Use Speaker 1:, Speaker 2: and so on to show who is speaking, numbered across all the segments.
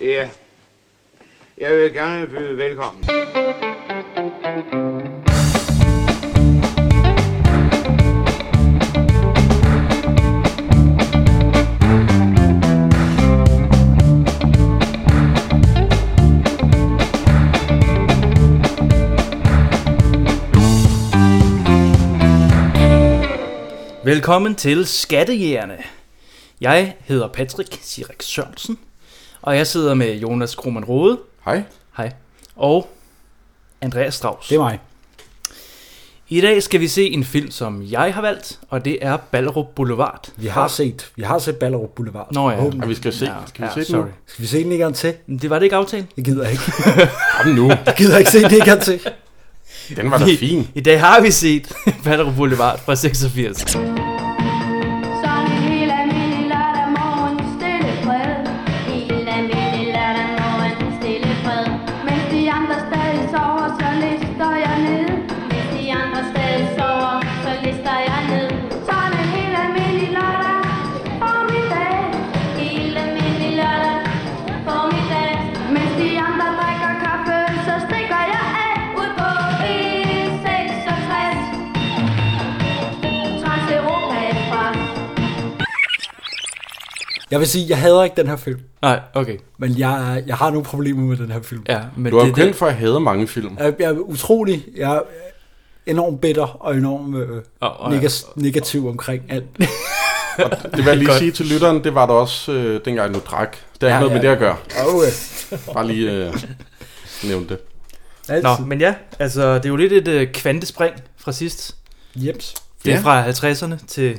Speaker 1: Ja. Jeg vil gerne byde velkommen.
Speaker 2: Velkommen til Skattejægerne. Jeg hedder Patrick Sirik Sørensen, og jeg sidder med Jonas Krohmann Rode.
Speaker 3: Hej.
Speaker 2: Hej. Og Andreas Strauss.
Speaker 4: Det er mig.
Speaker 2: I dag skal vi se en film, som jeg har valgt, og det er Ballerup Boulevard.
Speaker 4: Vi har set, vi har set Ballerup Boulevard.
Speaker 2: Nå ja.
Speaker 3: Ja, vi skal se.
Speaker 2: Ja,
Speaker 3: Skal vi
Speaker 2: ja,
Speaker 3: se den
Speaker 2: sorry.
Speaker 3: nu?
Speaker 4: Skal vi se den en gang til?
Speaker 2: Men Det var det ikke aftalen?
Speaker 4: Det gider jeg ikke.
Speaker 3: Kom nu.
Speaker 4: Jeg gider ikke se den en gang til.
Speaker 3: Den var da fin.
Speaker 2: I dag har vi set Ballerup Boulevard fra 86.
Speaker 5: Sådan en helt almindelig lørdag morgen, stille fred. Helt almindelig lørdag morgen, stille fred. Mens de andre stadig sover, så lister jeg ned. Mens de andre stadig sover, så lister jeg ned. Sådan en helt almindelig lørdag formiddag. Helt almindelig lørdag formiddag. Mens de andre drikker kaffe, så stikker jeg af ud på E E66. Trans-Europa Express.
Speaker 4: Jeg vil sige, jeg hader ikke den her film.
Speaker 2: Nej, okay.
Speaker 4: Men jeg, jeg har nogle problemer med den her film.
Speaker 2: Ja, men
Speaker 3: Du har jo
Speaker 2: det, det,
Speaker 3: kendt for at hade mange film.
Speaker 4: Jeg, jeg er utrolig. Jeg er enormt bitter og enormt øh,
Speaker 2: Åh, åh,
Speaker 4: oh, neg- negativ omkring alt.
Speaker 3: Det vil jeg lige
Speaker 2: Godt.
Speaker 3: sige til lytteren, det var der også øh, dengang du drak. Det har
Speaker 4: Ja,
Speaker 3: ikke noget
Speaker 4: ja.
Speaker 3: med det at gøre.
Speaker 4: Okay.
Speaker 3: Bare lige øh, nævne det.
Speaker 2: Nå, men ja, altså det er jo lidt et øh, kvantespring fra sidst.
Speaker 4: Jeps.
Speaker 2: Det er
Speaker 3: Ja.
Speaker 2: fra 50'erne til,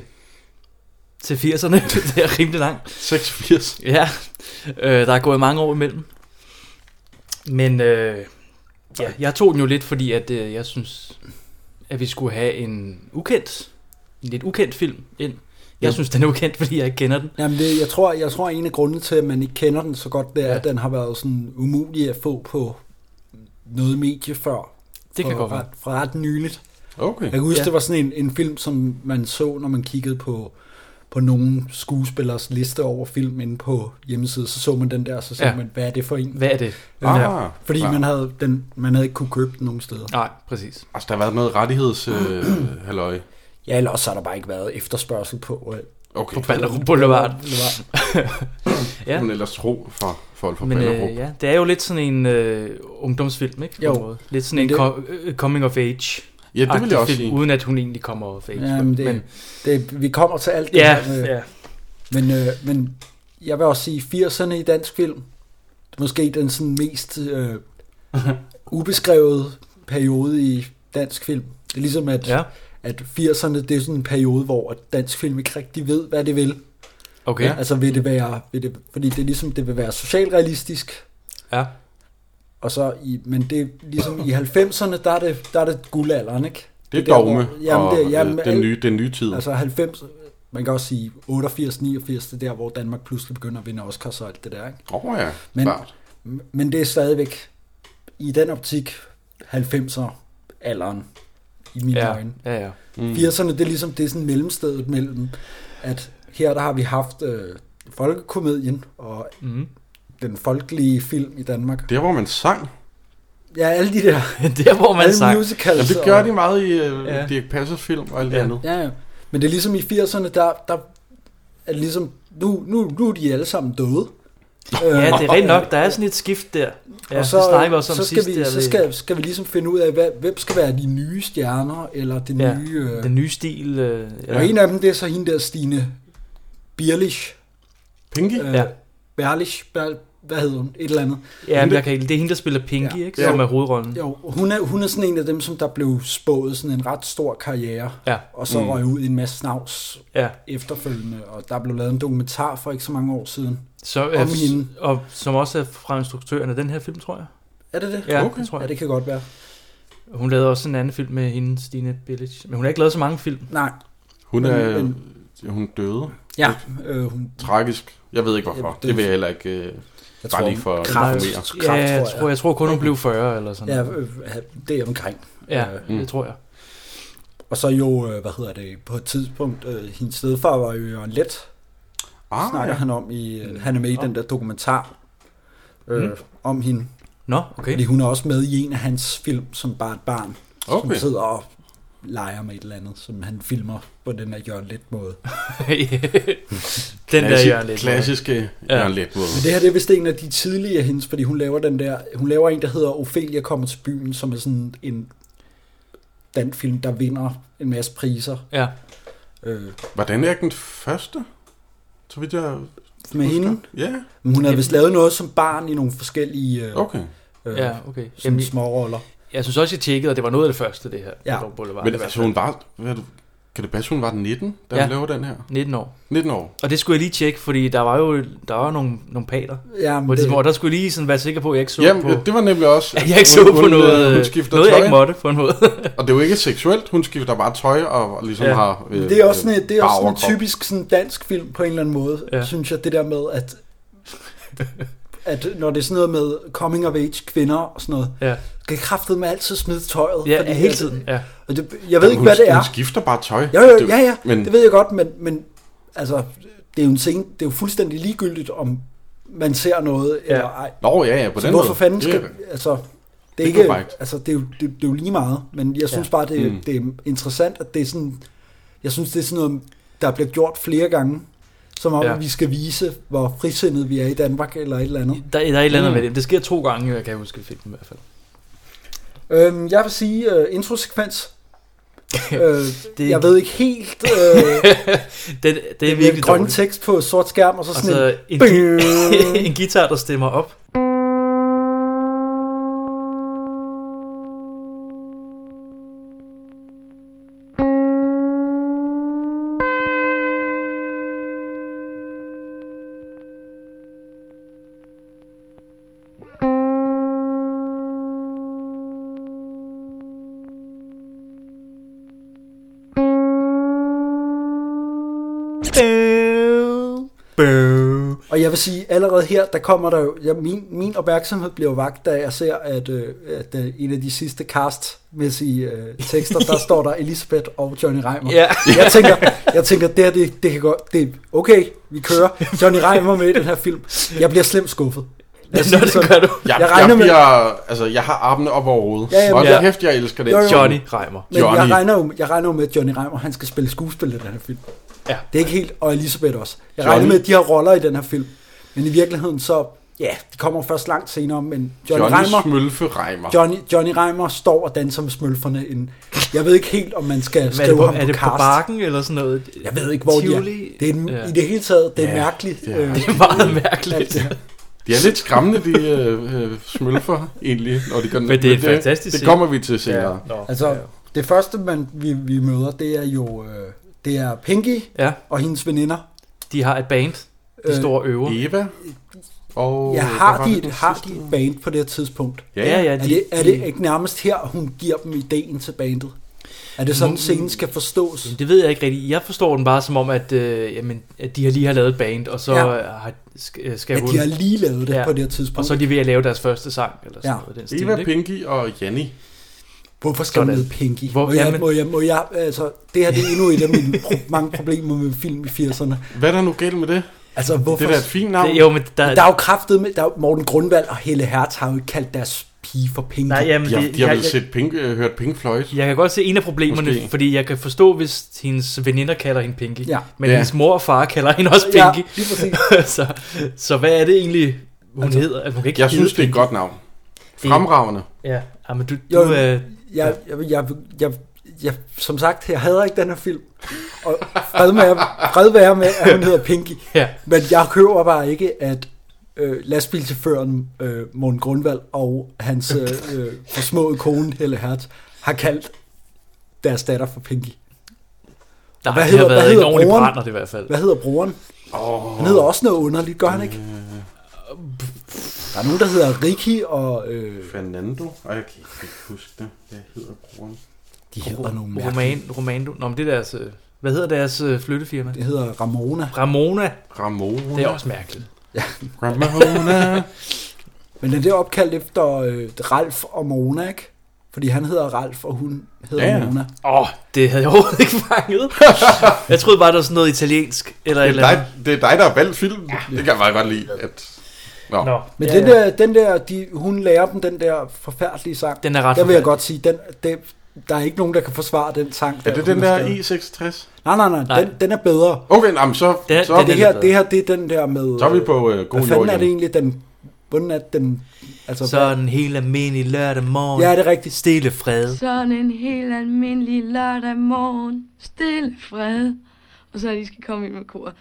Speaker 2: til 80'erne. det er rimelig langt.
Speaker 3: 86.
Speaker 2: Ja, øh, der er gået mange år imellem. Men øh, ja, jeg tog den jo lidt, fordi at, øh, jeg synes, at vi skulle have en ukendt, en lidt ukendt film ind. Jeg
Speaker 4: Jo.
Speaker 2: synes, den er ukendt, fordi jeg ikke kender den.
Speaker 4: Jamen det, jeg tror, jeg tror en af grundene til, at man ikke kender den så godt, det er,
Speaker 2: Ja.
Speaker 4: ja. at den har været sådan umulig at få på noget medie før.
Speaker 2: Det kan
Speaker 4: Og
Speaker 2: godt være.
Speaker 4: ret, fra ret nyligt.
Speaker 3: Okay.
Speaker 4: Jeg kan huske,
Speaker 2: Ja.
Speaker 4: ja. det var sådan en, en film, som man så, når man kiggede på, på nogle skuespillers liste over film inde på hjemmesiden. Så så man den der, så sagde
Speaker 2: Ja.
Speaker 4: ja. man, hvad er det for en?
Speaker 2: Hvad er det?
Speaker 3: Ah,
Speaker 4: Fordi
Speaker 3: ja.
Speaker 4: man, havde den, man havde ikke kunne købe den nogen steder.
Speaker 2: Nej, præcis.
Speaker 3: Altså, der har været noget rettigheds... Øh, halløj.
Speaker 4: Ja, eller også har der bare ikke været efterspørgsel på. Øh,
Speaker 3: Okay.
Speaker 2: På Ballerup Boulevard.
Speaker 4: Boulevard.
Speaker 2: Ja.
Speaker 3: Ja. Men ellers ro for folk fra
Speaker 2: Men
Speaker 3: Ballerup.
Speaker 2: øh, ja, det er jo lidt sådan en øh, ungdomsfilm, ikke? På
Speaker 4: Jo.
Speaker 2: en måde. Lidt sådan
Speaker 4: Men
Speaker 2: en
Speaker 4: det-
Speaker 2: co- øh, coming of age.
Speaker 3: Ja, det vil jeg også
Speaker 2: film,
Speaker 3: sige.
Speaker 2: Uden at hun egentlig kommer of age.
Speaker 4: Jamen, det,
Speaker 2: men,
Speaker 4: men, det, vi kommer til alt det
Speaker 2: ja,
Speaker 4: her. øh,
Speaker 2: ja,
Speaker 4: Men, øh, men jeg vil også sige, 80'erne i dansk film, det er måske den sådan mest øh, ubeskrevede periode i dansk film. Det er ligesom, at,
Speaker 2: ja.
Speaker 4: ja. at 80'erne, det er sådan en periode, hvor at dansk film ikke rigtig ved, hvad det vil.
Speaker 2: Okay,
Speaker 4: Ja.
Speaker 2: ja.
Speaker 4: Altså vil det være, vil det, fordi det er ligesom, det vil være socialrealistisk,
Speaker 2: ja.
Speaker 4: og så i, men det er ligesom i 90'erne, der er det, der er det guldalderen, ikke?
Speaker 3: Det er
Speaker 4: der, hvor-
Speaker 3: dogme
Speaker 4: Jamen, det,
Speaker 3: og,
Speaker 4: jamen,
Speaker 3: øh, den, nye, den nye tid.
Speaker 4: Altså 90, man kan også sige 88, 89, det er der, hvor Danmark pludselig begynder at vinde Oscars og alt det der, ikke?
Speaker 3: Åh oh, ja,
Speaker 4: Men-
Speaker 3: klart.
Speaker 4: Men det er stadigvæk, i den optik, 90'er alderen, i mine ja.
Speaker 2: Ja,
Speaker 4: øjne.
Speaker 2: ja, ja.
Speaker 3: Mm.
Speaker 4: 80'erne, det er ligesom, det er sådan mellemstedet mellem, at her der har vi haft øh, folkekomedien og
Speaker 2: Mm.
Speaker 4: den folkelige film i Danmark.
Speaker 3: Der, hvor man sang.
Speaker 4: Ja, alle de der,
Speaker 2: Der, hvor man
Speaker 4: alle
Speaker 2: sang.
Speaker 4: musicals.
Speaker 3: Ja, det gør de meget i øh,
Speaker 2: Ja.
Speaker 3: Dirk Passers film og alt det
Speaker 2: Ja.
Speaker 3: andet.
Speaker 4: Ja, ja. Men det er ligesom i 80'erne, der, der er det ligesom, nu, nu, nu er de alle sammen døde.
Speaker 2: Ja,
Speaker 4: Øh,
Speaker 2: det er rent nok. Der er sådan et skift der. Ja,
Speaker 4: og
Speaker 2: så, det snakker vi også om
Speaker 4: så skal
Speaker 2: sidst.
Speaker 4: vi,
Speaker 2: der,
Speaker 4: så
Speaker 2: ved-
Speaker 4: skal, skal vi ligesom finde ud af, hvad, hvem skal være de nye stjerner, eller det
Speaker 2: Ja,
Speaker 4: nye... Øh,
Speaker 2: Den nye stil. Øh,
Speaker 4: Ja. Og en af dem, det er så hende der, Stine Birlich.
Speaker 3: Pinky?
Speaker 4: Øh,
Speaker 2: Ja.
Speaker 4: ja. Berlich, Ber, hvad hed hun? Et eller andet.
Speaker 2: ja, men jeg kan ikke, det er hende, der spiller Pinky,
Speaker 4: Ja.
Speaker 2: ja. ikke? Som er hovedrollen.
Speaker 4: Jo, hun er, hun er sådan en af dem, som der blev spået sådan en ret stor karriere.
Speaker 2: Ja.
Speaker 4: Og så mm. røg ud i en masse snavs
Speaker 2: Ja,
Speaker 4: efterfølgende. Og der blev lavet en dokumentar for ikke så mange år siden.
Speaker 2: så,
Speaker 4: Om
Speaker 2: øh,
Speaker 4: hende.
Speaker 2: og som også er fra instruktøren af den her film, tror jeg.
Speaker 4: Er det det?
Speaker 2: Ja,
Speaker 3: Okay.
Speaker 2: det tror
Speaker 4: Ja,
Speaker 2: jeg.
Speaker 4: det kan godt være.
Speaker 2: Hun lavede også en anden film med hende, Stine Billich. Men hun har ikke lavet så mange film.
Speaker 4: Nej.
Speaker 3: Hun
Speaker 4: Men-
Speaker 3: er,
Speaker 4: men-
Speaker 3: hun døde.
Speaker 4: Ja, øh, hun,
Speaker 3: Tragisk. Jeg ved ikke hvorfor.
Speaker 4: Ja,
Speaker 3: det,
Speaker 4: det-
Speaker 3: vil jeg heller ikke... Øh,
Speaker 4: jeg
Speaker 3: Bare lige for at
Speaker 4: kraft,
Speaker 3: informere.
Speaker 4: kraft,
Speaker 2: ja, jeg, tror,
Speaker 4: jeg.
Speaker 2: jeg tror kun, hun blev 40 eller sådan
Speaker 4: Ja,
Speaker 2: noget.
Speaker 4: øh, ja, det er omkring.
Speaker 2: Ja,
Speaker 3: Mm.
Speaker 2: det tror jeg.
Speaker 4: Og så jo, øh, hvad hedder det, på et tidspunkt, øh, hendes stedfar var jo Jørgen Let,
Speaker 3: ah,
Speaker 4: snakker
Speaker 3: ja.
Speaker 2: Mm.
Speaker 4: han om i, øh, han er med i den der dokumentar, øh, mm. om hende.
Speaker 2: Nå, okay.
Speaker 4: Fordi hun er også med i en af hans film, som bare et barn, som
Speaker 3: Okay.
Speaker 4: sidder og leger med et eller andet, som han filmer på den her Jørgen Let måde.
Speaker 2: den der
Speaker 3: Klassisk-
Speaker 2: Jørgen Leth.
Speaker 3: Klassiske
Speaker 2: Ja.
Speaker 3: Jørgen Let måde.
Speaker 4: Men det her det er vist en af de tidlige af hendes, fordi hun laver den der, hun laver en, der hedder Ophelia kommer til byen, som er sådan en den film, der vinder en masse priser.
Speaker 2: Ja.
Speaker 4: Øh,
Speaker 3: Hvordan er den første? Så vidt jeg...
Speaker 4: med hende.
Speaker 3: Ja,
Speaker 4: Men hun har vist lavet noget som barn i nogle forskellige øh,
Speaker 3: okay.
Speaker 4: øh,
Speaker 2: Ja, okay. Jamen,
Speaker 4: sådan små roller.
Speaker 2: jeg synes også, jeg tjekkede, og det var noget af det første, det her.
Speaker 4: Ja.
Speaker 2: Dog Boulevard, i
Speaker 3: Men
Speaker 2: hvert
Speaker 3: altså,
Speaker 2: fald.
Speaker 3: hun var... Hvad, er du- kan det passe, hun var 19, da
Speaker 2: Ja.
Speaker 3: hun laver den her?
Speaker 2: 19 år.
Speaker 3: 19 år.
Speaker 2: Og det skulle jeg lige tjekke, fordi der var jo der var nogle, nogle pater
Speaker 4: Ja,
Speaker 2: på
Speaker 4: men
Speaker 2: et tidspunkt,
Speaker 4: det,
Speaker 2: og der skulle jeg lige sådan være sikker på, at jeg ikke så
Speaker 3: Jamen,
Speaker 2: på...
Speaker 3: det var nemlig også...
Speaker 2: at jeg ikke så
Speaker 3: hun-
Speaker 2: på
Speaker 3: hun,
Speaker 2: noget,
Speaker 3: øh, Hun skifter
Speaker 2: noget
Speaker 3: tøj,
Speaker 2: jeg ikke måtte på en måde.
Speaker 3: og det er jo ikke seksuelt. Hun skifter bare tøj og ligesom
Speaker 2: Ja.
Speaker 3: har... øh,
Speaker 4: det er også sådan, et- det er
Speaker 3: bare
Speaker 4: også sådan
Speaker 3: overkrop.
Speaker 4: en typisk sådan dansk film på en eller anden måde,
Speaker 2: Ja.
Speaker 4: ja. synes jeg, det der med, at at når det er sådan noget med coming of age kvinder og sådan noget,
Speaker 2: ja,
Speaker 4: skal kraftedeme med altid smide tøjet.
Speaker 2: ja
Speaker 4: fordi
Speaker 2: hele
Speaker 4: at-
Speaker 2: tiden. Ja.
Speaker 4: Og det, jeg ved ikke,
Speaker 3: hun,
Speaker 4: hvad det er.
Speaker 3: Hun skifter bare tøj.
Speaker 4: Jo, jo,
Speaker 3: Det-
Speaker 4: ja, ja,
Speaker 3: Men
Speaker 4: men... det ved jeg godt, men, men altså, det er jo en ting, det er jo fuldstændig ligegyldigt, om man ser noget
Speaker 2: Ja.
Speaker 4: ja. eller ej.
Speaker 3: Nå, ja, ja, på
Speaker 4: Så
Speaker 3: den
Speaker 4: hvorfor
Speaker 3: måde.
Speaker 4: fanden
Speaker 3: Det er
Speaker 4: skal...
Speaker 3: det.
Speaker 4: Altså, det
Speaker 3: Det er
Speaker 4: er, ikke,
Speaker 3: korrekt.
Speaker 4: altså, det, er jo, det, det er jo lige meget, men jeg synes
Speaker 2: Ja.
Speaker 4: ja. bare, det,
Speaker 3: Mm.
Speaker 4: mm. det er interessant, at det er sådan... Jeg synes, det er sådan noget, der bliver gjort flere gange, som om
Speaker 2: Ja.
Speaker 4: ja. vi skal vise, hvor frisindede vi er i Danmark, eller et eller andet.
Speaker 2: Der, der er et eller andet
Speaker 3: Mm.
Speaker 2: med det. Det sker to gange, kan jeg huske i filmen i hvert fald.
Speaker 4: Øhm, jeg vil sige uh, introsekvens. øh,
Speaker 2: Det-
Speaker 4: det... Jeg ved ikke helt... Øh,
Speaker 2: Det, det er
Speaker 4: det er
Speaker 2: virkelig
Speaker 4: grøn
Speaker 2: dårligt.
Speaker 4: tekst på sort skærm, og så sådan
Speaker 2: Altså, en,
Speaker 4: en...
Speaker 2: gui- en guitar, der stemmer op.
Speaker 4: Og jeg vil sige, allerede her, der kommer der jo, ja, min, min opmærksomhed bliver jo vagt, da jeg ser, at, øh, at øh, en af de sidste castmæssige øh, tekster, der står der Elisabeth og Johnny Reimer.
Speaker 2: Ja.
Speaker 4: Jeg tænker, jeg tænker det her, det, det kan godt, det, okay, vi kører Johnny Reimer med i den her film. Jeg bliver slemt skuffet. Lad os
Speaker 2: Nå,
Speaker 4: sige
Speaker 2: det
Speaker 4: sådan.
Speaker 2: gør du.
Speaker 3: Jeg,
Speaker 4: Jeg
Speaker 3: jeg,
Speaker 4: regner
Speaker 3: jeg,
Speaker 4: med-
Speaker 3: bliver, altså, jeg har armene op over hovedet.
Speaker 4: Ja,
Speaker 3: Ja,
Speaker 4: jamen,
Speaker 3: og
Speaker 2: ja.
Speaker 3: ja. kæft, jeg elsker den.
Speaker 4: Jo, jo.
Speaker 2: Johnny Reimer.
Speaker 4: Men
Speaker 3: Johnny.
Speaker 4: jeg regner, jo, jeg regner jo med, at Johnny Reimer, han skal spille skuespil i den her film.
Speaker 2: Ja.
Speaker 4: Det er ikke helt, og Elisabeth også. Jeg
Speaker 3: Johnny.
Speaker 4: regner med, at de har roller i den her film. Men i virkeligheden så, ja, de kommer først langt senere, men Johnny,
Speaker 3: Johnny
Speaker 4: Johnny Reimer,
Speaker 3: Smølfe Reimer.
Speaker 4: Johnny, Johnny Reimer står og danser med smølferne. En, jeg ved ikke helt, om man skal
Speaker 2: Hvad er det
Speaker 4: skrive
Speaker 2: på,
Speaker 4: ham på
Speaker 2: er det på
Speaker 4: cast.
Speaker 2: barken eller sådan noget?
Speaker 4: Jeg ved ikke, hvor
Speaker 2: Tivoli?
Speaker 4: de er. Det er en,
Speaker 2: Ja.
Speaker 4: ja. I det hele taget, det er
Speaker 3: Ja,
Speaker 4: mærkeligt.
Speaker 3: det
Speaker 4: Ja.
Speaker 3: er
Speaker 4: Øh,
Speaker 3: det.
Speaker 2: Det er meget
Speaker 4: alt
Speaker 2: mærkeligt.
Speaker 4: det her.
Speaker 3: De er lidt skræmmende, de øh, øh, smølfer, egentlig. Når de gør,
Speaker 2: Men det er en fantastisk
Speaker 3: Det
Speaker 2: scene.
Speaker 3: kommer vi til senere.
Speaker 2: Nå.
Speaker 4: altså, det første, man, vi, vi møder, det er jo øh, det er Pinky
Speaker 2: Ja,
Speaker 4: og hendes veninder.
Speaker 2: de har et band. De
Speaker 4: Øh,
Speaker 2: står og øver.
Speaker 3: Eva. Og
Speaker 4: Ja,
Speaker 3: hvad
Speaker 4: har
Speaker 3: var
Speaker 4: de,
Speaker 3: det,
Speaker 4: et,
Speaker 3: den
Speaker 4: har
Speaker 3: sidste?
Speaker 4: de et band på det her tidspunkt?
Speaker 3: Ja, ja.
Speaker 4: Er det, er det ikke nærmest her, hun giver dem ideen til bandet? Er det sådan,
Speaker 2: Mm.
Speaker 4: scenen skal forstås?
Speaker 2: Jamen, Det ved jeg ikke rigtigt. Jeg forstår den bare som om, at, øh, jamen, at de har lige har lavet et band, og så
Speaker 4: Ja.
Speaker 2: ja. har, sk- øh, skal
Speaker 4: At
Speaker 2: hun,
Speaker 4: de har lige lavet det
Speaker 2: Ja.
Speaker 4: ja. på det her tidspunkt?
Speaker 2: og så er de ved at lave deres første sang, eller sådan ja.
Speaker 4: Ja.
Speaker 2: noget. i Den stil,
Speaker 3: Eva,
Speaker 2: ikke?
Speaker 3: Pinky og Janni.
Speaker 4: Hvorfor skal man
Speaker 2: Sådan.
Speaker 4: hedde Pinky?
Speaker 2: Hvor-
Speaker 4: Hvor, må, jeg,
Speaker 2: jamen-
Speaker 4: må, jeg, må jeg, altså, det her det er endnu et af mine pro- mange problemer med film i 80'erne.
Speaker 3: Hvad er der nu galt med det?
Speaker 4: Altså, hvorfor?
Speaker 3: Det er da et fint navn.
Speaker 2: Det, jo, men der,
Speaker 4: der er jo kraftet med, der er, jo- Morten Grundvald og Helle Hertz har jo kaldt deres pige for Pinky.
Speaker 2: nej, jamen,
Speaker 3: de har,
Speaker 2: det,
Speaker 3: de har
Speaker 2: jeg,
Speaker 3: vel set Pink, øh, hørt Pink Floyd.
Speaker 2: jeg, jeg kan godt se en af problemerne, Måske.
Speaker 3: Måske.
Speaker 2: fordi jeg kan forstå, hvis hendes veninder kalder hende Pinky,
Speaker 4: Ja.
Speaker 2: men
Speaker 3: Ja.
Speaker 2: hendes mor og far kalder hende også
Speaker 4: Ja,
Speaker 2: Pinky.
Speaker 4: lige præcis.
Speaker 2: Ja. så, så hvad er det egentlig, hun altså,
Speaker 4: Altså,
Speaker 2: hedder? Altså, hun kan ikke
Speaker 3: Jeg
Speaker 2: hedde
Speaker 3: synes, det er et
Speaker 2: Pinky.
Speaker 3: godt navn.
Speaker 2: Det-
Speaker 3: Fremragende.
Speaker 2: Ja, ja men du,
Speaker 4: Jo,
Speaker 2: du øh,
Speaker 4: Jeg, jeg, jeg, jeg, jeg, som sagt, jeg hader ikke den her film. Og fred, med, fred være med, at hun hedder Pinky.
Speaker 2: ja,
Speaker 4: Men jeg køber bare ikke, at øh, lastbilchaufføren øh, Morten Grundvald og hans øh, øh, forsmåede kone Helle Hertz har kaldt deres datter for Pinky.
Speaker 2: der
Speaker 4: hvad
Speaker 2: det
Speaker 4: hedder-
Speaker 2: har været
Speaker 4: hvad
Speaker 2: en
Speaker 4: hedder
Speaker 2: ordentlig
Speaker 4: broren?
Speaker 2: brænder det i hvert fald.
Speaker 4: Hvad hedder broren?
Speaker 3: Åh.
Speaker 4: Han hedder også noget underligt, gør han ikke? Der er nogen, der hedder Ricky, og øh,
Speaker 3: Fernando? Og jeg kan ikke huske det. Hvad hedder broren?
Speaker 4: de hedder nogle mærkelige.
Speaker 2: Roman, Romando. Nå, men det er deres... øh, Hvad hedder deres øh, flyttefirma?
Speaker 4: Det hedder Ramona.
Speaker 2: Ramona.
Speaker 3: Ramona.
Speaker 2: Det er også mærkeligt.
Speaker 3: Ramona.
Speaker 4: Men er det opkaldt efter øh, Ralf og Mona, ikke? Fordi han hedder Ralf, og hun hedder
Speaker 3: Ja, ja.
Speaker 4: ja. Mona.
Speaker 2: Åh, oh, det havde jeg overhovedet ikke fanget. Jeg troede bare, der var sådan noget italiensk. Eller et
Speaker 3: det,
Speaker 2: eller
Speaker 3: er
Speaker 2: andet.
Speaker 3: dig, det er dig, der har valgt filmen. Ja. Det kan jeg meget godt lide. At, Nå.
Speaker 2: Nå.
Speaker 4: Men
Speaker 2: Ja,
Speaker 4: ja, den,
Speaker 2: ja.
Speaker 4: der, den der de, hun lærer dem den der forfærdelige sang.
Speaker 2: Den er ret
Speaker 4: der vil
Speaker 2: forfærdelig.
Speaker 4: jeg godt sige, den, den, der er ikke nogen, der kan forsvare den sang.
Speaker 3: Er det
Speaker 4: hun
Speaker 3: den
Speaker 4: har
Speaker 3: der
Speaker 4: skrevet.
Speaker 3: E66?
Speaker 4: Nej, nej, nej,
Speaker 2: Nej.
Speaker 4: nej. Den, den er bedre.
Speaker 3: Okay, nej, men så,
Speaker 2: Den-
Speaker 3: så,
Speaker 2: den
Speaker 4: Det
Speaker 2: er
Speaker 4: her,
Speaker 2: bedre.
Speaker 4: det her, det er den der med...
Speaker 3: så er vi på øh, god jord
Speaker 4: Hvad fanden er det
Speaker 3: igen.
Speaker 4: egentlig, den... Hvordan er den... Altså, hvad-
Speaker 2: Sådan en helt almindelig lørdag morgen.
Speaker 4: ja, det er rigtigt.
Speaker 2: Stille fred.
Speaker 5: Sådan en helt almindelig lørdag morgen, stille fred. Og så er de skal komme ind med kor.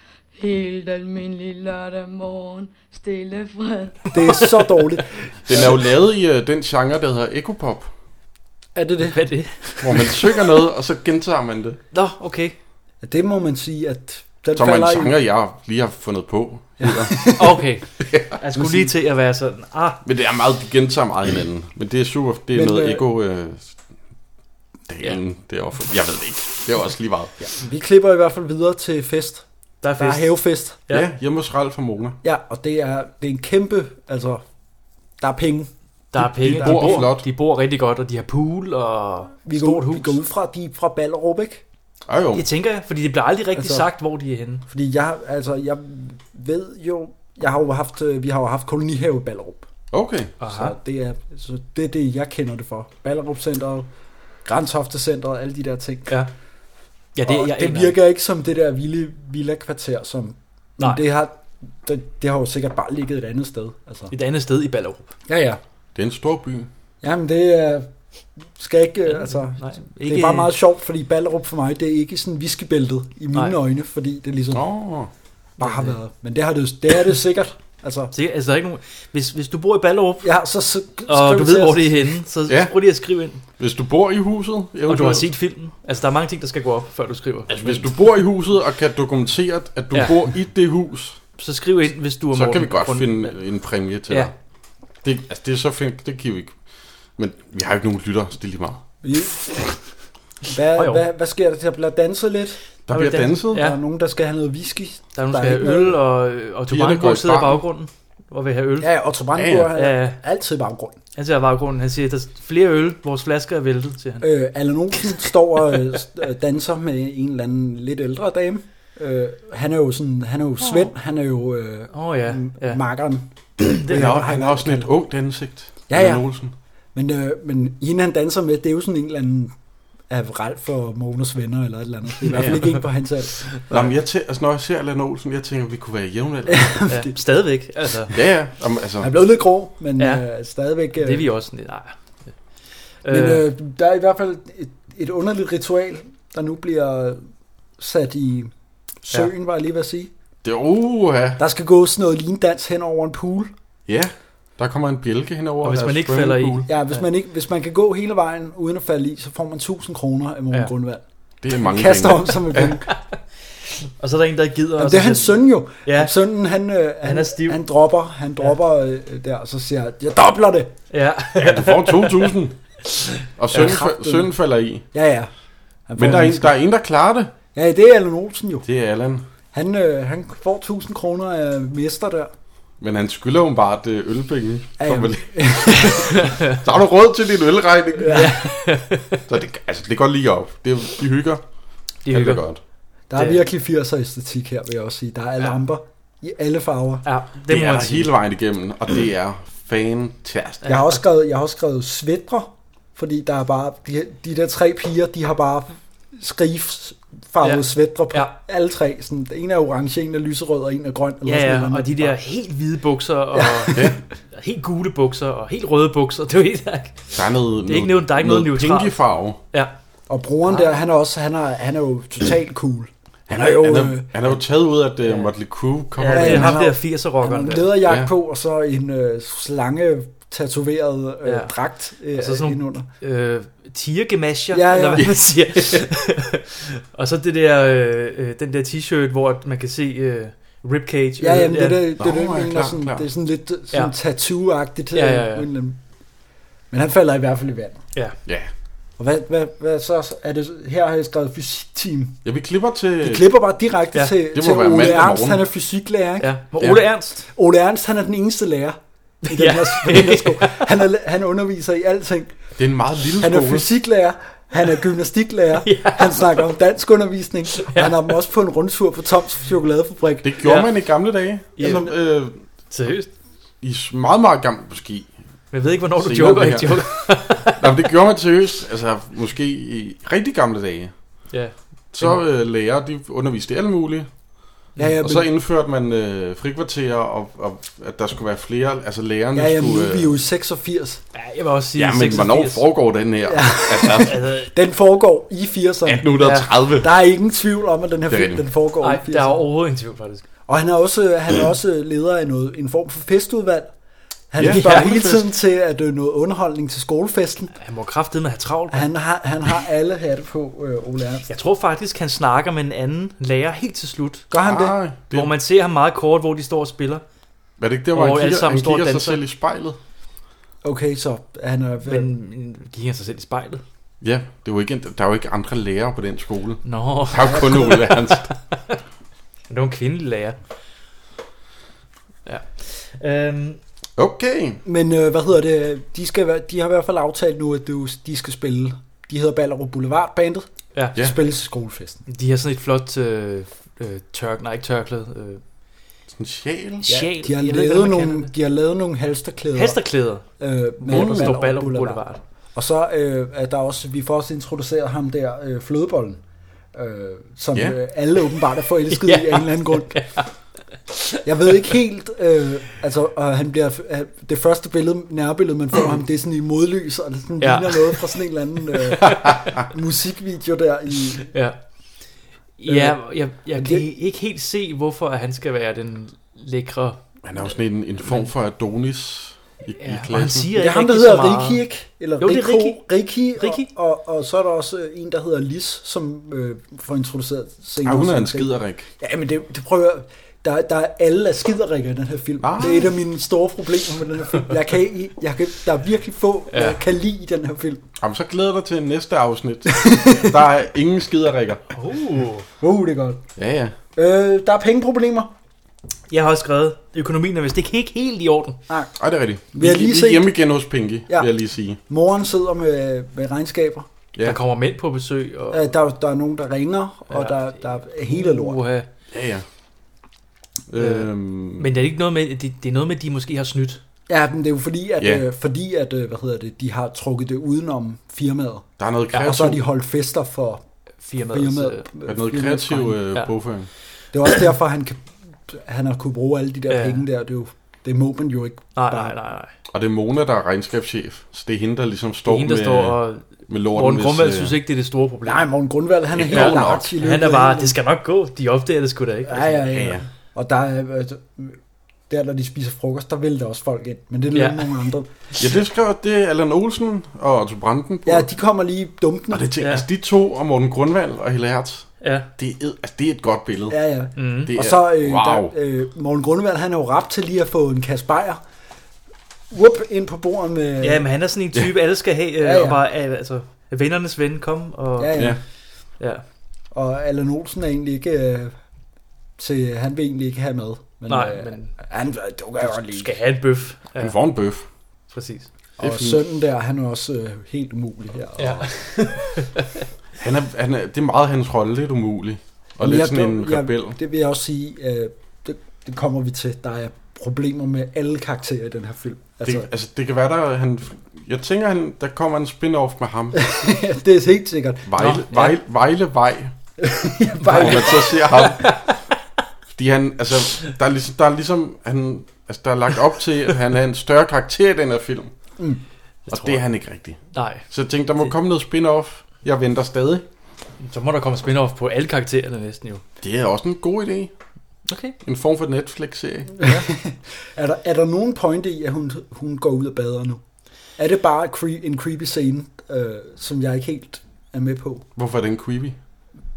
Speaker 5: Helt almindelig lørdag morgen, stille fred.
Speaker 4: Det er så dårligt.
Speaker 3: Den er jo lavet i øh, den genre, der hedder ekopop,
Speaker 4: Er det det?
Speaker 2: Hvad er det?
Speaker 3: hvor man synger noget, og så gentager man det.
Speaker 2: Nå, okay.
Speaker 4: Ja, Det må man sige, at den
Speaker 3: Som er en
Speaker 4: falder i...
Speaker 3: genre, jeg lige har fundet på.
Speaker 2: Okay. Jeg skulle lige til at være sådan, ah,
Speaker 3: Men det er meget, de gentager meget hinanden. Men det er super, det er
Speaker 4: Men,
Speaker 3: noget
Speaker 4: øh,
Speaker 3: ego... Øh, dalen, det er også, jeg ved det ikke. Det er også lige meget. Ja,
Speaker 4: Vi klipper i hvert fald videre til fest.
Speaker 2: der er
Speaker 4: Der er
Speaker 2: fest.
Speaker 4: havefest.
Speaker 2: Ja.
Speaker 3: ja hjemme hos Ralf og Mona.
Speaker 4: Ja, og det er, det er en kæmpe... Altså, der er penge.
Speaker 2: Der er penge.
Speaker 3: De bor flot.
Speaker 2: de bor rigtig godt, og de har pool og
Speaker 4: Vi går,
Speaker 2: stort
Speaker 4: ud,
Speaker 2: hus.
Speaker 4: vi går ud fra, de er fra Ballerup, ikke?
Speaker 3: Ej, jo.
Speaker 2: Det tænker jeg, fordi det bliver aldrig rigtig altså,
Speaker 4: Altså-
Speaker 2: sagt, hvor de er henne.
Speaker 4: Fordi jeg, altså, jeg ved jo... Jeg har jo haft, øh, vi har jo haft kolonihave i Ballerup.
Speaker 3: Okay.
Speaker 2: Aha.
Speaker 4: Så det, er, så det er det, jeg kender det for. Ballerup Centeret, Grandtofte Centeret, alle de der ting.
Speaker 2: Ja. Ja, det,
Speaker 4: og
Speaker 2: jeg
Speaker 4: det
Speaker 2: aner
Speaker 4: virker ikke som det der vilde villa-kvarter, som
Speaker 2: Nej.
Speaker 4: Nej. det har... Det, det har jo sikkert bare ligget et andet sted. Altså.
Speaker 2: Et andet sted i Ballerup.
Speaker 4: Ja, ja.
Speaker 3: Det er en stor by.
Speaker 4: Jamen, det er... Skal ikke, øh, altså,
Speaker 2: Nej,
Speaker 4: ikke... Det er bare meget sjovt, fordi Ballerup for mig, det er ikke sådan viskebæltet i mine
Speaker 2: Nej.
Speaker 4: Nej. øjne, fordi det ligesom
Speaker 3: Nå.
Speaker 4: bare har været. Men det, har det, jo- det er det sikkert. Altså,
Speaker 2: Så, altså, der er ikke nogen... hvis, hvis du bor i Ballerup,
Speaker 4: ja, så, så
Speaker 2: og
Speaker 4: skriv
Speaker 2: du
Speaker 4: til
Speaker 2: ved, hvor
Speaker 4: os.
Speaker 2: det er henne, så
Speaker 3: Ja.
Speaker 2: ja. prøv lige at skrive ind.
Speaker 3: Hvis du bor i huset, eventuelt,
Speaker 2: Og du har set filmen. Altså, der er mange ting, der skal gå op, før du skriver.
Speaker 3: Altså, hvis du bor i huset og kan dokumentere, at du
Speaker 2: Ja.
Speaker 3: ja. bor i det hus,
Speaker 2: Så skriv ind, hvis du er
Speaker 3: så
Speaker 2: Morten.
Speaker 3: kan vi godt
Speaker 2: Grund-
Speaker 3: finde en præmie til
Speaker 2: Ja.
Speaker 3: ja. dig. Det, altså, det er så fint, det kan vi ikke. Men vi har ikke nogen lytter, så det er lige meget.
Speaker 4: Jo. Hvad,
Speaker 2: Åh, jo.
Speaker 4: hvad, hvad sker der? Der bliver danset lidt.
Speaker 3: Der
Speaker 2: Der
Speaker 3: bliver
Speaker 2: vil danse.
Speaker 3: danset.
Speaker 2: Ja.
Speaker 4: Ja. Der er nogen, der skal have noget whisky.
Speaker 2: Der er nogen, der
Speaker 4: Der er
Speaker 2: skal have
Speaker 4: ikke
Speaker 2: øl, og, øh, og
Speaker 3: Pigerne går
Speaker 2: Tobango
Speaker 3: i
Speaker 2: sidder i
Speaker 3: baren.
Speaker 2: baggrunden og vil have øl.
Speaker 4: Ja, og Tobango
Speaker 3: Ja, ja.
Speaker 4: ja, ja.
Speaker 2: Ja, ja.
Speaker 4: altid i baggrunden.
Speaker 2: Han siger i baggrunden, han siger, der er flere øl, vores flasker er væltet, siger han.
Speaker 4: Øh, Allan Olsen står og øh, st- øh, danser med en eller anden lidt ældre dame. Øh, han er jo sådan, han er jo Svend, han er jo øh,
Speaker 2: Åh oh, ja, ja.
Speaker 4: ja. makkeren.
Speaker 2: Det
Speaker 3: Han
Speaker 2: er
Speaker 3: er,
Speaker 2: nok.
Speaker 3: han har også sådan et ungt ansigt.
Speaker 4: Ja, ja.
Speaker 3: Jan Olsen.
Speaker 4: Men, øh, men hende han danser med, det er jo sådan en eller anden af Ralf for Mogens venner eller et eller andet. Det er i hvert fald ikke en på hans alder.
Speaker 3: Nå, men jeg tæ- altså, når jeg ser Allan Olsen, jeg tænker, at vi kunne være jævnaldrende.
Speaker 2: Ja, stadigvæk, altså.
Speaker 3: ja, ja. Jamen, altså,
Speaker 4: Han er blevet lidt grå, men
Speaker 2: Ja.
Speaker 4: ja. øh, stadigvæk... Øh,
Speaker 2: Det er vi også lidt, nej.
Speaker 4: Men
Speaker 2: Øh,
Speaker 4: øh, der er i hvert fald et, et underligt ritual, der nu bliver sat i søen, ja. var jeg lige ved at sige.
Speaker 3: det er uha.
Speaker 4: Der skal gå sådan noget lindans hen over en pool.
Speaker 3: Ja, der kommer en bjælke henover.
Speaker 2: Og hvis
Speaker 3: deres
Speaker 2: man ikke falder i-
Speaker 3: swimmingpool.
Speaker 4: Ja, hvis,
Speaker 2: Ja.
Speaker 4: ja. Man ikke, hvis man kan gå hele vejen uden at falde i, så får man 1000 kroner af Morten
Speaker 2: Ja.
Speaker 4: ja. Grundvald.
Speaker 3: Det er mange
Speaker 4: Kaster
Speaker 3: penge.
Speaker 4: om som en penge.
Speaker 2: og så er der en, der gider.
Speaker 4: Jamen,
Speaker 2: og
Speaker 4: det er
Speaker 2: så
Speaker 4: hans
Speaker 2: siger-
Speaker 4: søn jo.
Speaker 2: Ja,
Speaker 4: Sønnen, han, øh, han,
Speaker 2: er stiv.
Speaker 4: han dropper, han dropper øh, der, og så siger han, jeg dobler det.
Speaker 2: ja.
Speaker 3: Ja, du får 2.000. Og sønnen, fa-
Speaker 4: kraftedeme.
Speaker 3: sønnen falder i.
Speaker 4: Ja, ja. Han
Speaker 3: Men
Speaker 4: får
Speaker 3: der er,
Speaker 4: en-
Speaker 3: en, der er en, der klarer det.
Speaker 4: Ja, det er Allan Olsen jo.
Speaker 3: Det er Allan.
Speaker 4: Han, øh, han får 1000 kroner af mester der.
Speaker 3: Men han skylder jo bare et ølpenge.
Speaker 4: Ja,
Speaker 3: Ja,
Speaker 4: ja.
Speaker 3: så har du råd til din ølregning. Ja. så det, altså, det går lige op. Det, de hygger.
Speaker 2: De
Speaker 3: Alt
Speaker 2: hygger.
Speaker 3: er godt.
Speaker 4: Der er
Speaker 2: Det-
Speaker 4: virkelig 80'er æstetik her, vil jeg også sige. Der er lamper i alle farver.
Speaker 2: Ja, det,
Speaker 3: Det,
Speaker 2: må
Speaker 3: er
Speaker 2: man
Speaker 3: der
Speaker 2: sige.
Speaker 3: hele vejen igennem, og det er fantastisk.
Speaker 4: Jeg har også skrevet, jeg har også skrevet svætre, fordi der er bare, de, de der tre piger, de har bare skrigefarvede
Speaker 2: Ja.
Speaker 4: ja. svætre på
Speaker 2: Ja.
Speaker 4: ja. alle tre. Sådan, en er orange, en er lyserød, og en er grøn. Eller
Speaker 2: Ja,
Speaker 4: sådan
Speaker 2: ja,
Speaker 4: noget.
Speaker 2: og de der helt hvide bukser, og helt gule bukser, og helt røde bukser, det er helt
Speaker 3: Der er noget,
Speaker 2: Det er ikke nævnt- der er ikke noget neutralt.
Speaker 3: pinky farve.
Speaker 2: Ja,
Speaker 4: Og broren
Speaker 2: Ah.
Speaker 4: der, han er også, han er, han er jo totalt cool. Han er jo
Speaker 3: han,
Speaker 4: øh,
Speaker 3: er, han er jo taget ud af det uh, Motley Crue kommer
Speaker 2: ja det er
Speaker 4: han
Speaker 2: ham
Speaker 4: har-
Speaker 2: der 80'er
Speaker 4: han har
Speaker 2: rockeren
Speaker 4: en
Speaker 2: der.
Speaker 4: læderjakke
Speaker 3: Ja.
Speaker 4: ja. på, og så en øh, slange tatoveret øh,
Speaker 2: Ja.
Speaker 4: ja. dragt øh,
Speaker 2: Og så sådan nogle-
Speaker 4: indenunder.
Speaker 2: Øh, Tiergemascher,
Speaker 4: Ja, ja.
Speaker 2: eller hvad man siger. og så det der, øh, øh, den der t-shirt, hvor man kan se øh, ribcage.
Speaker 4: Ja,
Speaker 2: øh,
Speaker 4: jamen, det, det, det,
Speaker 3: Nå,
Speaker 4: det, det,
Speaker 3: ja,
Speaker 4: det,
Speaker 3: klar,
Speaker 4: det, sådan,
Speaker 3: klar.
Speaker 4: det er sådan lidt sådan
Speaker 2: Ja.
Speaker 4: ja. tattoo-agtigt.
Speaker 2: Ja, ja, ja.
Speaker 4: øh, på en eller anden- Men han falder i hvert fald i vand.
Speaker 3: Ja.
Speaker 4: Og hvad, hvad, hvad så er det, her har jeg skrevet fysikteam.
Speaker 3: ja, vi klipper til...
Speaker 4: Vi klipper bare direkte
Speaker 2: Ja,
Speaker 4: ja,
Speaker 3: Øh. det må
Speaker 4: til, til
Speaker 3: være
Speaker 4: Ole
Speaker 3: mandag
Speaker 4: Ernst,
Speaker 3: morgen.
Speaker 4: han er fysiklærer. Ikke?
Speaker 2: Ja, hvor
Speaker 3: Ja.
Speaker 2: Ole Ernst.
Speaker 4: Ole Ernst, han er den eneste lærer. I den
Speaker 2: Ja.
Speaker 4: her, på den her skole. han, er, han underviser i alting.
Speaker 3: Det er en meget lille
Speaker 4: Han er
Speaker 3: skole.
Speaker 4: fysiklærer, han er gymnastiklærer,
Speaker 2: Ja.
Speaker 4: han snakker om dansk undervisning, og han har dem også på en rundtur på Toms chokoladefabrik.
Speaker 3: Det gjorde
Speaker 2: Ja.
Speaker 3: man i gamle dage.
Speaker 2: Ja.
Speaker 3: Altså, øh,
Speaker 2: Seriøst?
Speaker 3: i s- meget, meget gammel, måske.
Speaker 2: Jeg ved ikke, hvornår du
Speaker 3: Se,
Speaker 2: joker,
Speaker 3: det
Speaker 2: ikke
Speaker 3: her.
Speaker 2: joker.
Speaker 3: Nå, men det gjorde man seriøst, altså måske i rigtig gamle dage.
Speaker 2: ja.
Speaker 3: Så øh, lærer, de underviste i alt muligt,
Speaker 4: Ja, ja,
Speaker 3: og så
Speaker 4: men,
Speaker 3: indførte man øh, frikvarterer, og, og at der skulle være flere, altså lærerne
Speaker 4: ja, ja, men nu
Speaker 3: skulle... øh,
Speaker 4: er vi jo i 86.
Speaker 2: ja, jeg vil også sige
Speaker 3: ja, men
Speaker 2: 86.
Speaker 3: hvornår foregår den her? Ja. Altså,
Speaker 4: Den foregår i 80'erne.
Speaker 3: 1830. Ja.
Speaker 4: Der er ingen tvivl om, at den her
Speaker 3: Det er
Speaker 4: film
Speaker 3: rigtigt.
Speaker 4: den foregår
Speaker 2: Nej,
Speaker 4: i
Speaker 2: der er
Speaker 4: 80'erne.
Speaker 2: overhovedet ingen tvivl, faktisk.
Speaker 4: Og han er også, han er også leder af noget, en form for festudvalg. Han
Speaker 3: Ja,
Speaker 4: ja, spørger
Speaker 3: ja,
Speaker 4: hele
Speaker 3: julefest.
Speaker 4: tiden til at øh, noget underholdning til skolefesten.
Speaker 2: Han må kraftedeme med at have travlt. mand.
Speaker 4: Han har, han har alle hatte på, øh, Ole Ernst.
Speaker 2: Jeg tror faktisk, han snakker med en anden lærer helt til slut.
Speaker 4: Gør han det?
Speaker 3: Nej,
Speaker 2: Det. Hvor
Speaker 3: det,
Speaker 2: man ser ham meget kort, hvor de står og spiller.
Speaker 3: var det ikke der, hvor
Speaker 2: Hvor
Speaker 3: han
Speaker 2: alle
Speaker 3: kigger,
Speaker 2: sammen
Speaker 3: han
Speaker 2: står og
Speaker 3: kigger sig
Speaker 2: danser?
Speaker 3: selv i spejlet?
Speaker 4: Okay, så han er...
Speaker 2: Men øh, gik han sig selv i spejlet?
Speaker 3: Ja, det var ikke, der er jo ikke andre lærere på den skole.
Speaker 2: Nå,
Speaker 3: Der er jo kun Ole Ernst.
Speaker 2: det var en kvindelig lærer. Ja. Øhm,
Speaker 3: Okay.
Speaker 4: Men øh, hvad hedder det? De, skal, være- de har i hvert fald aftalt nu, at du- de skal spille... De hedder Ballerup Boulevard Bandet.
Speaker 2: ja.
Speaker 4: Ja.
Speaker 3: Ja.
Speaker 4: De spiller til skolefesten.
Speaker 2: De har sådan et flot øh, øh, tørk, nej ikke tørklæde, øh,
Speaker 3: Sådan sjæl.
Speaker 2: sjæl.
Speaker 4: De har,
Speaker 2: Jeg ved ikke, hvad
Speaker 4: lavet
Speaker 2: man kalder
Speaker 4: nogle, de har lavet nogle halsterklæder.
Speaker 2: det. Hesterklæder,
Speaker 4: øh,
Speaker 2: hvor der står
Speaker 4: Ballerup
Speaker 2: Ballerup Boulevard.
Speaker 4: Og så øh, er der også, vi får også introduceret ham der, øh, flødebollen, øh, som
Speaker 3: Ja.
Speaker 4: yeah. øh, alle åbenbart er forelsket
Speaker 2: Ja.
Speaker 4: yeah. i af en eller anden grund. Jeg ved ikke helt, øh, altså, og han bliver, øh, det første billede, nærbillede, man får ham, det er sådan i modlys, og det sådan
Speaker 2: Ja.
Speaker 4: ja. ligner noget fra sådan en eller anden øh, musikvideo der i...
Speaker 2: Ja. Ja, jeg, jeg kan
Speaker 4: Øh, det-
Speaker 2: ikke helt se, hvorfor at han skal være den lækre.
Speaker 3: Han er jo sådan en, en form for Adonis i,
Speaker 2: Ja,
Speaker 3: ja, i
Speaker 2: og han
Speaker 3: klassen.
Speaker 2: siger
Speaker 4: Det er
Speaker 2: ikke
Speaker 4: ham, der
Speaker 2: rigtig så
Speaker 4: hedder
Speaker 2: meget.
Speaker 4: Rikki, ikke? Eller
Speaker 2: Jo, det er
Speaker 4: Rikko,
Speaker 2: Rikki.
Speaker 4: Rikki,
Speaker 2: Rikki.
Speaker 4: Og, og, og, så er der også øh, en, der hedder Lis, som øh, får introduceret senere.
Speaker 3: Ja, Ah, hun er
Speaker 4: som
Speaker 3: en
Speaker 4: den-
Speaker 3: skiderik.
Speaker 4: Ja, men det, det prøver jeg. Der, der er alle er skiderikker i den her film.
Speaker 3: Ah.
Speaker 4: Ah. Det er et af mine store problemer med den her film. Jeg kan, ikke- jeg kan, der er virkelig få, ja.
Speaker 2: Ja.
Speaker 4: jeg kan lide i den her film.
Speaker 3: Jamen, så glæder jeg dig til næste afsnit. der er ingen skiderikker.
Speaker 2: Uh.
Speaker 4: Uh, det er godt.
Speaker 3: Ja, ja.
Speaker 4: Øh, der er pengeproblemer.
Speaker 2: Jeg har også skrevet, økonomien er vist ikke helt, helt i orden.
Speaker 4: Nej.
Speaker 3: Ej, det er rigtigt. Vi,
Speaker 4: har
Speaker 3: er
Speaker 4: lige
Speaker 3: lige vi
Speaker 4: set-
Speaker 3: er hjemme igen hos Pinky,
Speaker 4: Ja.
Speaker 3: ja. vil jeg lige sige.
Speaker 4: Moren sidder med, med regnskaber.
Speaker 2: Ja.
Speaker 3: Ja.
Speaker 2: Der kommer mænd på besøg. Og,
Speaker 4: Øh, der, der er nogen, der ringer, og
Speaker 2: Ja.
Speaker 4: der, der er hele lort.
Speaker 2: Uha.
Speaker 3: Ja, ja.
Speaker 2: Øh,
Speaker 3: Øhm,
Speaker 2: Men det er ikke noget med, det, det er noget med, at de måske har snydt.
Speaker 4: Ja, men det er jo fordi, at,
Speaker 3: Ja.
Speaker 4: yeah. øh, fordi at øh, hvad hedder det, de har trukket det udenom firmaet.
Speaker 3: der er noget
Speaker 2: Ja,
Speaker 3: kreativ,
Speaker 4: Og så har de holdt fester for
Speaker 2: Firmaet. Øh,
Speaker 4: firmaet.
Speaker 2: Firmaet.
Speaker 3: er noget
Speaker 4: firmaets
Speaker 3: kreativ
Speaker 4: regning.
Speaker 3: øh,
Speaker 2: Ja.
Speaker 3: bogføring.
Speaker 4: Det er også derfor, han, kan, han har kunnet bruge alle de der
Speaker 2: Ja.
Speaker 4: ja. penge der. Det, er jo, det må man jo ikke.
Speaker 2: Nej, nej, nej, nej.
Speaker 3: Og det er Mona, der er regnskabschef. Så det er hende, der ligesom
Speaker 2: Det
Speaker 3: står,
Speaker 2: er hende, der
Speaker 3: med,
Speaker 2: står og...
Speaker 3: med lorten.
Speaker 2: Morten
Speaker 3: hvis,
Speaker 2: Grundvald
Speaker 3: øh,
Speaker 2: synes ikke, det er det store problem.
Speaker 4: Nej, Morten Grundvald, han er
Speaker 3: Ja,
Speaker 4: helt
Speaker 3: nok.
Speaker 4: large i løbet
Speaker 2: Han er
Speaker 4: af
Speaker 2: bare,
Speaker 4: hele-
Speaker 2: det skal nok gå. De opdager det sgu da ikke.
Speaker 4: Ja, ja,
Speaker 3: Ja,
Speaker 4: ja.
Speaker 3: ja.
Speaker 4: Og der er... øh, Der, når de spiser frokost, der vælter også folk ind. Men det er
Speaker 2: Ja.
Speaker 4: ja. nogle andre.
Speaker 3: Ja, det skrev det er Allan Olsen og Otto Branden på.
Speaker 4: Ja, de kommer lige dumpen.
Speaker 3: Og det
Speaker 2: Ja.
Speaker 3: tænker, ja. altså, de to og Morten Grundvald og Helle Hertz,
Speaker 2: Ja.
Speaker 3: det er, ed- altså, det er et godt billede.
Speaker 4: Ja, ja.
Speaker 2: Mm.
Speaker 3: Det er,
Speaker 4: Og så øh,
Speaker 3: wow.
Speaker 4: der, øh, Morten Grundvald, han er jo rapt til lige at få en kasse bajer. Whoop, ind på bordet med...
Speaker 2: Ja, men han er sådan en type, alle skal have, øh,
Speaker 4: Ja, ja.
Speaker 2: og bare, øh, altså, vennernes ven, kom, og,
Speaker 4: ja,
Speaker 2: ja,
Speaker 4: ja.
Speaker 3: ja.
Speaker 4: ja.
Speaker 2: ja.
Speaker 4: Og Allan Olsen er egentlig ikke... Øh, til, han vil egentlig ikke have mad. Men,
Speaker 2: Nej,
Speaker 4: øh,
Speaker 2: men-
Speaker 4: Han, du kan jeg godt
Speaker 2: Du
Speaker 4: lide.
Speaker 2: skal have en bøf. Ja,
Speaker 3: Hun får en bøf.
Speaker 2: præcis.
Speaker 3: Det er
Speaker 4: Og
Speaker 3: fint.
Speaker 4: sønnen der, han er også øh, helt umulig her. Og,
Speaker 2: Ja.
Speaker 3: Han er, han er, det er meget hans rolle, lidt umulig. Og
Speaker 4: Men
Speaker 3: lidt
Speaker 4: jeg
Speaker 3: sådan
Speaker 4: blev-
Speaker 3: en rebel.
Speaker 4: Jeg, det vil jeg også sige, øh, det, det kommer vi til. Der er problemer med alle karakterer i den her film. Altså,
Speaker 3: det, altså, det kan være, der han... Jeg tænker, han, der kommer en spin-off med ham.
Speaker 4: det, det er helt sikkert.
Speaker 3: Vejle,
Speaker 2: Nå,
Speaker 3: Nå, Vejle, Vejle Vej,
Speaker 4: Bare,
Speaker 3: hvor man så ser ham. Fordi han, altså, der er ligesom, der er ligesom han, altså, der er lagt op til, at han er en større karakter i den her film.
Speaker 2: Jeg
Speaker 3: Og
Speaker 2: tror,
Speaker 3: det er han ikke rigtig.
Speaker 2: Nej,
Speaker 3: Så jeg tænkte, der må komme noget spin-off. Jeg venter stadig.
Speaker 2: så må der komme spin-off på alle karaktererne næsten jo.
Speaker 3: Det er også en god idé.
Speaker 2: Okay.
Speaker 3: En form for Netflix-serie.
Speaker 4: er, der, er der nogen pointe i, at hun, hun går ud og bader nu? Er det bare et cre- en creepy scene, øh, som jeg ikke helt er med på?
Speaker 3: Hvorfor er den creepy?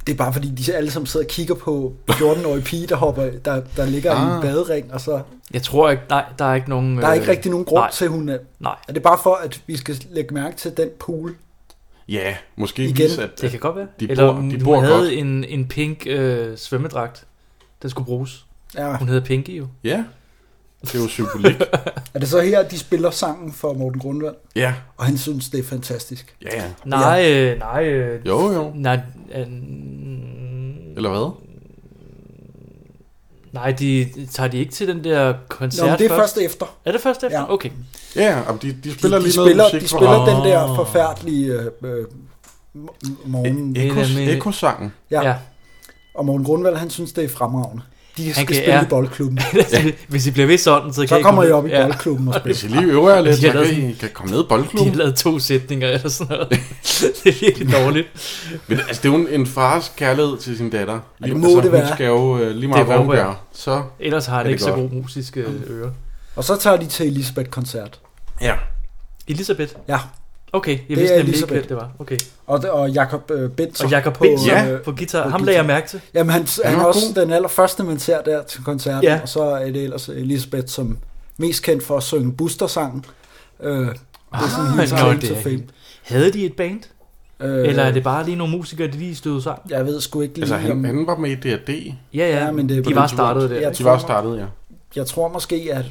Speaker 4: Det er bare fordi, de alle sammen sidder og kigger på 14-årige pige, der, hopper, der, der ligger ah. i en
Speaker 3: Ah.
Speaker 4: badering, og så
Speaker 2: Jeg tror ikke, nej, der er ikke nogen...
Speaker 4: der er ikke rigtig nogen
Speaker 2: Øh,
Speaker 4: grund
Speaker 2: nej.
Speaker 4: nej. til, at hun er...
Speaker 2: Nej,
Speaker 4: Er det bare for, at vi skal lægge mærke til den pool?
Speaker 3: Ja, måske
Speaker 4: Igen.
Speaker 3: Igen. vise, at...
Speaker 2: det kan godt være.
Speaker 3: De
Speaker 2: Eller
Speaker 3: bor-
Speaker 2: hun-
Speaker 3: de
Speaker 2: hun
Speaker 3: bor
Speaker 2: havde
Speaker 3: godt.
Speaker 2: en, en pink øh, svømmedragt, der skulle bruges.
Speaker 4: Ja.
Speaker 2: Hun hedder Pinky jo.
Speaker 3: Ja, det er jo symbolik.
Speaker 4: Er det så her, at de spiller sangen for Morten Grundvald?
Speaker 3: ja,
Speaker 4: Og han synes, det er fantastisk.
Speaker 3: ja, ja.
Speaker 2: Nej, øh, nej, øh,
Speaker 3: Jo, jo.
Speaker 2: nej, øh,
Speaker 3: Eller hvad?
Speaker 2: Nej, de, tager de ikke til den der
Speaker 4: Nå,
Speaker 2: koncert
Speaker 4: men det er
Speaker 2: først?
Speaker 4: først efter.
Speaker 2: Er det først efter?
Speaker 4: Ja.
Speaker 2: Okay.
Speaker 3: Ja, om de, de
Speaker 4: De,
Speaker 3: spiller
Speaker 4: de,
Speaker 3: lige
Speaker 4: spiller,
Speaker 3: noget musik
Speaker 4: de spiller
Speaker 2: ham.
Speaker 4: den der
Speaker 2: Åh.
Speaker 4: forfærdelige øh, øh, m- m- morgen.
Speaker 2: Helt
Speaker 3: Ekos,
Speaker 2: almindeligt.
Speaker 3: ekosangen.
Speaker 4: Ja.
Speaker 2: ja.
Speaker 4: Og Morgen Grundvald, han synes, det er fremragende. De skal
Speaker 2: kan-
Speaker 4: spille
Speaker 2: ja.
Speaker 4: i boldklubben.
Speaker 2: Hvis I bliver ved sådan, så, kan
Speaker 4: Så
Speaker 2: I komme-
Speaker 4: kommer jeg op i
Speaker 2: ja.
Speaker 4: boldklubben og spiller.
Speaker 3: Hvis I lige øver jer lidt,
Speaker 2: De har
Speaker 3: så
Speaker 2: lavet
Speaker 3: kan I kan komme ned i
Speaker 2: De har
Speaker 3: boldklubben.
Speaker 2: lavet to sætninger eller sådan noget. det er virkelig dårligt.
Speaker 3: Men, altså, det er jo en, en fars kærlighed til sin datter. Lige,
Speaker 4: det må
Speaker 3: altså,
Speaker 4: det
Speaker 3: Hun
Speaker 4: være.
Speaker 3: skal jo øh, lige meget,
Speaker 2: Det
Speaker 3: hvad hun
Speaker 2: håber jeg.
Speaker 3: gør. Så,
Speaker 2: Ellers har Mm. han
Speaker 3: Ja, det
Speaker 2: ikke så
Speaker 3: gør.
Speaker 2: gode musiske øh, ører.
Speaker 4: Og så tager de til Elisabeth-koncert.
Speaker 3: ja.
Speaker 2: Elisabeth?
Speaker 4: Ja.
Speaker 2: Okay, jeg
Speaker 4: Det
Speaker 2: vidste
Speaker 4: er
Speaker 2: nemlig ikke,
Speaker 4: Elisabeth.
Speaker 2: hvem det var. Okay.
Speaker 4: Og, og Jakob øh, Benson.
Speaker 2: Og Jacob
Speaker 4: på,
Speaker 2: Benson
Speaker 3: Ja.
Speaker 2: på guitar.
Speaker 4: på
Speaker 2: Ham lagde jeg
Speaker 4: guitar.
Speaker 2: mærke til.
Speaker 4: Jamen, han, han,
Speaker 3: Han
Speaker 4: han
Speaker 3: var
Speaker 4: er også
Speaker 3: god.
Speaker 4: den allerførste, man ser der til koncerten,
Speaker 2: Ja.
Speaker 4: ja. og så er det ellers Elisabeth, som mest kendt for at synge Buster-sangen. Øh, det er sådan
Speaker 2: Ah,
Speaker 4: hendes
Speaker 2: nå,
Speaker 4: claim
Speaker 2: det
Speaker 4: to
Speaker 2: er
Speaker 4: fame.
Speaker 2: Havde de et band?
Speaker 4: Øh,
Speaker 2: Eller er det bare lige nogle musikere, der lige stødte sammen?
Speaker 4: Jeg ved sgu ikke lige,
Speaker 3: Altså, han,
Speaker 4: om,
Speaker 3: han var med i D&D.
Speaker 2: Ja, ja,
Speaker 4: Ja, men det er
Speaker 2: de
Speaker 4: på
Speaker 2: var
Speaker 3: den tur.
Speaker 2: startet der.
Speaker 4: Ja.
Speaker 2: ikke?
Speaker 3: De var startet, ja.
Speaker 4: jeg tror måske, at,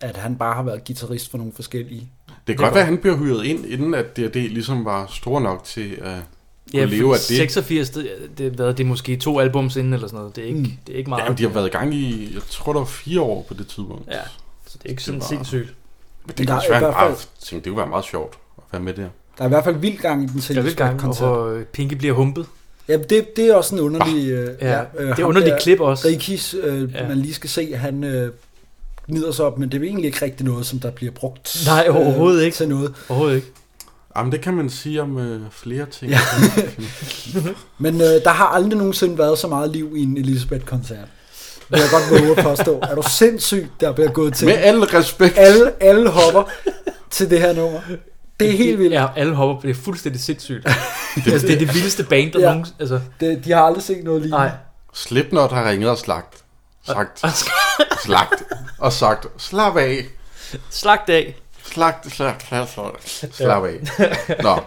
Speaker 4: at han bare har været guitarist for nogle forskellige.
Speaker 3: Det
Speaker 2: Det
Speaker 3: kan
Speaker 2: er
Speaker 3: godt være, at han bliver hyret ind, inden at D&D ligesom var stor nok til... Øh,
Speaker 2: Ja,
Speaker 3: kunne leve af det.
Speaker 2: 86, det, det, hvad, er det er måske to albums inden eller sådan noget. Det er ikke,
Speaker 4: Mm.
Speaker 2: det er ikke meget.
Speaker 3: ja, de har været i gang i, jeg tror, der var fire år på det tidspunkt.
Speaker 2: Ja. Så det er ikke
Speaker 3: Det
Speaker 2: sådan
Speaker 3: var-
Speaker 2: sindssygt.
Speaker 3: Men det
Speaker 4: Der
Speaker 3: kan
Speaker 4: er
Speaker 3: også være,
Speaker 4: i hvert
Speaker 3: en
Speaker 4: fald-
Speaker 3: aften. Jeg tænkte, det kunne være meget sjovt at være med der.
Speaker 4: Der er i hvert fald vild gang i den til
Speaker 2: Jeg vil gerne, og
Speaker 4: Elisabeth-koncert.
Speaker 2: hvor øh, Pinky bliver humpet.
Speaker 4: Ja, det, det er også en underlig... Øh,
Speaker 2: Ja,
Speaker 4: øh,
Speaker 2: det er
Speaker 4: ham
Speaker 2: underligt
Speaker 4: der,
Speaker 2: klip også.
Speaker 4: Rikis, øh,
Speaker 2: Ja.
Speaker 4: ja. man lige skal se, han øh, gnider sig op, men det er jo egentlig ikke rigtig noget, som der bliver brugt. øh,
Speaker 2: Nej, overhovedet ikke.
Speaker 4: Til noget.
Speaker 2: Overhovedet ikke.
Speaker 3: Jamen, det kan man sige om øh, flere ting.
Speaker 4: Ja. Men øh, der har aldrig nogensinde været så meget liv i en Elisabeth-koncert. Det vil jeg godt våge at påstå. Er du sindssyg, der bliver gået til?
Speaker 3: Med al respekt.
Speaker 4: Alle, alle hopper til det her nummer. Det er helt vildt.
Speaker 2: Ja, alle hopper. Det er fuldstændig sindssygt. altså, det er det vildeste band, der ja.
Speaker 4: Ja.
Speaker 2: nogen... Altså,
Speaker 4: Det, de har aldrig set noget lignende.
Speaker 2: nej.
Speaker 3: Slipknot har ringet og slagt. Sagt,
Speaker 2: Altså,
Speaker 3: slagt og sagt, slap af.
Speaker 2: Slagt af.
Speaker 3: Slagt, slagt, slagt, slagt. Slap af. Nå,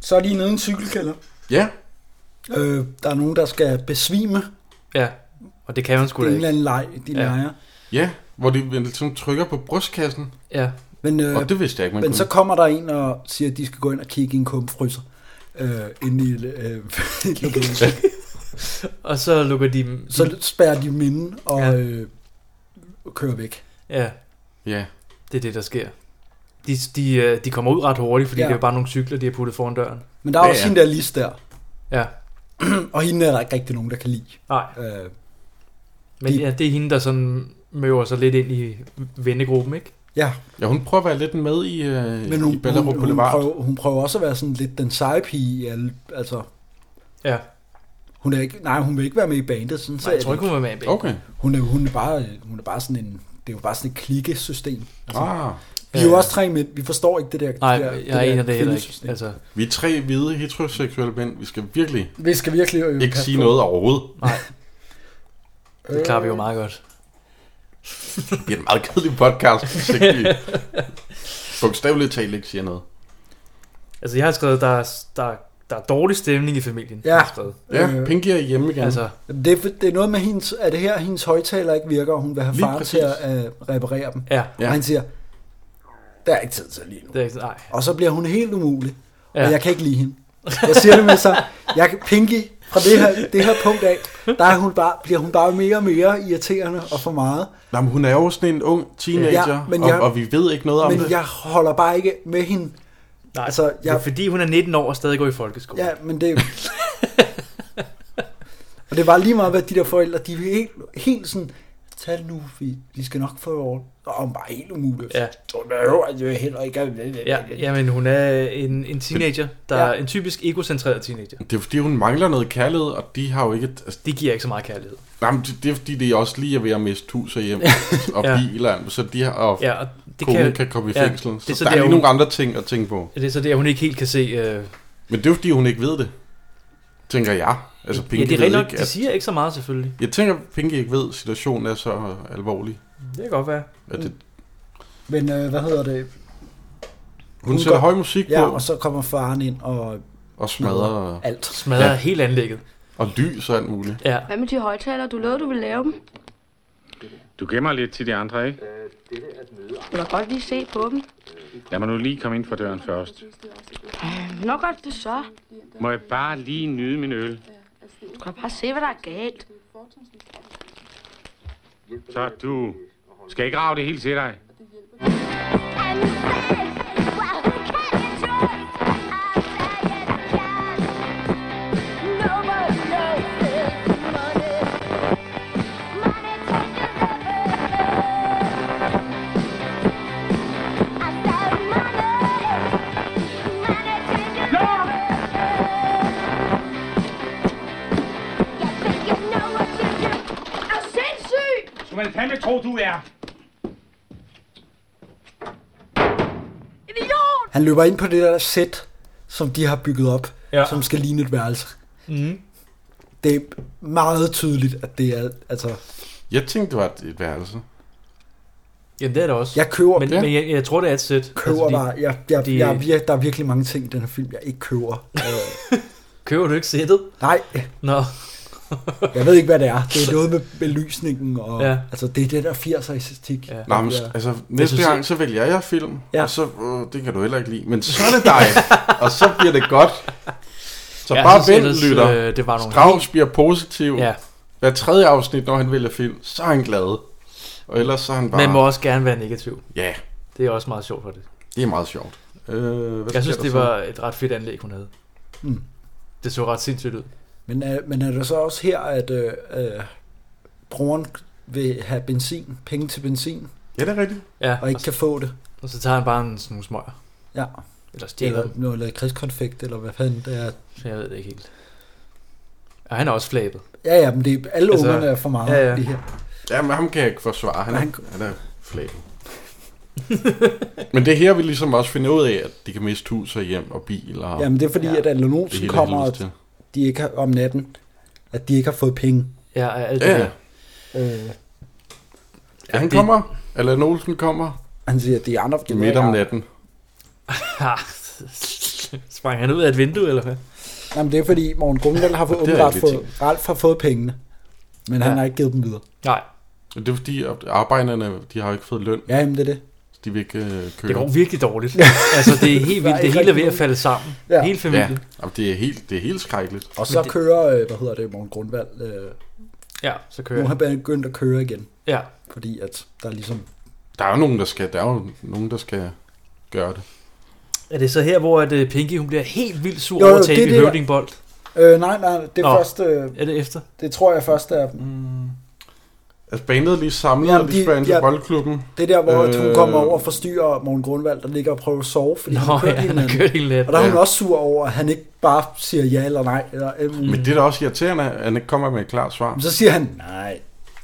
Speaker 4: Så er de nede i en cykelkælder.
Speaker 3: ja.
Speaker 4: Øh, der er nogen, der skal besvime.
Speaker 2: Ja, og det kan man sgu
Speaker 4: Det
Speaker 2: da
Speaker 4: er en eller
Speaker 2: ikke.
Speaker 4: anden leg, de
Speaker 2: Ja.
Speaker 4: ja. leger.
Speaker 3: Ja, hvor de ligesom trykker på brystkassen.
Speaker 2: Ja.
Speaker 4: Men, øh,
Speaker 3: Og det vidste jeg ikke, man
Speaker 4: men
Speaker 3: kunne.
Speaker 4: så kommer der en og siger, at de skal gå ind og kigge i en kumfryser. Øh, inde i, øh, lokalet.
Speaker 2: Og så lukker de... dem-
Speaker 4: så spærrer de minden og
Speaker 2: Ja.
Speaker 4: øh, kører væk.
Speaker 2: Ja,
Speaker 3: Ja,
Speaker 2: det er det, der sker. De, de, øh, de kommer ud ret hurtigt, fordi ja.
Speaker 4: Ja.
Speaker 2: det er jo bare nogle cykler, de har puttet foran døren.
Speaker 4: Men der er
Speaker 3: Ja,
Speaker 4: også
Speaker 3: ja.
Speaker 4: hende der list der.
Speaker 2: Ja,
Speaker 4: Og hende er der ikke rigtig nogen, der kan lide.
Speaker 2: nej.
Speaker 4: Øh,
Speaker 2: Men
Speaker 4: De-
Speaker 2: ja, det er hende, der sådan møver sig lidt ind i vennegruppen, ikke?
Speaker 4: ja,
Speaker 3: ja hun prøver at være lidt med i, øh,
Speaker 4: men hun,
Speaker 3: i Ballerup
Speaker 4: hun, hun,
Speaker 3: Boulevard.
Speaker 4: prøver, hun prøver også at være sådan lidt den seje pige. i alle- Altså,
Speaker 2: Ja.
Speaker 4: hun er ikke, nej, hun vil ikke være med i bandet. Sådan,
Speaker 2: Nej, jeg tror ikke, hun var med i bandet.
Speaker 3: Okay.
Speaker 4: Hun er, hun er bare, hun er bare sådan en, det er jo bare sådan et klikkesystem.
Speaker 3: Ah,
Speaker 4: Vi er jo
Speaker 2: Ja.
Speaker 4: også tre mænd, vi forstår ikke det der.
Speaker 2: Nej,
Speaker 4: det der,
Speaker 2: jeg aner det heller ikke.
Speaker 4: kvindesystem.
Speaker 2: Altså,
Speaker 3: vi er tre hvide heteroseksuelle mænd. Vi skal virkelig
Speaker 4: Vi skal virkelig øh,
Speaker 3: ikke
Speaker 4: passe
Speaker 3: sige
Speaker 4: på.
Speaker 3: noget overhovedet.
Speaker 2: nej, det
Speaker 4: Øh,
Speaker 2: klarer vi jo meget godt.
Speaker 3: Det bliver en meget kedelig podcast, hvis ikke vi bogstaveligt talt ikke siger noget.
Speaker 2: Altså, jeg har skrevet, der er, der, der er dårlig stemning i familien.
Speaker 4: Ja.
Speaker 2: har jeg skrevet.
Speaker 3: Ja,
Speaker 4: Øh.
Speaker 3: Pinky er hjemme igen.
Speaker 2: Altså,
Speaker 4: Jamen, Det er, det er noget med, hendes, at det her, hendes højtaler ikke virker, og hun vil have
Speaker 3: Lige
Speaker 4: faren til at
Speaker 3: præcis.
Speaker 4: øh, reparere dem.
Speaker 2: ja,
Speaker 4: Ja. Og
Speaker 3: ja.
Speaker 4: han siger, der er ikke tid til lige nu.
Speaker 2: det er ikke nej.
Speaker 4: Og så bliver hun helt umulig, ja.
Speaker 2: Ja.
Speaker 4: og jeg kan ikke lide hende. Jeg siger det med så, jeg, kan- Pinky, fra det her, det her punkt af, der er hun bare, bliver hun bare mere og mere irriterende og for meget.
Speaker 3: Nå, men hun er jo sådan en ung teenager, ja,
Speaker 4: Ja, men
Speaker 3: men jeg,
Speaker 4: jeg-
Speaker 3: og, og vi ved ikke noget om
Speaker 4: Men
Speaker 3: det.
Speaker 4: jeg holder bare ikke med hende.
Speaker 2: nej. Altså,
Speaker 4: Altså,
Speaker 2: jeg... Det er
Speaker 4: jeg-
Speaker 2: fordi, hun er 19 år og stadig går i folkeskole.
Speaker 4: Ja, men det... og det var lige meget, hvad de der forældre, de er helt, helt sådan, tag det nu, vi, vi skal nok få det over. Og bare helt umuligt.
Speaker 2: Ja.
Speaker 4: Så det er jo, at jeg heller ikke...
Speaker 2: Ja, jamen hun er øh, en, en teenager, der ja.
Speaker 4: Ja.
Speaker 2: er en typisk egocentreret teenager.
Speaker 3: Det er fordi, hun mangler noget kærlighed, og de har jo ikke... Altså,
Speaker 2: De giver ikke så meget kærlighed.
Speaker 3: nej, men det, det er fordi, det er også lige er ved at miste hus og hjem og
Speaker 2: Ja.
Speaker 3: biler, så de har, og ja,
Speaker 2: Ja, og det
Speaker 3: kan,
Speaker 2: kan,
Speaker 3: kan komme i
Speaker 2: ja,
Speaker 3: fængsel.
Speaker 2: det er
Speaker 3: så,
Speaker 2: så
Speaker 3: der er
Speaker 2: der,
Speaker 3: lige
Speaker 2: hun-
Speaker 3: nogle andre ting at tænke på.
Speaker 2: det er så det, at hun ikke helt kan se... Øh...
Speaker 3: Men det er jo fordi, hun ikke ved det, tænker jeg. Altså, Pinky
Speaker 2: ja, det er
Speaker 3: ved
Speaker 2: rent nok,
Speaker 3: ikke,
Speaker 2: de
Speaker 3: at,
Speaker 2: siger ikke så meget selvfølgelig.
Speaker 3: Jeg tænker, Pinky ikke ved, at situationen er så alvorlig.
Speaker 2: Det kan godt være.
Speaker 3: At det,
Speaker 4: Men øh, hvad hedder det?
Speaker 3: hun,
Speaker 4: Hun
Speaker 3: hun sætter
Speaker 4: går-
Speaker 3: høj musik
Speaker 4: Ja,
Speaker 3: ja, på,
Speaker 4: og så kommer faren ind og
Speaker 3: og smadrer
Speaker 4: alt.
Speaker 2: Smadrer ja.
Speaker 3: Ja.
Speaker 2: helt anlægget.
Speaker 3: og lys og alt muligt.
Speaker 2: Ja.
Speaker 5: Hvad med de højtalere? Du lovede, du ville lave dem.
Speaker 6: Du gemmer lidt til de andre, ikke?
Speaker 5: Jeg vil godt lige se på dem.
Speaker 6: Lad mig nu lige komme ind for døren først.
Speaker 5: Nå godt, det så.
Speaker 6: Må jeg bare lige nyde min øl?
Speaker 5: Du kan bare se, hvad der er galt.
Speaker 6: Så du skal ikke rave det helt til dig.
Speaker 7: Du man fandme tro, du er.
Speaker 4: Han løber ind på det der sæt, som de har bygget op,
Speaker 2: Ja.
Speaker 4: ja. som skal ligne et værelse. Mm. Det er meget tydeligt, at det er... Altså,
Speaker 3: Jeg tænkte, det var et, et værelse.
Speaker 2: Jamen, det er det også.
Speaker 4: jeg køber,
Speaker 2: men,
Speaker 4: men, jeg
Speaker 2: men jeg, jeg, tror, det er et sæt.
Speaker 4: køber altså,
Speaker 2: de-
Speaker 4: bare... Jeg, jeg,
Speaker 2: de-
Speaker 4: de, jeg, er vir- der er virkelig mange ting i den her film, jeg ikke køber. Øh,
Speaker 2: Køber du ikke sættet?
Speaker 4: Nej,
Speaker 2: Nå,
Speaker 4: jeg ved ikke, hvad det er. Det er noget med belysningen, og
Speaker 2: Ja.
Speaker 4: ja. altså, det er det der 80'er æstetik.
Speaker 2: Ja.
Speaker 4: Ja.
Speaker 3: Nå, men, altså, næste
Speaker 2: synes,
Speaker 3: gang, så vælger jeg film, ja.
Speaker 4: Ja.
Speaker 3: og så, øh, det kan du heller ikke lide, men så er det dig, og så bliver det godt. Så
Speaker 2: Jeg
Speaker 3: bare
Speaker 2: synes
Speaker 3: vent,
Speaker 2: ellers,
Speaker 3: lytter.
Speaker 2: øh, det var nogle
Speaker 3: Strauss bliver positiv.
Speaker 2: Ja,
Speaker 3: Hver tredje afsnit, når han vælger film, så er han glad. Og ellers så er han bare...
Speaker 2: man må også gerne være negativ.
Speaker 3: Ja,
Speaker 2: Det er også meget sjovt for det.
Speaker 3: det er meget sjovt. Øh, hvad sker
Speaker 2: Jeg synes,
Speaker 3: der
Speaker 2: det
Speaker 3: så?
Speaker 2: var et ret fedt anlæg, hun havde.
Speaker 4: Mm.
Speaker 2: Det så ret sindssygt ud.
Speaker 4: Men, er, men er det så også her, at øh, øh, brugeren vil have benzin, penge til benzin,
Speaker 3: Ja, det er rigtigt.
Speaker 2: Ja,
Speaker 4: og ikke kan få det?
Speaker 2: og så tager han bare en sådan nogle smøger.
Speaker 4: Ja.
Speaker 2: Eller stjæler
Speaker 4: Eller
Speaker 2: dem.
Speaker 4: noget lakridskonfekt, eller hvad fanden det er.
Speaker 2: Jeg ved det ikke helt. Og han er også flabet.
Speaker 4: Ja, ja, men det, er- alle
Speaker 2: Altså,
Speaker 4: altså, ungerne er for meget
Speaker 2: ja,
Speaker 4: ja,
Speaker 2: ja.
Speaker 4: ja. det her.
Speaker 3: Ja, men ham kan jeg ikke forsvare. Han er,
Speaker 4: Han-
Speaker 3: han er flabet. men det er her, vi ligesom også finder ud af, at de kan miste hus og hjem og bil og
Speaker 4: Jamen, det er fordi, ja. at Allan
Speaker 3: det
Speaker 4: Olsen
Speaker 3: hele
Speaker 4: kommer,
Speaker 3: helvedes
Speaker 4: og
Speaker 3: til.
Speaker 4: de ikke har, om natten, at de ikke har fået penge.
Speaker 2: Ja, og alt det
Speaker 3: Ja,
Speaker 2: der.
Speaker 3: ja.
Speaker 4: Øh,
Speaker 3: ja han
Speaker 2: det-
Speaker 3: kommer. Allan Olsen kommer
Speaker 4: han siger, at de andre... De
Speaker 3: midt om natten.
Speaker 2: Ha. Sprang han ud af et vindue, eller hvad?
Speaker 4: Jamen, det er fordi, Morten Grundvald har fået,
Speaker 3: Det er
Speaker 4: åbenbart
Speaker 3: rigtigt
Speaker 4: fået, Ralf har fået pengene, men ja.
Speaker 2: Ja.
Speaker 4: han har ikke givet dem videre.
Speaker 2: Nej,
Speaker 3: Men Det er fordi, at arbejderne de har jo ikke fået løn.
Speaker 4: Ja, jamen, det er det.
Speaker 3: De vil ikke øh, køre.
Speaker 2: det går virkelig dårligt. altså, det er helt
Speaker 4: Der
Speaker 2: vildt.
Speaker 4: er
Speaker 2: Det
Speaker 4: ikke
Speaker 2: hele er ved
Speaker 4: rigtig
Speaker 2: at falde sammen.
Speaker 4: Ja.
Speaker 2: Hele
Speaker 3: ja.
Speaker 2: familien.
Speaker 3: Jamen, det, er helt, det er helt skrækkeligt.
Speaker 4: Og så
Speaker 2: det-
Speaker 4: kører, øh, hvad hedder det, Morten Grundvald... Øh,
Speaker 2: Ja, så kører
Speaker 4: nu har
Speaker 2: han.
Speaker 4: begyndt at køre igen,
Speaker 2: Ja,
Speaker 4: fordi at der er ligesom...
Speaker 3: Der er jo nogen, der skal, der er jo nogen, der skal gøre det.
Speaker 2: Er det så her, hvor at øh, Pinky hun bliver helt vildt sur
Speaker 4: Jo, jo,
Speaker 2: over at tabe
Speaker 4: det er
Speaker 2: i
Speaker 4: det, der-
Speaker 2: høvdingbold?
Speaker 4: Øh, nej, nej, det
Speaker 2: Nå.
Speaker 4: Nå. første... Øh,
Speaker 2: Er det efter?
Speaker 4: det tror jeg først er... Mm.
Speaker 3: Altså, bandet er lige samlet,
Speaker 4: Jamen,
Speaker 3: og de
Speaker 4: de-
Speaker 3: spørger ind til
Speaker 4: ja.
Speaker 3: boldklubben.
Speaker 4: Det er der, hvor øh, hun
Speaker 3: Øh.
Speaker 4: kommer over og forstyrrer Morten Grundvald, der ligger og prøver at sove, fordi
Speaker 2: Nå,
Speaker 4: han kører
Speaker 2: ja, han har kørt hele
Speaker 4: Og
Speaker 2: natten.
Speaker 4: der er hun
Speaker 3: Ja.
Speaker 4: også sur over, at han ikke bare siger ja eller nej. Eller, mm.
Speaker 3: Men det er da også irriterende, at han ikke kommer med et klart svar.
Speaker 4: Men så siger han nej,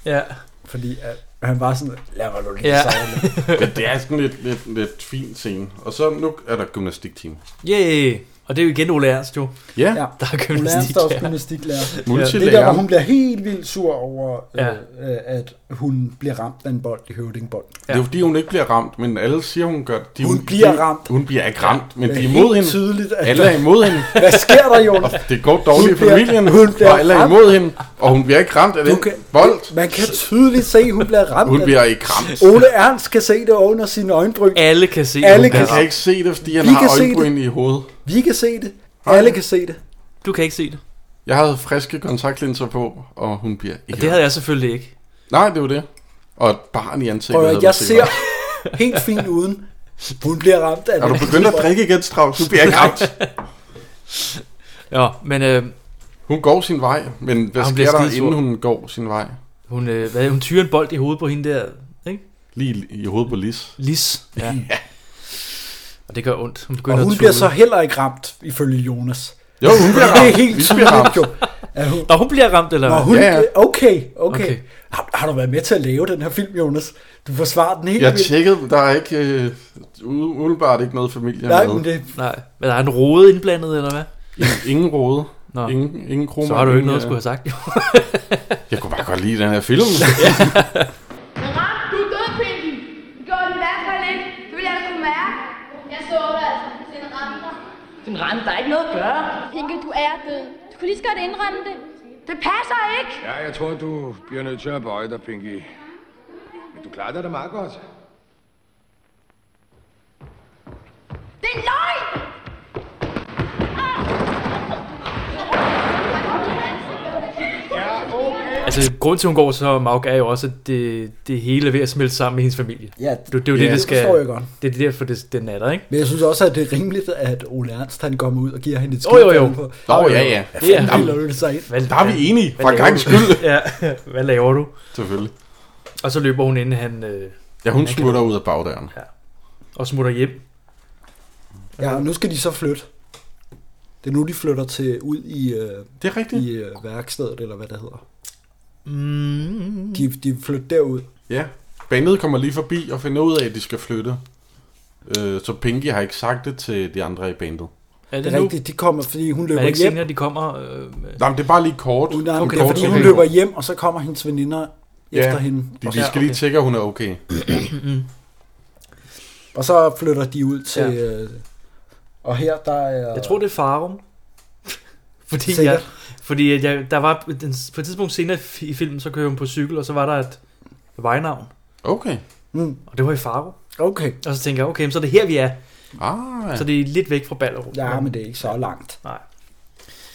Speaker 2: Ja,
Speaker 4: fordi at han bare sådan, lad mig nu lige
Speaker 2: Ja.
Speaker 4: ja. sejle.
Speaker 3: Men det er sådan lidt, lidt, lidt fin scene. Og så nu er der gymnastiktime.
Speaker 2: yeah. Og det er jo igen Ole Ernst, jo.
Speaker 3: Ja,
Speaker 4: Ja.
Speaker 3: ja.
Speaker 2: Der er
Speaker 4: Hun er
Speaker 2: gymnastik
Speaker 4: altså også
Speaker 2: der.
Speaker 4: gymnastiklærer. Det er der,
Speaker 3: multilærer.
Speaker 4: hvor hun bliver helt vildt sur over,
Speaker 2: Ja.
Speaker 4: ja. øh, at hun bliver ramt af en bold i høvdingbold.
Speaker 3: Det er jo fordi, hun ikke bliver ramt, men alle siger, hun gør det. De,
Speaker 4: Hun bliver ramt.
Speaker 3: Hun bliver ikke ramt, men
Speaker 4: Det
Speaker 3: de er
Speaker 4: er
Speaker 3: imod
Speaker 4: helt
Speaker 3: hende.
Speaker 4: tydeligt, at
Speaker 3: Alle er imod hende.
Speaker 4: Hvad sker der, Jon?
Speaker 3: Og det går dårligt i
Speaker 4: Hun bliver-
Speaker 3: familien,
Speaker 4: hun bliver
Speaker 3: og alle er
Speaker 4: ramt.
Speaker 3: imod hende. Og hun bliver ikke ramt af den
Speaker 4: Du kan-
Speaker 3: bold.
Speaker 4: Man kan tydeligt se, at hun bliver ramt.
Speaker 3: Hun
Speaker 4: af-
Speaker 3: bliver ikke ramt.
Speaker 4: Ole Ernst kan se det under sine øjenbryn.
Speaker 2: Alle kan se,
Speaker 4: Alle
Speaker 2: Ole
Speaker 4: kan
Speaker 3: Han
Speaker 2: Ernst.
Speaker 3: kan ikke se det, fordi han
Speaker 4: altså. Vi
Speaker 3: har
Speaker 4: kan se
Speaker 3: øjenbryn i hovedet.
Speaker 4: Vi kan se det. Alle kan se det.
Speaker 2: Du kan ikke se det.
Speaker 3: Jeg havde friske kontaktlinser på, og hun bliver
Speaker 2: Og
Speaker 3: ikke
Speaker 2: det
Speaker 3: ramt.
Speaker 2: havde jeg selvfølgelig ikke.
Speaker 3: Nej, det var det. Og et barn i ansigtet.
Speaker 4: Prøv
Speaker 3: havde
Speaker 4: at
Speaker 3: du
Speaker 4: jeg
Speaker 3: set,
Speaker 4: ser
Speaker 3: hva'?
Speaker 4: helt fint uden. Hun bliver ramt af
Speaker 3: Er du
Speaker 4: den.
Speaker 3: begyndt at drikke igen, Strauss? Nu bliver jeg ikke ramt.
Speaker 2: Ja, men øh,
Speaker 3: Hun går sin vej, men hvad
Speaker 2: Ja, hun
Speaker 3: sker
Speaker 2: bliver
Speaker 3: der,
Speaker 2: skidesur.
Speaker 3: inden hun går sin vej?
Speaker 2: hun, øh, hvad, hun tyrer en bold i hovedet på hende der, ikke?
Speaker 3: Lige i hovedet på Lis.
Speaker 2: Lis. Ja. Og det gør ondt. Hun begynder
Speaker 4: Og hun
Speaker 2: at
Speaker 4: bliver så
Speaker 2: tulle.
Speaker 4: heller ikke ramt, ifølge Jonas.
Speaker 3: Jo, hun bliver
Speaker 4: Det
Speaker 3: ramt.
Speaker 4: er helt
Speaker 3: Vi bliver ramt.
Speaker 4: tydeligt jo. At hun,
Speaker 2: Nå, hun bliver ramt, eller
Speaker 4: Nå,
Speaker 2: hvad?
Speaker 4: hun,
Speaker 3: Ja, ja.
Speaker 4: okay, okay.
Speaker 2: Okay.
Speaker 4: okay. Har, har du været med til at lave den her film, Jonas? Du forsvarer den helt
Speaker 3: Jeg
Speaker 4: vildt.
Speaker 3: tjekkede, der er ikke, øh, u- umiddelbart ikke noget familie
Speaker 4: Nej,
Speaker 3: med.
Speaker 4: men det,
Speaker 2: Nej. Men er en rode indblandet, eller hvad?
Speaker 3: Ingen- Ingen rode.
Speaker 2: Nå.
Speaker 3: Ingen, ingen kroner.
Speaker 2: Så har du jo ikke
Speaker 3: ingen,
Speaker 2: noget at
Speaker 3: øh,
Speaker 2: skulle have sagt. jo.
Speaker 3: Jeg kunne bare godt lide den her film.
Speaker 5: Du er død, Pinky. Det gjorde den i hvert fald ikke. Det ville jeg da kunne mærke. Jeg så dig altså. Den ramte dig.
Speaker 8: Den ramte, der er ikke noget at gøre.
Speaker 5: Pinky, du er død. Du kunne lige så godt indrømme det. Det passer ikke.
Speaker 9: Ja, jeg tror, du bliver nødt til at bøje dig, Pinky. Men du klarede dig da meget godt.
Speaker 5: Det er en løgn!
Speaker 2: Altså, altså, grund til, at hun går så amok, er jo også, at det, det hele er ved at smelte sammen med hendes familie.
Speaker 4: Ja,
Speaker 2: det, det er jo
Speaker 4: ja,
Speaker 2: det, det
Speaker 4: det
Speaker 2: skal...
Speaker 4: forstår jeg godt.
Speaker 2: Det er derfor, det, den er der, ikke?
Speaker 4: Men jeg synes også, at det er rimeligt, at Ole Ernst, han kommer ud og giver hende et
Speaker 2: Jo, jo, jo.
Speaker 4: skidtand på.
Speaker 3: Nå, ja, ja.
Speaker 2: Ja,
Speaker 4: Han lukker det sig ind.
Speaker 2: hvad,
Speaker 3: Der er vi enige,
Speaker 2: hvad
Speaker 3: for
Speaker 2: laver
Speaker 3: gangs
Speaker 2: du?
Speaker 3: skyld.
Speaker 2: ja, hvad laver du?
Speaker 3: Selvfølgelig.
Speaker 2: Og så løber hun, inden han øh,
Speaker 3: Ja, hun
Speaker 2: kan-
Speaker 3: smutter ud af bagdøren.
Speaker 2: og smutter hjem.
Speaker 4: Ja, og nu skal de så flytte. Det er nu, de flytter til ud i, øh,
Speaker 3: Det er rigtigt.
Speaker 4: i øh, værkstedet, eller hvad det hedder.
Speaker 2: Mm.
Speaker 4: De, de flytter derud.
Speaker 3: Ja. Bandet kommer lige forbi og finder ud af, at de skal flytte. Øh, så Pinky har ikke sagt det til de andre i bandet.
Speaker 2: Er det,
Speaker 4: Det
Speaker 2: det
Speaker 4: er
Speaker 2: nu?
Speaker 4: rigtigt, de kommer, fordi hun
Speaker 2: Er
Speaker 4: løber
Speaker 2: det ikke
Speaker 4: hjem.
Speaker 2: senere, de kommer? Øh,
Speaker 3: Nej, men det er bare lige kort.
Speaker 4: Hun, nej, okay,
Speaker 2: det er
Speaker 4: fordi
Speaker 2: okay.
Speaker 4: hun løber hjem, og så kommer hendes veninder
Speaker 3: Ja.
Speaker 4: efter hende.
Speaker 3: De,
Speaker 4: Og
Speaker 3: de
Speaker 4: så,
Speaker 3: skal lige tjekke, at hun er okay.
Speaker 4: og så flytter de ud til... Øh, og her, der er...
Speaker 2: jeg tror, det er Farum. fordi
Speaker 4: Sikkert.
Speaker 2: jeg, fordi at jeg, der var den, på et tidspunkt senere i filmen, så kører hun på cykel, og så var der et vejnavn.
Speaker 3: Okay.
Speaker 4: Mm,
Speaker 2: Og det var i Farum.
Speaker 4: okay.
Speaker 2: Og så tænker jeg, okay, så er det her, vi er.
Speaker 3: Ah, ja.
Speaker 2: Så det er lidt væk fra Ballerup.
Speaker 4: Ja, men det er ikke så langt.
Speaker 2: Nej.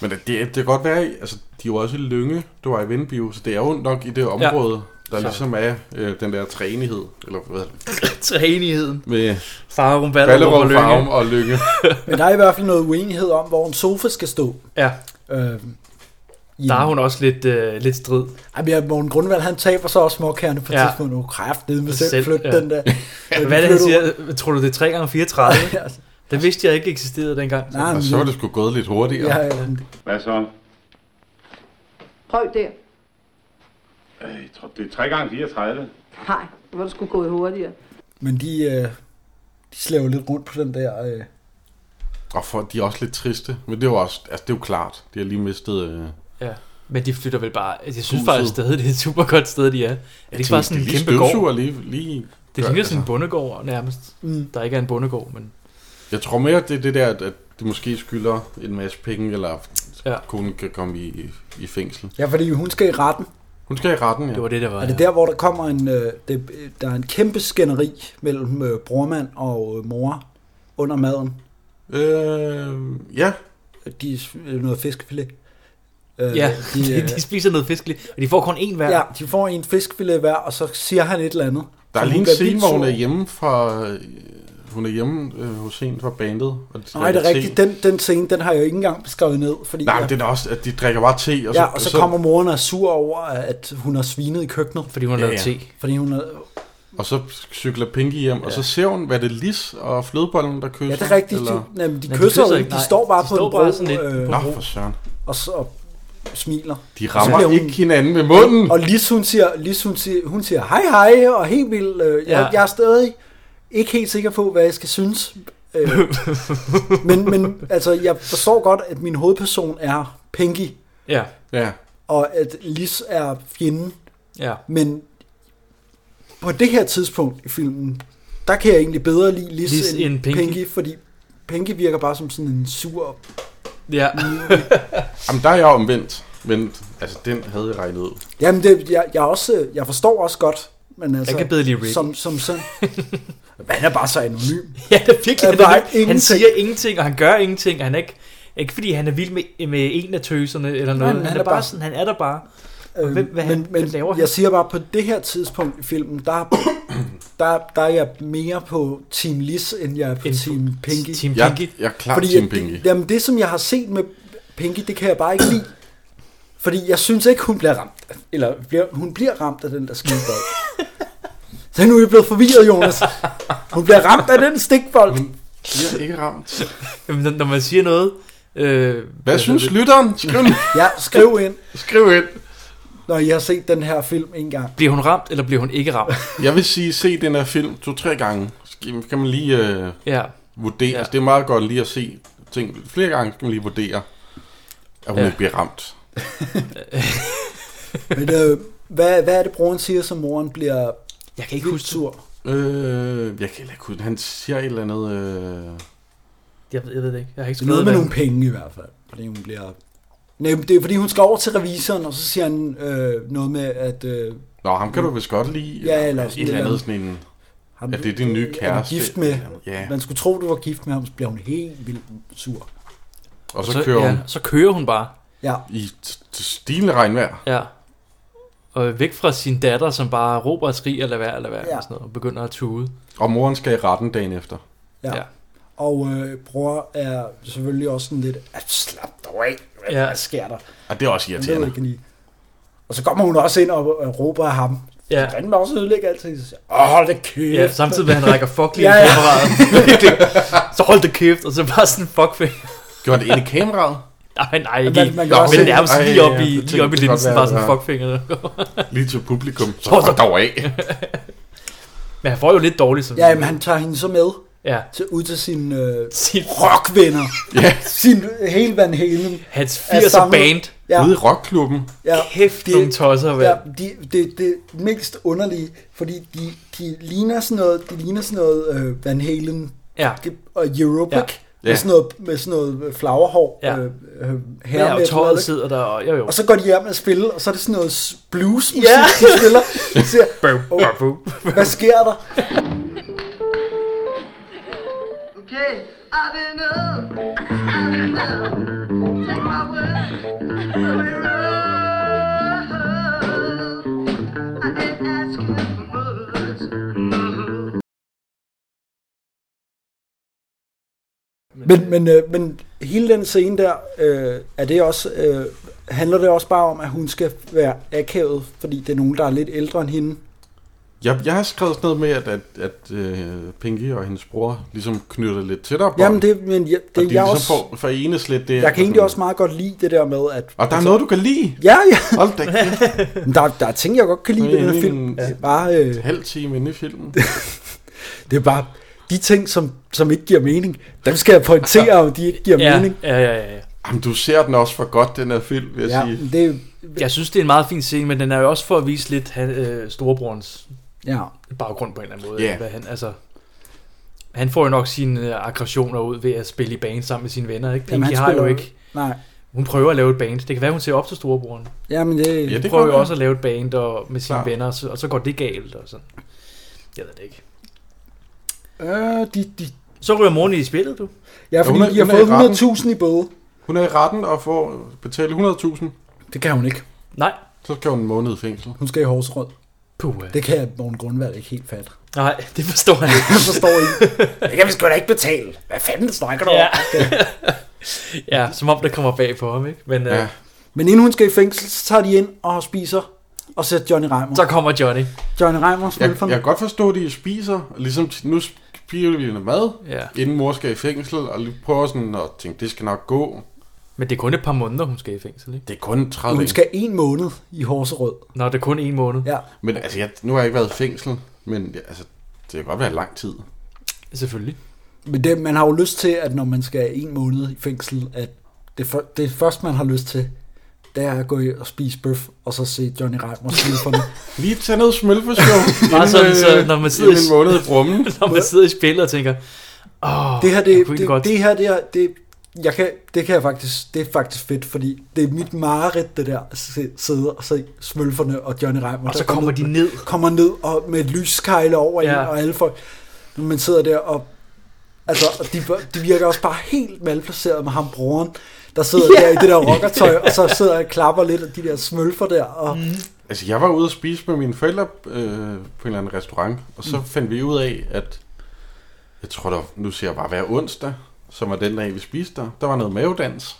Speaker 3: Men det, det kan godt være, altså, de er jo også i Lønge, du var i Vindbio, så det er jo nok i det område, ja. der ligesom er øh, den der træenighed, eller hvad
Speaker 2: Træenigheden.
Speaker 3: med
Speaker 2: Farum, Ballerup,
Speaker 3: Ballerup,
Speaker 2: og Lønge.
Speaker 3: Farum og Lønge.
Speaker 4: Men der er i hvert fald noget uenighed om, hvor en sofa skal stå.
Speaker 2: Ja,
Speaker 4: Øh, i
Speaker 2: der er hun også lidt, øh, lidt strid.
Speaker 4: Ej, men ja, Morten Grundvald, han taber så også småkærne på et
Speaker 2: Ja.
Speaker 4: ja. tidspunkt. Nu kræft, med
Speaker 2: Selv,
Speaker 4: selv, selv flytte
Speaker 2: ja.
Speaker 4: ja. den der. Men
Speaker 2: Hvad er det, han siger?
Speaker 4: flytter-
Speaker 2: Øh, Tror du, det er 3 gange 34
Speaker 4: Ja, altså.
Speaker 2: Det vidste jeg ikke eksisterede dengang.
Speaker 4: Nej,
Speaker 3: Og
Speaker 4: men,
Speaker 3: så var det sgu gået lidt hurtigere.
Speaker 4: ja,
Speaker 3: Ja.
Speaker 4: ja,
Speaker 6: Hvad så?
Speaker 10: Prøv der.
Speaker 6: Jeg tror, det er 3 gange 34.
Speaker 10: Nej, hvor du skulle gået hurtigere.
Speaker 4: men de, øh, de slæver lidt rundt på den der... Øh.
Speaker 3: Og for, de er også lidt triste, men det er jo også, altså det er jo klart, de har lige mistet... Øh,
Speaker 2: Ja. Men de flytter vel bare... Jeg synes
Speaker 3: Huset.
Speaker 2: faktisk stadig, det er et super godt sted, de er. Er det ikke bare sådan en
Speaker 3: lige
Speaker 2: kæmpe gård?
Speaker 3: støvsuger Lige, lige,
Speaker 2: Det ligner sådan en bondegård nærmest.
Speaker 4: Mm.
Speaker 2: Der ikke er en bondegård, men...
Speaker 3: Jeg tror mere, det er det der, at- at de måske skylder en masse penge, eller
Speaker 2: Ja.
Speaker 3: ja. konen kan komme i, i fængsel.
Speaker 4: Ja, fordi hun skal i retten.
Speaker 3: Hun skal i retten, ja.
Speaker 2: Det var det, der var.
Speaker 4: Er det der, hvor der kommer en... Øh, det, øh, der er en kæmpe skænderi mellem øh, brormand og øh, mor under maden.
Speaker 3: Øh, ja,
Speaker 4: De øh, noget fiskefilet. Øh,
Speaker 2: Ja,
Speaker 4: de, øh,
Speaker 2: de spiser noget fisk lige, og de får kun én hver.
Speaker 4: ja, de får en fiskefilet hver, og så siger han et eller andet.
Speaker 3: Der er
Speaker 4: Så
Speaker 3: lige
Speaker 4: hun
Speaker 3: en
Speaker 4: bliver
Speaker 3: scene,
Speaker 4: vildt
Speaker 3: hvor hun
Speaker 4: sur.
Speaker 3: er hjemme fra... øh, Hun er hjemme øh, hos en fra bandet. Og de
Speaker 4: Nej, det er
Speaker 3: drikker
Speaker 4: rigtigt.
Speaker 3: Te.
Speaker 4: Den, den scene, den har jeg jo ikke engang skrevet ned. Fordi
Speaker 3: Nej,
Speaker 4: jeg-
Speaker 3: men det er da også, at de drikker bare te. Og
Speaker 4: Og så, ja, og så, kommer moren og er sur over, at hun har svinet i køkkenet,
Speaker 2: Fordi hun har
Speaker 3: Ja,
Speaker 2: lavet
Speaker 3: ja.
Speaker 2: te.
Speaker 4: fordi hun er,
Speaker 3: Og så cykler Pinky hjem, ja. og så ser hun, hvad det er Lis og flødebollen, der
Speaker 4: ja,
Speaker 3: kysser.
Speaker 4: det er rigtigt,
Speaker 3: Eller...
Speaker 4: de, jamen, de
Speaker 2: Nej, de
Speaker 4: kysser
Speaker 2: kysser
Speaker 4: jo
Speaker 2: ikke,
Speaker 4: ikke, de
Speaker 2: nej.
Speaker 4: står
Speaker 2: De
Speaker 4: bare på
Speaker 2: står
Speaker 4: en
Speaker 2: bare
Speaker 4: bro,
Speaker 2: sådan lidt
Speaker 4: øh,
Speaker 3: Nå, for søren.
Speaker 4: og, så, og smiler.
Speaker 3: De
Speaker 4: så
Speaker 3: rammer
Speaker 4: bliver hun-
Speaker 3: ikke hinanden med munden.
Speaker 4: Og Lis, hun siger, Lis, hun siger, hun siger hej hej, og helt vildt, øh, jeg,
Speaker 2: Ja.
Speaker 4: ja. jeg er stadig ikke helt sikker på, hvad jeg skal synes. Øh, men, men altså, jeg forstår godt, at min hovedperson er Pinky,
Speaker 2: Ja,
Speaker 3: Ja.
Speaker 4: og at Lis er fjenden,
Speaker 2: ja.
Speaker 4: men på det her tidspunkt i filmen, der kan jeg egentlig bedre lide Liz,
Speaker 2: Liz
Speaker 4: end,
Speaker 2: end Pinky.
Speaker 4: Pinky. fordi Pinky virker bare som sådan en sur...
Speaker 2: ja.
Speaker 4: Mm.
Speaker 3: Jamen, der er jeg omvendt. Men altså, den havde jeg regnet ud.
Speaker 4: Jamen, det, jeg, jeg, er også, øh, jeg forstår også godt, men altså...
Speaker 2: kan bedre lide Rick.
Speaker 4: Som, som sådan... Men han er bare så anonym.
Speaker 2: ja, det er virkelig.
Speaker 4: Ja, der er
Speaker 2: Han, han, han
Speaker 4: ingenting.
Speaker 2: siger ingenting, og han gør ingenting, og han er ikke... Ikke fordi han er vild med, med en af tøserne eller noget.
Speaker 4: men
Speaker 2: han, er bare sådan, han er der bare.
Speaker 4: Øhm,
Speaker 2: Hvem- hvad han- hvad laver han?
Speaker 4: Jeg siger bare, på det her tidspunkt i filmen, der, der, der er jeg mere på Team Liz, end jeg er på
Speaker 2: End
Speaker 4: Team Pinky.
Speaker 2: Team
Speaker 3: Jeg,
Speaker 2: Pinky.
Speaker 3: jeg er klar
Speaker 4: Fordi
Speaker 3: Team
Speaker 4: jeg-
Speaker 3: Pinky.
Speaker 4: Det, jamen det, som jeg har set med Pinky, det kan jeg bare ikke lide. Fordi jeg synes ikke, hun bliver ramt. Eller bliver, hun bliver ramt af den der skidebold. Så nu er jeg blevet forvirret, Jonas. Hun bliver ramt af den stikbold.
Speaker 3: Jeg er ikke ramt.
Speaker 2: Jamen, når- når man siger noget... Øh,
Speaker 3: Hvad synes lytteren? Skriv, nu-
Speaker 4: Ja, skriv ind,
Speaker 3: skriv ind.
Speaker 4: når I har set den her film en gang.
Speaker 2: Bliver hun ramt, eller bliver hun ikke ramt?
Speaker 3: Jeg vil sige, se den her film to-tre gange. Skal- Kan man lige... Øh,
Speaker 2: Ja.
Speaker 3: vurdere.
Speaker 2: Ja.
Speaker 3: Ja. Altså, det er meget godt lige at se ting. Flere gange skal man lige vurdere, at hun
Speaker 2: Ja.
Speaker 3: ja. ikke bliver ramt.
Speaker 4: Men øh, hvad, hvad er det, broren siger, som moren bliver
Speaker 2: Jeg kan ikke
Speaker 4: vildt
Speaker 2: huske
Speaker 4: sur?
Speaker 3: Øh, jeg kan heller ikke huske, han siger et eller andet... Øh...
Speaker 2: Jeg ved, jeg ved det ikke. Jeg har ikke
Speaker 4: Det er noget
Speaker 2: skrevet
Speaker 4: med
Speaker 2: hvad-
Speaker 4: nogle penge i hvert fald. Fordi hun bliver... Nej, men det er fordi, hun skal over til revisoren, og så siger han øh, noget med, at... Øh,
Speaker 3: Nå, ham kan du vist godt lide.
Speaker 4: Ja, eller
Speaker 3: et
Speaker 4: sådan
Speaker 3: eller
Speaker 4: et
Speaker 3: andet
Speaker 4: eller
Speaker 3: sådan en...
Speaker 4: han,
Speaker 3: Ja, det er din nye kæreste.
Speaker 4: gift med.
Speaker 3: Ja,
Speaker 4: Man skulle tro, du var gift med ham, så bliver hun helt vildt sur.
Speaker 3: og så kører hun
Speaker 2: ja, så kører hun bare.
Speaker 4: Ja,
Speaker 3: i t- t- stilende regnvejr.
Speaker 2: Ja. og væk fra sin datter, som bare råber og skriger, lad være, lad være, ja. og, sådan noget, og begynder at tude.
Speaker 3: Og moren skal i retten dagen efter.
Speaker 4: Ja. ja. Og øh, bror er selvfølgelig også sådan lidt, "Ah, slap dig af, hvad
Speaker 2: Ja.
Speaker 4: ja. sker der?
Speaker 3: Og det er også
Speaker 4: Han ved
Speaker 3: irriterende.
Speaker 4: ikke lige. Og så kommer hun også ind og, og råber af ham.
Speaker 2: Ja.
Speaker 4: Ja. Den må også ødelægge alting. Så siger, jeg, åh, hold da kæft.
Speaker 2: Ja, samtidig med, at han rækker fuck lige
Speaker 4: ja,
Speaker 2: ja,
Speaker 4: ja.
Speaker 2: i kameraet. så hold det kæft, og så bare sådan fuck
Speaker 3: Gjorde han det ind i kameraet?
Speaker 2: Nej, nej,
Speaker 4: Man-
Speaker 2: ikke. Man,
Speaker 4: man
Speaker 2: man
Speaker 4: kan også
Speaker 2: men
Speaker 4: se-
Speaker 2: nærmest
Speaker 3: Ej,
Speaker 2: lige op
Speaker 3: ja,
Speaker 2: i,
Speaker 3: det
Speaker 2: lige op i
Speaker 3: tænkte
Speaker 2: linsen,
Speaker 3: jeg godt,
Speaker 2: bare
Speaker 3: hvad
Speaker 2: sådan
Speaker 3: det var.
Speaker 2: fuck fingerne.
Speaker 3: Lige til publikum. Så hold dog af.
Speaker 2: men han får jo lidt dårligt som
Speaker 4: Ja, jamen, han tager hende så med
Speaker 2: ja.
Speaker 4: til, ud til sine øh,
Speaker 2: Sin,
Speaker 4: rockvenner.
Speaker 3: Ja.
Speaker 4: Sin hele Van Halen.
Speaker 2: hans
Speaker 4: er
Speaker 2: 80'er
Speaker 4: samlet.
Speaker 2: band.
Speaker 4: Ja,
Speaker 3: Ude i rockklubben.
Speaker 4: ja.
Speaker 2: Kæft,
Speaker 4: Det-
Speaker 2: nogle tosser, vel?
Speaker 4: Ja, de, det, det er mest underlige, fordi de, de ligner sådan noget, de ligner sådan noget øh, Van Halen
Speaker 2: Ja.
Speaker 4: og Europic. Ja.
Speaker 3: Ja.
Speaker 4: Med sådan noget, med sådan noget flagerhår.
Speaker 2: Ja.
Speaker 4: Øh, øh, hair
Speaker 2: Ja, og
Speaker 4: metal,
Speaker 2: tøjet
Speaker 4: ikke?
Speaker 2: sidder der, og jo jo.
Speaker 4: Og så går de hjem og spiller, og så er det sådan noget s- bluesmusik,
Speaker 2: Ja.
Speaker 4: yeah. de spiller. De siger,
Speaker 2: Bum, bum.
Speaker 4: hvad sker der?
Speaker 5: Okay, I've been up, I've been up. Take my word, we're up. I didn't ask you for much.
Speaker 4: Men, men, øh, men hele den scene der, øh, er det også, øh, handler det også bare om, at hun skal være akavet, fordi det er nogen, der er lidt ældre end hende?
Speaker 3: Jeg, jeg har skrevet sådan noget med, at, at, at øh, Pinky og hendes bror ligesom knytter lidt tættere på.
Speaker 4: Jamen det, men jeg,
Speaker 3: og
Speaker 4: det,
Speaker 3: de
Speaker 4: jeg,
Speaker 3: ligesom
Speaker 4: også,
Speaker 3: får, får enes lidt. Det,
Speaker 4: jeg kan
Speaker 3: og
Speaker 4: egentlig
Speaker 3: sådan.
Speaker 4: også Altså- meget godt lide det der med, at...
Speaker 3: Og der er noget, du kan lide.
Speaker 4: Ja, ja.
Speaker 3: Hold da kæft.
Speaker 4: Men Der, der er ting, jeg godt kan lide ved den her film. Det er bare, øh,
Speaker 3: En halv time inde i filmen.
Speaker 4: det er bare de ting, som, som ikke giver mening. Dem skal jeg pointere,
Speaker 3: Altså-
Speaker 4: om de ikke giver
Speaker 2: Ja,
Speaker 4: mening.
Speaker 2: ja, ja, ja, ja.
Speaker 3: Jamen, du ser den også for godt, den her film, vil jeg
Speaker 4: Ja,
Speaker 3: sige.
Speaker 4: men det,
Speaker 2: Jeg synes, det er en meget fin scene, men den er jo også for at vise lidt han, øh, storebrorens
Speaker 4: ja.
Speaker 2: baggrund på en eller anden måde.
Speaker 3: Ja.
Speaker 2: Hvad han, altså, han får jo nok sine øh, aggressioner ud ved at spille i band sammen med sine venner. Ikke?
Speaker 4: Jamen,
Speaker 2: Pinky
Speaker 4: han
Speaker 2: har jo
Speaker 4: spiller jo-
Speaker 2: ikke...
Speaker 4: Nej.
Speaker 2: Hun prøver at lave et band. Det kan være, hun ser op til storebroren.
Speaker 4: Jamen, det,
Speaker 3: Ja,
Speaker 2: Hun
Speaker 3: det
Speaker 2: prøver
Speaker 3: kan
Speaker 2: jo
Speaker 3: være.
Speaker 2: også at lave et band og, med sine
Speaker 3: Klart.
Speaker 2: venner, og så, og så går det galt. Og sådan. Jeg ved det ikke.
Speaker 4: Øh, de, de,
Speaker 2: Så ryger moren i spillet, du.
Speaker 4: ja, fordi
Speaker 3: hun er-
Speaker 4: de har
Speaker 3: hun er i
Speaker 4: fået
Speaker 3: retten.
Speaker 4: 100.000 i bøde.
Speaker 3: Hun er i retten og får betalt 100.000.
Speaker 4: Det kan hun ikke.
Speaker 2: Nej.
Speaker 3: Så skal hun en måned i fængsel.
Speaker 4: Hun skal i Horserød.
Speaker 2: Puh. øh.
Speaker 4: Det kan Morten Grundvald ikke helt fatte.
Speaker 2: Nej, det forstår han ikke.
Speaker 4: Jeg forstår ikke. det kan vi sgu da ikke betale. Hvad fanden snakker du
Speaker 2: Ja.
Speaker 4: om? Okay.
Speaker 2: ja, som om det kommer bag på ham, ikke? Men øh,
Speaker 3: Ja.
Speaker 2: ja.
Speaker 4: Men inden hun skal i fængsel, så tager de ind og spiser. Og så Johnny Reimer.
Speaker 2: så kommer Johnny.
Speaker 4: Johnny Reimer
Speaker 3: Jeg,
Speaker 4: spiller for
Speaker 3: jeg kan godt forstå, at de spiser. Ligesom t- nu spiser vi noget mad,
Speaker 2: Ja.
Speaker 3: inden mor skal i fængsel, og lige prøver sådan at tænke, det skal nok gå.
Speaker 2: Men det er kun et par måneder, hun skal i fængsel, ikke?
Speaker 3: Det er kun 30
Speaker 4: Hun
Speaker 3: dage.
Speaker 4: skal en måned i Horserød.
Speaker 2: Nå, det er kun en måned.
Speaker 4: Ja.
Speaker 3: Men altså, jeg, nu har jeg ikke været i fængsel, men ja, altså, det kan godt være lang tid.
Speaker 2: Ja. Selvfølgelig.
Speaker 4: Men det, man har jo lyst til, at når man skal en måned i fængsel, at det, for, det første, man har lyst til, det er at gå i og spise bøf, og så se Johnny Reimer spille for den.
Speaker 3: Lige tage noget smølfesjov.
Speaker 2: Bare sådan,
Speaker 4: øh,
Speaker 2: så når man sidder
Speaker 3: i en
Speaker 2: i-
Speaker 3: måned i brummen.
Speaker 2: Når man sidder i spillet og tænker, åh,
Speaker 4: Det her,
Speaker 2: jeg
Speaker 4: det,
Speaker 2: kunne
Speaker 4: det,
Speaker 2: ikke godt.
Speaker 4: det her, det her, det, jeg kan, det kan jeg faktisk, det er faktisk fedt, fordi det er mit mareridt, det der, at se- sidde og se smølferne og Johnny Reimer.
Speaker 2: og så
Speaker 4: der
Speaker 2: kommer de ned.
Speaker 4: kommer ned og med et lyskejle over ja.
Speaker 2: Ja.
Speaker 4: en, og alle folk, når man sidder der og Altså, og de, de virker også bare helt malplaceret med ham broren, der sidder yeah. der i det der rockertøj, og så sidder jeg og klapper lidt af de der smølfer der, og mm.
Speaker 3: Altså, jeg var ude at spise med mine forældre øh, på en eller anden restaurant, og så mm. fandt vi ud af, at jeg tror, der, nu ser jeg bare hver onsdag, som var den dag, vi spiste der, der var noget mavedans.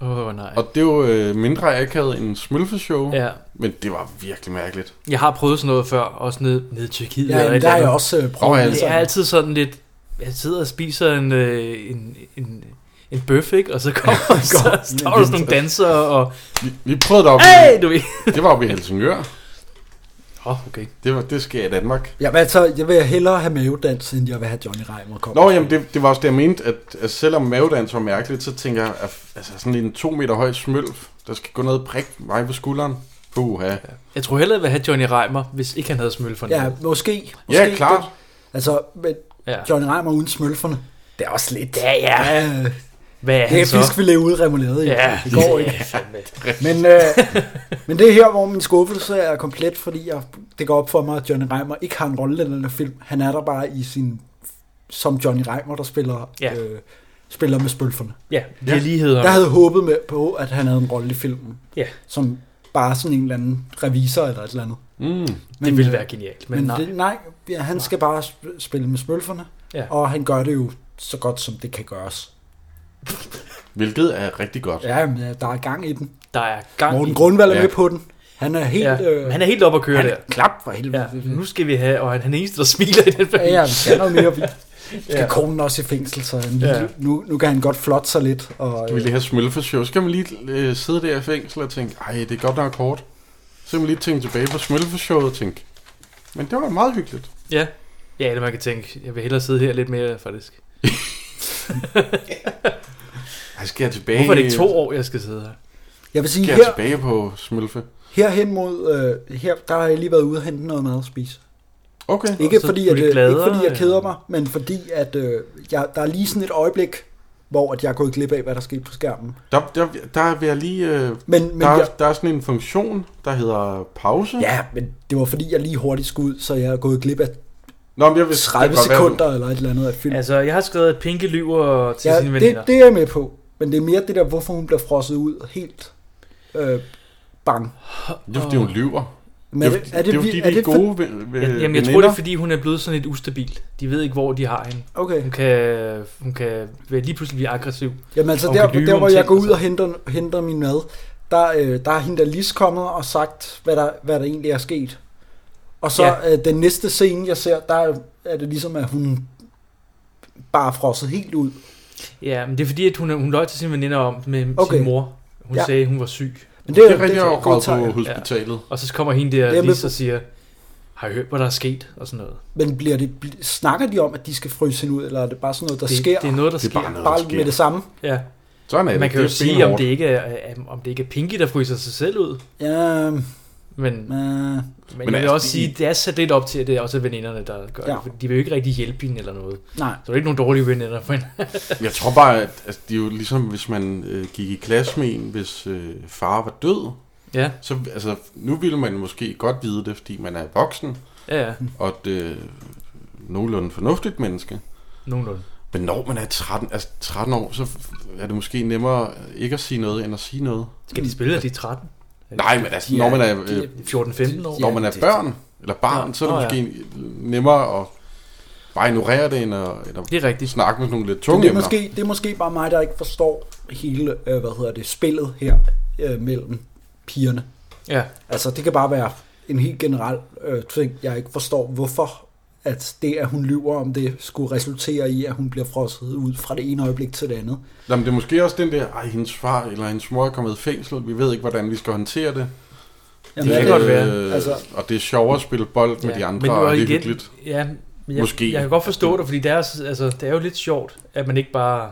Speaker 2: Åh, oh, nej.
Speaker 3: Og det var øh, mindre akavet end smølfeshow,
Speaker 2: Ja,
Speaker 3: men det var virkelig mærkeligt.
Speaker 2: jeg har prøvet sådan noget før, også ned, ned i Tyrkiet.
Speaker 4: ja,
Speaker 2: eller et
Speaker 4: jamen, der
Speaker 2: eller
Speaker 4: er jeg
Speaker 2: andet.
Speaker 4: også øh,
Speaker 3: Og
Speaker 4: prøvet.
Speaker 3: altså,
Speaker 2: Det er altid sådan lidt, jeg sidder og spiser en, øh, en, en, en bøf, ikke? Og så kommer ja, så står der sådan nogle dansere, og
Speaker 3: vi, vi prøvede det op,
Speaker 2: hey, du ved.
Speaker 3: det var oppe i Helsingør.
Speaker 2: Åh, oh, okay.
Speaker 3: Det, var, det sker i Danmark.
Speaker 4: Jamen altså, jeg vil hellere have mavedans, end jeg vil have Johnny Reimer komme.
Speaker 3: Nå, jamen, det, det var også det, jeg mente, at, at selvom mavedans var mærkeligt, så tænker jeg, at altså, sådan en to meter høj smølf, der skal gå ned og prikke mig på skulderen. Puha. Ja,
Speaker 2: Jeg tror hellere, jeg vil have Johnny Reimer, hvis ikke han havde smøl for
Speaker 4: Ja, måske. måske
Speaker 3: ja klart.
Speaker 4: Altså, men
Speaker 2: ja.
Speaker 4: Johnny Reimer uden smølferne, det er også lidt.
Speaker 2: Ja, ja.
Speaker 4: ja
Speaker 2: Hvad er
Speaker 4: det
Speaker 2: han
Speaker 4: er
Speaker 2: så?
Speaker 4: fiskfilet ude remoulade. jo.
Speaker 2: Ja.
Speaker 4: Det går ikke. Men, øh, men det er her, hvor min skuffelse er komplet, fordi jeg, det går op for mig, at Johnny Reimer ikke har en rolle i den her film. Han er der bare i sin, som Johnny Reimer, der spiller,
Speaker 2: Ja.
Speaker 4: ja. øh, spiller med spølferne.
Speaker 2: Ja, det er ligheder.
Speaker 4: Jeg havde håbet med på, at han havde en rolle i filmen,
Speaker 2: Ja.
Speaker 4: som bare sådan en eller anden revisor eller et eller andet.
Speaker 2: Mm. Det ville være genialt, men nej.
Speaker 4: Det, nej, ja, han nej. skal bare sp- spille med smølferne,
Speaker 2: Ja.
Speaker 4: og han gør det jo så godt, som det kan gøres.
Speaker 3: Hvilket er rigtig godt.
Speaker 4: Ja, men ja, der er gang i den.
Speaker 2: Der er gang
Speaker 4: Morten
Speaker 2: i-
Speaker 4: Grundvald er
Speaker 3: Ja.
Speaker 4: med på den. Han er helt...
Speaker 2: Ja,
Speaker 4: øh,
Speaker 2: øh, han er helt oppe at køre
Speaker 4: han
Speaker 2: der.
Speaker 4: er klap for helvede.
Speaker 2: Ja, nu skal vi have, og han er den eneste, der smiler i den familie.
Speaker 4: Ja, ja, vi skal noget mere. Vi skal
Speaker 2: Ja.
Speaker 4: ja. konen også i fængsel, så han,
Speaker 2: Ja.
Speaker 4: ja. nu, nu kan han godt flotte sig lidt. Og, øh,
Speaker 3: Skal vi lige have smølfeshow? Så kan man lige øh, sidde der i fængsel og tænke, ej, det er godt nok hårdt. Så kan man lige tænke tilbage på smølfeshowet og tænke, men det var meget hyggeligt.
Speaker 2: Ja. ja, eller man kan tænke, jeg vil hellere sidde her lidt mere, faktisk.
Speaker 3: Jeg skal jeg tilbage,
Speaker 2: Hvorfor er det ikke to år, jeg skal sidde her?
Speaker 4: jeg vil sige,
Speaker 3: skal jeg
Speaker 4: her,
Speaker 3: tilbage på smølfe?
Speaker 4: herhen mod... Øh, her, der har jeg lige været ude og hente noget mad at spise.
Speaker 3: Okay.
Speaker 4: Ikke
Speaker 2: så bliver
Speaker 4: fordi, at,
Speaker 2: de
Speaker 4: øh, ikke
Speaker 2: gladere,
Speaker 4: fordi jeg keder
Speaker 2: eller?
Speaker 4: mig, men fordi, at øh, jeg, der er lige sådan et øjeblik, hvor at jeg er gået glip af, hvad der skete på skærmen.
Speaker 3: Der, der, der vil jeg lige... Øh,
Speaker 4: Men, men
Speaker 3: der,
Speaker 4: jeg,
Speaker 3: der er sådan en funktion, der hedder pause.
Speaker 4: ja, men det var fordi, jeg lige hurtigt skulle ud, så jeg er gået glip af
Speaker 3: Nå, men jeg vil,
Speaker 4: 30
Speaker 3: det var, hvad du-
Speaker 4: sekunder eller et eller andet af film.
Speaker 2: Altså, jeg har skrevet, at Pinke lyver til ja,
Speaker 4: ja,
Speaker 2: sine veninder.
Speaker 4: det, det er jeg med på, men det er mere det der, hvorfor hun bliver frosset ud helt øh, bang.
Speaker 3: Det er fordi, hun lyver.
Speaker 4: Men
Speaker 3: det,
Speaker 4: er
Speaker 3: er,
Speaker 4: det, er det,
Speaker 3: jo
Speaker 4: vi-
Speaker 3: fordi,
Speaker 4: er
Speaker 3: de er
Speaker 4: det for-
Speaker 3: gode ved, ved
Speaker 2: Ja, jamen,
Speaker 4: øh,
Speaker 2: jeg tror, det er, fordi hun er blevet sådan lidt ustabil. De ved ikke, hvor de har hende.
Speaker 4: Okay.
Speaker 2: Hun kan, hun kan være- lige pludselig blive aggressiv.
Speaker 4: Jamen altså,
Speaker 2: Og
Speaker 4: der,
Speaker 2: kan lyve
Speaker 4: der
Speaker 2: om
Speaker 4: hvor
Speaker 2: ting,
Speaker 4: jeg går ud
Speaker 2: altså.
Speaker 4: og henter, henter min mad, der, øh, der er hende der lige kommet og sagt, hvad der, hvad der egentlig er sket. Og så
Speaker 2: Ja.
Speaker 4: ja. øh, den næste scene, jeg ser, der er- er det ligesom, at hun bare er frosset helt ud.
Speaker 2: Ja, men det er fordi, at hun, hun løj til sine veninder om med okay.
Speaker 4: Okay.
Speaker 2: sin mor. Hun ja.
Speaker 4: Ja.
Speaker 2: sagde, at hun var syg.
Speaker 4: Men
Speaker 3: Det
Speaker 4: det,
Speaker 3: er rigtigt, jeg
Speaker 4: det
Speaker 3: var på
Speaker 4: godtager jeg.
Speaker 3: hospitalet.
Speaker 2: Og så kommer hende der
Speaker 4: Det er
Speaker 2: og
Speaker 4: med
Speaker 2: lige
Speaker 4: på.
Speaker 2: og siger, har I hørt, hvad der er sket? Og sådan noget.
Speaker 4: Men bliver det, bl- snakker de om, at de skal fryse hende ud, eller er det bare sådan noget, der
Speaker 2: det,
Speaker 4: sker?
Speaker 2: det er noget, der
Speaker 3: Det er
Speaker 2: sker.
Speaker 3: bare noget, der
Speaker 4: bare med
Speaker 3: sker.
Speaker 4: det samme?
Speaker 2: Ja.
Speaker 3: Sådan er det.
Speaker 2: Man kan
Speaker 3: det
Speaker 2: jo
Speaker 3: er
Speaker 2: sige, om
Speaker 3: benhårdt.
Speaker 2: det, ikke er, om det ikke er Pinky, der fryser sig selv ud.
Speaker 4: Ja,
Speaker 2: Men, men,
Speaker 4: men, øh,
Speaker 2: men jeg vil
Speaker 3: altså,
Speaker 2: også
Speaker 3: de-
Speaker 2: sige, at det er sat lidt op til, at det er også veninderne, der gør ja.
Speaker 4: Ja.
Speaker 2: det. For de vil jo ikke rigtig hjælpe hende eller noget.
Speaker 4: nej.
Speaker 2: Så det er ikke nogen dårlige veninder for hende.
Speaker 3: Jeg tror bare, at altså, det er jo ligesom, hvis man øh, gik i klasse med en, hvis øh, far var død.
Speaker 2: ja,
Speaker 3: Så altså, nu ville man måske godt vide det, fordi man er voksen
Speaker 2: ja, ja.
Speaker 4: Mm.
Speaker 3: og et øh, nogenlunde fornuftigt menneske.
Speaker 2: Nogenlunde.
Speaker 3: Men når man er 13, altså 13 år, så er det måske nemmere ikke at sige noget, end at sige noget.
Speaker 2: Skal de spille, at de er 13?
Speaker 3: Nej, men altså,
Speaker 4: Ja,
Speaker 3: når man er,
Speaker 4: de-
Speaker 3: øh,
Speaker 2: 14-15 år?
Speaker 3: når man er
Speaker 4: det-
Speaker 3: børn, eller barn,
Speaker 2: Ja.
Speaker 3: så er det
Speaker 2: Nå,
Speaker 3: måske nemmere at bare ignorere det, end at, end at
Speaker 2: Det er rigtigt.
Speaker 3: snakke med nogle lidt
Speaker 4: Men
Speaker 3: tunge
Speaker 4: det, er
Speaker 3: emner.
Speaker 4: måske, det er måske bare mig, der ikke forstår hele, øh, hvad hedder det, spillet her øh, mellem pigerne.
Speaker 2: Ja.
Speaker 4: Altså, det kan bare være en helt generel øh, ting, jeg ikke forstår, hvorfor at det, at hun lyver om det, skulle resultere i, at hun bliver frosset ud fra det ene øjeblik til det andet.
Speaker 3: Jamen, det er måske også den der, ej, hendes far eller hendes mor er kommet i fængsel, vi ved ikke, hvordan vi skal håndtere det.
Speaker 4: Jamen,
Speaker 2: Det kan
Speaker 4: er
Speaker 2: godt være.
Speaker 3: Øh, altså,
Speaker 4: Altså-
Speaker 3: og det er sjovere at spille bold med
Speaker 2: ja.
Speaker 3: de andre,
Speaker 2: men
Speaker 3: og
Speaker 2: jo
Speaker 3: det er
Speaker 2: igen,
Speaker 3: hyggeligt.
Speaker 2: Ja, men jeg,
Speaker 3: Måske.
Speaker 2: jeg kan godt forstå det, fordi det er, altså, det er jo lidt sjovt, at man ikke bare...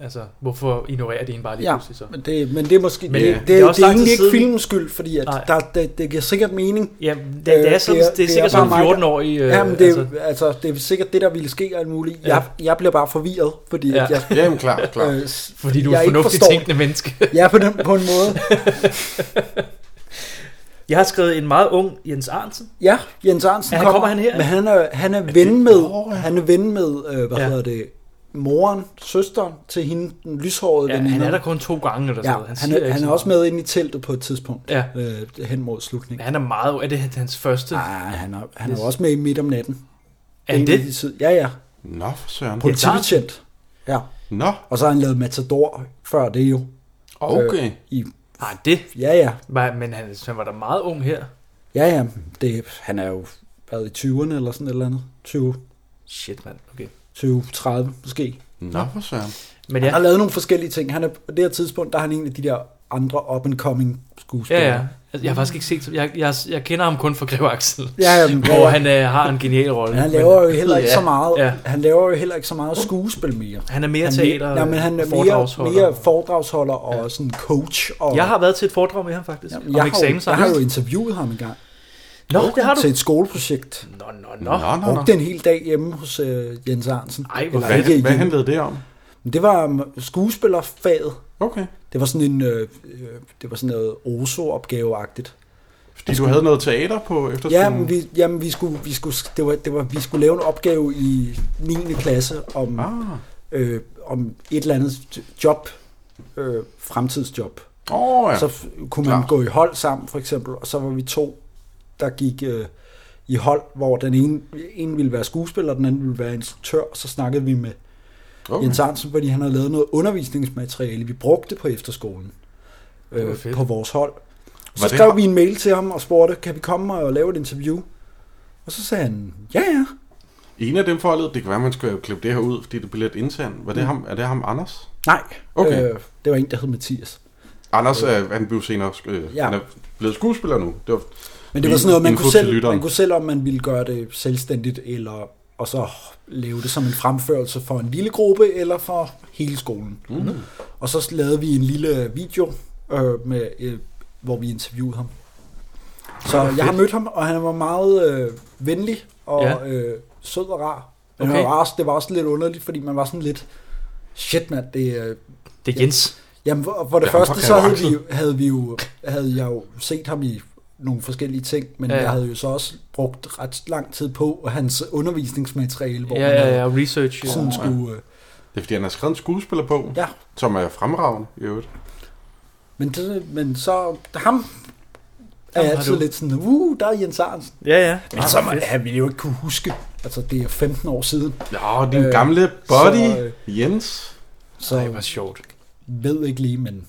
Speaker 2: Altså, hvorfor ignorerer de en bare lige
Speaker 4: Ja,
Speaker 2: pludselig så?
Speaker 4: men det, men det er måske...
Speaker 2: Men
Speaker 4: Men, det,
Speaker 2: ja.
Speaker 4: det,
Speaker 2: det er
Speaker 4: det,
Speaker 2: også
Speaker 4: det er
Speaker 2: lang tid
Speaker 4: egentlig ikke
Speaker 2: siden-
Speaker 4: filmens skyld, fordi at
Speaker 2: Nej.
Speaker 4: der, det, det giver sikkert mening.
Speaker 2: Ja, det, det, er,
Speaker 4: Øh,
Speaker 2: sådan, det,
Speaker 4: det er-
Speaker 2: er,
Speaker 4: det er
Speaker 2: sikkert
Speaker 4: bare
Speaker 2: sådan
Speaker 4: mig, der-
Speaker 2: 14 år i... Øh,
Speaker 4: Ja, men det,
Speaker 2: altså,
Speaker 4: altså, altså, det er sikkert det, der ville ske og alt muligt.
Speaker 2: Ja.
Speaker 4: Jeg, jeg bliver bare forvirret, fordi
Speaker 2: Ja.
Speaker 4: at jeg...
Speaker 3: Ja, men klart, klart.
Speaker 4: Øh,
Speaker 2: fordi du er
Speaker 4: jeg
Speaker 2: et
Speaker 4: ikke
Speaker 2: fornuftigt
Speaker 4: forstår-
Speaker 2: tænkende menneske.
Speaker 4: Ja, på, den, på en måde.
Speaker 2: Jeg har skrevet en meget ung Jens Arnsen.
Speaker 4: Ja, Jens Arnsen
Speaker 2: Ja, han kommer han her,
Speaker 4: Men han er, han er ven med, han er ven med øh, hvad
Speaker 2: Ja.
Speaker 4: ja. hedder det, moren, søsteren til hende, den lyshårede
Speaker 2: Ja,
Speaker 4: veninde.
Speaker 2: han er der kun to gange eller sådan
Speaker 4: Ja,
Speaker 2: noget.
Speaker 4: han,
Speaker 2: siger
Speaker 4: er,
Speaker 2: ikke
Speaker 4: han
Speaker 2: så
Speaker 4: er også
Speaker 2: meget.
Speaker 4: med inde i teltet på et tidspunkt,
Speaker 2: Ja.
Speaker 4: øh, hen mod
Speaker 2: Men
Speaker 4: slutningen.
Speaker 2: han er meget... Er det hans første?
Speaker 4: Nej, han er, han er jo også med i midt om natten.
Speaker 2: er han
Speaker 4: Inde i
Speaker 2: det?
Speaker 4: de tid- Ja, ja.
Speaker 3: Nå, for søren.
Speaker 4: Politibetjent. Ja.
Speaker 3: Nå,
Speaker 4: Og så har han lavet Matador før det jo.
Speaker 3: okay.
Speaker 4: I,
Speaker 2: Har han det?
Speaker 4: ja, ja.
Speaker 2: Var- Men han, han var da meget ung her.
Speaker 4: Ja, ja. Det, han er jo været i 20'erne eller sådan et eller andet. 20,
Speaker 2: Shit, mand. Okay.
Speaker 4: 20 30 måske.
Speaker 3: Nå, for søren.
Speaker 2: Men ja,
Speaker 4: Ja. Han har lavet nogle forskellige ting. Han er, på det her tidspunkt, der er han en af de der andre up-and-coming skuespillere.
Speaker 2: ja, ja. Altså, Jeg har faktisk ikke set... så- Jeg, jeg, jeg kender ham kun fra Greve Axel.
Speaker 4: ja, ja, men,
Speaker 2: Hvor han øh, har en genial rolle.
Speaker 4: men han laver jo heller ikke
Speaker 2: Ja,
Speaker 4: så meget.
Speaker 2: ja.
Speaker 4: Han laver jo heller ikke så meget skuespil mere.
Speaker 2: Han er mere
Speaker 4: Han,
Speaker 2: teater
Speaker 4: ja, men han er
Speaker 2: og foredragsholder.
Speaker 4: mere, mere foredragsholder og ja. sådan coach. Og,
Speaker 2: Jeg har været til et foredrag med ham faktisk.
Speaker 4: Jamen,
Speaker 2: om
Speaker 4: jeg, har, jo-
Speaker 2: eksamensaften.
Speaker 4: jeg har jo interviewet ham engang
Speaker 2: Nå, det har du.
Speaker 4: til et skoleprojekt.
Speaker 2: Nå, nå,
Speaker 3: Nå,
Speaker 2: nå.
Speaker 3: nå, nå.
Speaker 4: Brugte en hel dag hjemme hos øh, Jens Arnsen.
Speaker 2: Ej, hvor
Speaker 4: Eller
Speaker 2: fedt.
Speaker 3: Hvad,
Speaker 4: ikke
Speaker 3: hvad
Speaker 4: hjemme.
Speaker 3: handlede det om?
Speaker 4: Men Det var um, skuespillerfaget.
Speaker 3: Okay.
Speaker 4: Det var sådan en, øh, øh, det var sådan noget OSO-opgaveagtigt.
Speaker 3: Fordi du havde noget teater på
Speaker 4: Ja,
Speaker 3: efterskolen?
Speaker 4: men vi, jamen, vi, skulle, vi, skulle, det var, det var, vi skulle lave en opgave i 9. klasse om,
Speaker 3: Ah,
Speaker 4: øh, om et eller andet job, øh, fremtidsjob.
Speaker 3: Åh, Ah, ja.
Speaker 4: Så f- kunne man
Speaker 3: Klart.
Speaker 4: gå i hold sammen, for eksempel, og så var vi to, der gik øh, i hold, hvor den ene, en ville være skuespiller, den anden ville være instruktør, og så snakkede vi med okay. Jens Hansen, fordi han havde lavet noget undervisningsmateriale, vi brugte på efterskolen
Speaker 2: var
Speaker 4: øh,
Speaker 2: fedt.
Speaker 4: på vores hold. Så
Speaker 3: Var det-
Speaker 4: skrev vi en mail til ham og spurgte, kan vi komme og lave et interview? Og så sagde han, ja ja,
Speaker 3: En af dem forholdet, det kan være, man skulle jo klippe det her ud, fordi det bliver lidt internt. Var det ham, er det ham Anders?
Speaker 4: nej.
Speaker 3: Okay.
Speaker 4: Øh, det var en, der hed Mathias.
Speaker 3: Anders, øh, han blev senere, øh,
Speaker 4: Ja.
Speaker 3: ja. han er blevet skuespiller nu. Det var,
Speaker 4: Men det var sådan noget, man
Speaker 3: Info
Speaker 4: kunne,
Speaker 3: til
Speaker 4: selv,
Speaker 3: lytteren.
Speaker 4: man kunne selv, om man ville gøre det selvstændigt, eller og så lave det som en fremførelse for en lille gruppe, eller for hele skolen. Mm. Og så lavede vi en lille video, øh, med, øh, hvor vi interviewede ham. Så jeg har mødt ham, og han var meget øh, venlig, og
Speaker 2: Ja.
Speaker 4: ja. øh, sød og rar. Men
Speaker 2: Okay.
Speaker 4: okay. var også, det var også lidt underligt, fordi man var sådan lidt, shit mand, det, øh,
Speaker 2: Det er Jens.
Speaker 4: Jamen, for for det
Speaker 3: Ja,
Speaker 4: ja,
Speaker 3: for
Speaker 4: første, så havde,
Speaker 3: referencen.
Speaker 4: vi, jo- havde, vi jo, havde jeg jo set ham i nogle forskellige ting, men
Speaker 2: Ja,
Speaker 4: ja,
Speaker 2: ja.
Speaker 4: jeg havde jo så også brugt ret lang tid på hans undervisningsmateriale, hvor
Speaker 2: Ja,
Speaker 4: man
Speaker 2: ja,
Speaker 4: havde
Speaker 2: ja. Research. Ja.
Speaker 4: sådan skulle... øh,
Speaker 3: det er, fordi han har skrevet en skuespiller på,
Speaker 4: Ja,
Speaker 3: som er fremragende i øvrigt.
Speaker 4: men, det, men så ham er
Speaker 2: Ham
Speaker 4: jeg
Speaker 2: har
Speaker 4: altid
Speaker 2: du.
Speaker 4: lidt sådan, uh, der er Jens Arnsen.
Speaker 2: Ja, ja.
Speaker 4: Men som han ville jo ikke kunne huske. Altså, det er 15 år siden,
Speaker 3: Ja, din øh,
Speaker 4: Øh,
Speaker 3: gamle buddy,
Speaker 4: så, øh,
Speaker 3: Jens.
Speaker 4: så
Speaker 2: Ej, hvor sjovt.
Speaker 4: ved ikke lige, men...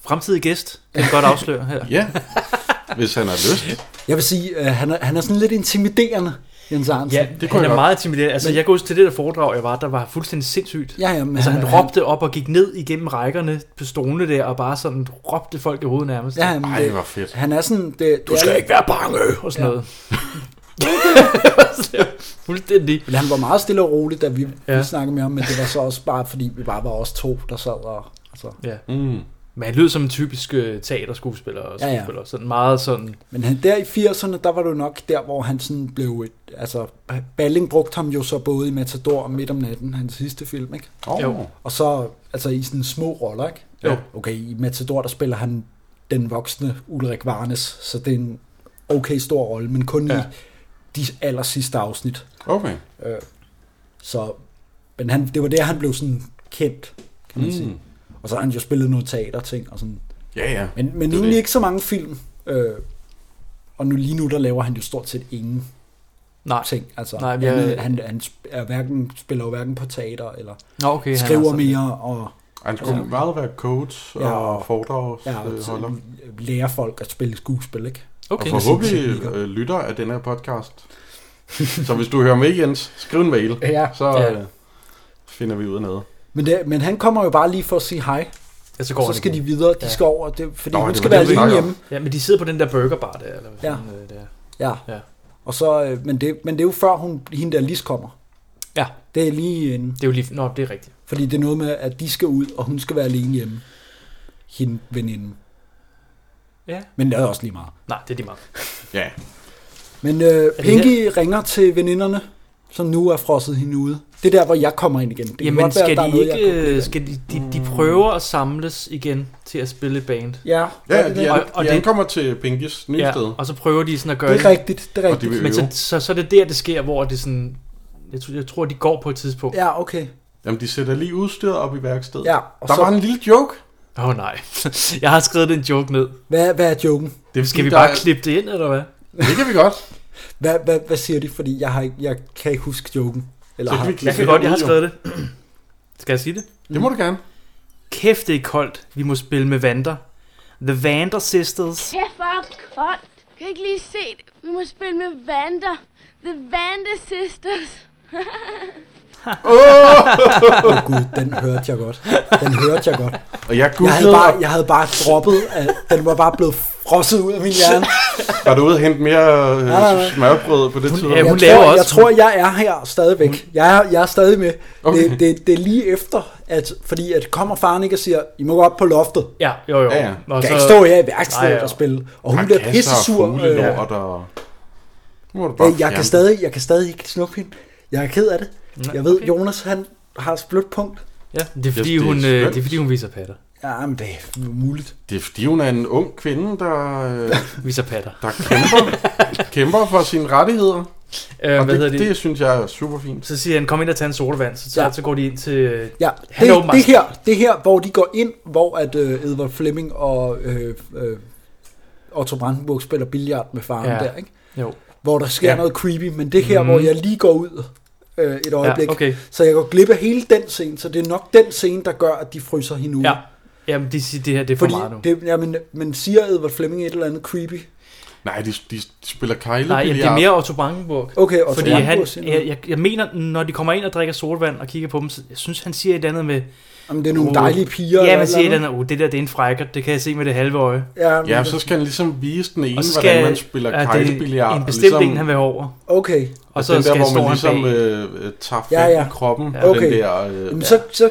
Speaker 2: Fremtidig gæst. Kan jeg godt afsløre her.
Speaker 3: Ja, hvis han har lyst.
Speaker 4: Jeg vil sige, øh, han, er, han er sådan lidt intimiderende, Jens Arnsen.
Speaker 2: Ja, det
Speaker 3: kunne
Speaker 2: han
Speaker 3: jeg
Speaker 2: er
Speaker 3: godt.
Speaker 2: meget intimiderende. Altså, jeg går til det der foredrag, jeg var, der var fuldstændig sindssygt.
Speaker 4: ja, ja men
Speaker 2: Altså, han råbte op og gik ned igennem rækkerne på stolene der, og bare sådan råbte folk i hovedet nærmest.
Speaker 4: Ja, men
Speaker 3: Ej,
Speaker 4: det,
Speaker 3: hvor fedt.
Speaker 4: han er sådan... Det, du skal
Speaker 2: ikke være bange! Og sådan ja.
Speaker 4: Ja.
Speaker 2: noget. fuldstændig.
Speaker 4: Men han var meget stille og rolig, da vi,
Speaker 2: Ja.
Speaker 4: ja. vi snakkede med ham, men det var så også bare, fordi vi bare var os to, der sad og... Altså.
Speaker 3: Mm.
Speaker 2: Men han lød som en typisk øh, teaterskuespiller og
Speaker 4: Ja, ja.
Speaker 2: skuespiller. Ja, ja. Sådan meget sådan...
Speaker 4: Men han, der i 80'erne, der var det jo nok der, hvor han sådan blev... Et, altså, Balling brugte ham jo så både i Matador og Midt om natten, hans sidste film, ikke?
Speaker 3: Oh.
Speaker 2: Jo.
Speaker 3: Jo.
Speaker 4: Og så altså, i sådan små roller, ikke?
Speaker 3: Jo.
Speaker 4: Okay, i Matador, der spiller han den voksne Ulrik Varnes, så det er en okay stor rolle, men kun ja. i
Speaker 2: Ja.
Speaker 4: de aller sidste afsnit.
Speaker 3: Okay.
Speaker 4: Så, men han, det var der, han blev sådan kendt, kan man mm. sige.
Speaker 3: Mm.
Speaker 4: Og så har han jo spillet nogle teaterting og sådan.
Speaker 3: Ja, ja.
Speaker 4: Men, men
Speaker 3: Det er
Speaker 4: egentlig
Speaker 3: det.
Speaker 4: ikke så mange film. Øh, og nu lige nu, der laver han jo stort set ingen
Speaker 2: Nej.
Speaker 4: ting. Altså,
Speaker 2: Nej,
Speaker 4: Nej,
Speaker 2: men jeg-
Speaker 4: han, han, han sp- er hverken, spiller jo hverken på teater, eller
Speaker 2: Nå, okay. han altså. er
Speaker 4: skriver
Speaker 2: sådan-
Speaker 4: mere, og
Speaker 3: Han skulle ja. meget være coach og
Speaker 4: Ja,
Speaker 3: ja.
Speaker 4: og- ja, altså,
Speaker 3: foredragsholder.
Speaker 4: så, lærer folk at spille skuespil, ikke?
Speaker 3: Og
Speaker 2: Okay.
Speaker 3: forhåbentlig øh, lytter af den her podcast. så hvis du hører med, Jens, skriv en mail.
Speaker 4: Ja.
Speaker 3: Så
Speaker 2: Ja.
Speaker 3: øh, finder vi ud af noget.
Speaker 4: Men, det, men han kommer jo bare lige for at sige hej.
Speaker 2: Ja, så, går
Speaker 4: Så
Speaker 2: han
Speaker 4: skal de
Speaker 2: igen.
Speaker 4: videre, de
Speaker 2: Ja.
Speaker 4: skal over, det, fordi
Speaker 3: Nå,
Speaker 4: Nå, hun
Speaker 3: det
Speaker 4: skal
Speaker 3: var
Speaker 4: være
Speaker 3: det, vi
Speaker 4: alene
Speaker 3: snakker om.
Speaker 4: hjemme.
Speaker 2: Ja, men de sidder på den der burgerbar der, eller hvad
Speaker 4: Ja.
Speaker 2: fanden, øh, det er.
Speaker 4: Ja.
Speaker 2: Ja.
Speaker 4: ja. Og så, øh, men, det, men det er jo før hun, hende der Lis kommer.
Speaker 2: Ja.
Speaker 4: Det er lige en,
Speaker 2: Det er jo lige... Nå, det er rigtigt.
Speaker 4: fordi det er noget med, at de skal ud, og hun skal være alene hjemme. Hende veninden.
Speaker 2: Ja.
Speaker 4: Men det er også lige meget.
Speaker 2: Nej, det er lige meget.
Speaker 3: Ja.
Speaker 4: Men øh,
Speaker 2: det
Speaker 4: Pinky ringer til veninderne, som nu er frosset hende ude. Det er der, hvor jeg kommer ind igen. Det kan
Speaker 2: Jamen,
Speaker 4: godt være,
Speaker 2: skal
Speaker 4: at der
Speaker 2: de
Speaker 4: er noget, jeg
Speaker 2: ikke...
Speaker 4: kunne-
Speaker 2: øh, Skal de, de, de prøver at samles igen til at spille i band.
Speaker 4: Ja,
Speaker 3: Ja,
Speaker 4: det,
Speaker 3: de,
Speaker 4: er,
Speaker 3: an,
Speaker 2: Og- og
Speaker 3: de
Speaker 2: det-
Speaker 3: ankommer til Pinkis nye sted.
Speaker 2: og så prøver de sådan at gøre
Speaker 4: det er rigtigt, det er
Speaker 3: Og de
Speaker 4: rigtigt.
Speaker 3: vil
Speaker 2: Men så,
Speaker 3: øve.
Speaker 2: så, så er det der, det sker, hvor det sådan... Jeg tror, jeg tror, de går på et tidspunkt.
Speaker 4: Ja, okay.
Speaker 3: Jamen, de sætter lige udstyret op i værkstedet.
Speaker 4: Ja, og
Speaker 3: Der
Speaker 4: så,
Speaker 3: var en lille joke.
Speaker 2: Åh oh, nej. Jeg har skrevet den joke ned.
Speaker 4: hvad, hvad er joken?
Speaker 3: Det
Speaker 2: Skal vi
Speaker 3: der
Speaker 2: bare
Speaker 3: er-
Speaker 2: klippe det ind, eller hvad?
Speaker 3: Det kan vi godt.
Speaker 4: Hvad, hvad, hvad siger de? Fordi jeg, har, ikke- jeg kan ikke huske joken. Eller
Speaker 3: Så
Speaker 4: har,
Speaker 3: kan vi
Speaker 2: Jeg
Speaker 3: klippe
Speaker 2: kan
Speaker 3: det
Speaker 2: godt, jeg har
Speaker 3: ud, jo.
Speaker 2: skrevet det. Skal jeg sige det?
Speaker 3: Det må du gerne.
Speaker 2: Kæft, det er koldt. Vi må spille med Vander. The Vander Sisters.
Speaker 5: Kæft, hvor er koldt. Kan ikke lige se det? Vi må spille med Vanda. The Vanda Sisters.
Speaker 4: Åh oh, gud, den hørte jeg godt. Den hørte jeg godt.
Speaker 3: Og jeg
Speaker 4: Jeg havde
Speaker 3: googlede,
Speaker 4: bare, jeg havde bare droppet, at den var bare blevet frosset ud af min hjerne.
Speaker 3: var du ude og hente mere øh,
Speaker 4: nej, nej.
Speaker 3: smørbrød på det tidspunkt?
Speaker 2: ja,
Speaker 4: Jeg
Speaker 2: hun
Speaker 4: tror,
Speaker 2: laver også- Mm.
Speaker 4: jeg, tror, jeg er her stadigvæk. Jeg er, jeg er stadig med.
Speaker 3: Okay.
Speaker 4: Okay. Det, det, det er lige efter, at, fordi at kommer faren ikke og siger, I må gå op på loftet.
Speaker 2: Ja, jo, jo.
Speaker 3: Ja, ja.
Speaker 2: Og
Speaker 4: Jeg
Speaker 2: så,
Speaker 4: kan ikke stå her i
Speaker 2: Nej,
Speaker 4: værkstedet
Speaker 2: ja.
Speaker 4: og spille. Og
Speaker 3: Der
Speaker 4: hun
Speaker 3: er
Speaker 4: bliver
Speaker 3: kasser og
Speaker 4: pissesur. Øh,
Speaker 3: fuglelort og... Nu må du bare
Speaker 4: øh, jeg, kan
Speaker 3: fjerne
Speaker 4: stadig, jeg kan stadig ikke snuppe hende. Jeg er ked af det. Jeg ved,
Speaker 2: okay.
Speaker 4: Jonas han har et blødt punkt.
Speaker 2: ja, det er fordi,
Speaker 3: det er
Speaker 2: hun, øh,
Speaker 3: skønt.
Speaker 2: det er fordi hun viser patter.
Speaker 4: Ja, men det er muligt.
Speaker 3: Det er fordi, hun er en ung kvinde, der, øh,
Speaker 2: Viser patter.
Speaker 3: der kæmper, kæmper for sine rettigheder.
Speaker 2: Øh,
Speaker 3: Og
Speaker 2: hvad
Speaker 3: det,
Speaker 2: hedder
Speaker 3: det,
Speaker 2: det?
Speaker 3: det synes jeg er super fint.
Speaker 2: Så siger han, kom ind og tag en sodavand. Så, tager,
Speaker 4: Ja.
Speaker 2: så går de ind til... øh,
Speaker 4: Ja,
Speaker 2: Han
Speaker 4: det,
Speaker 2: er
Speaker 4: det,
Speaker 2: åbenbart-
Speaker 4: her, det her, hvor de går ind, hvor at øh, Edward Fleming og øh, øh, Otto Brandenburg spiller billiard med faren
Speaker 2: Ja.
Speaker 4: ja. der, ikke?
Speaker 2: Jo.
Speaker 4: hvor der sker
Speaker 2: Ja.
Speaker 4: ja. noget creepy, men det her,
Speaker 2: Mhm.
Speaker 4: mm. hvor jeg lige går ud øh, et øjeblik,
Speaker 2: Ja, okay.
Speaker 4: så jeg går glip af hele den scene, så det er nok den scene, der gør, at de fryser hende ud.
Speaker 2: Ja. Jamen, de siger, det her det er for
Speaker 4: Fordi
Speaker 2: meget nu.
Speaker 4: det, ja, men, men siger Edward Fleming et eller andet creepy?
Speaker 3: Nej, de, de, de spiller kejle
Speaker 2: Nej, jamen, det er mere Otto Brandenburg.
Speaker 4: Okay, Otto
Speaker 2: Fordi han,
Speaker 4: Brandenburg siger
Speaker 2: jeg,
Speaker 4: noget.
Speaker 2: jeg, jeg mener, når de kommer ind og drikker solvand og kigger på dem, så jeg synes, han siger et eller andet med...
Speaker 4: Jamen, det er nogle
Speaker 2: "Åh,
Speaker 4: dejlige piger.
Speaker 2: Oh. Ja,
Speaker 4: eller
Speaker 2: man siger et
Speaker 4: eller
Speaker 2: eller andet, oh, det der det er en frækker, det kan jeg se med det halve øje.
Speaker 4: andet. Ja,
Speaker 3: Ja,
Speaker 4: men,
Speaker 3: så skal han ligesom vise den ene,
Speaker 2: Og så
Speaker 3: skal, hvordan man
Speaker 2: ja,
Speaker 3: spiller
Speaker 2: det er
Speaker 3: kejlebilliard.
Speaker 2: en
Speaker 3: og Altså,
Speaker 2: bestemt ligesom, en, han vil have over.
Speaker 4: okay.
Speaker 2: Og så
Speaker 3: den der,
Speaker 2: skal
Speaker 3: hvor
Speaker 2: stå
Speaker 3: man
Speaker 2: han
Speaker 3: ligesom
Speaker 2: bag.
Speaker 3: øh, øh, tager fat
Speaker 4: Ja,
Speaker 3: ja, ja.
Speaker 4: ja.
Speaker 3: i kroppen.
Speaker 2: Ja.
Speaker 3: Ja. Den
Speaker 4: Okay.
Speaker 3: der, øh,
Speaker 4: Jamen, så, så,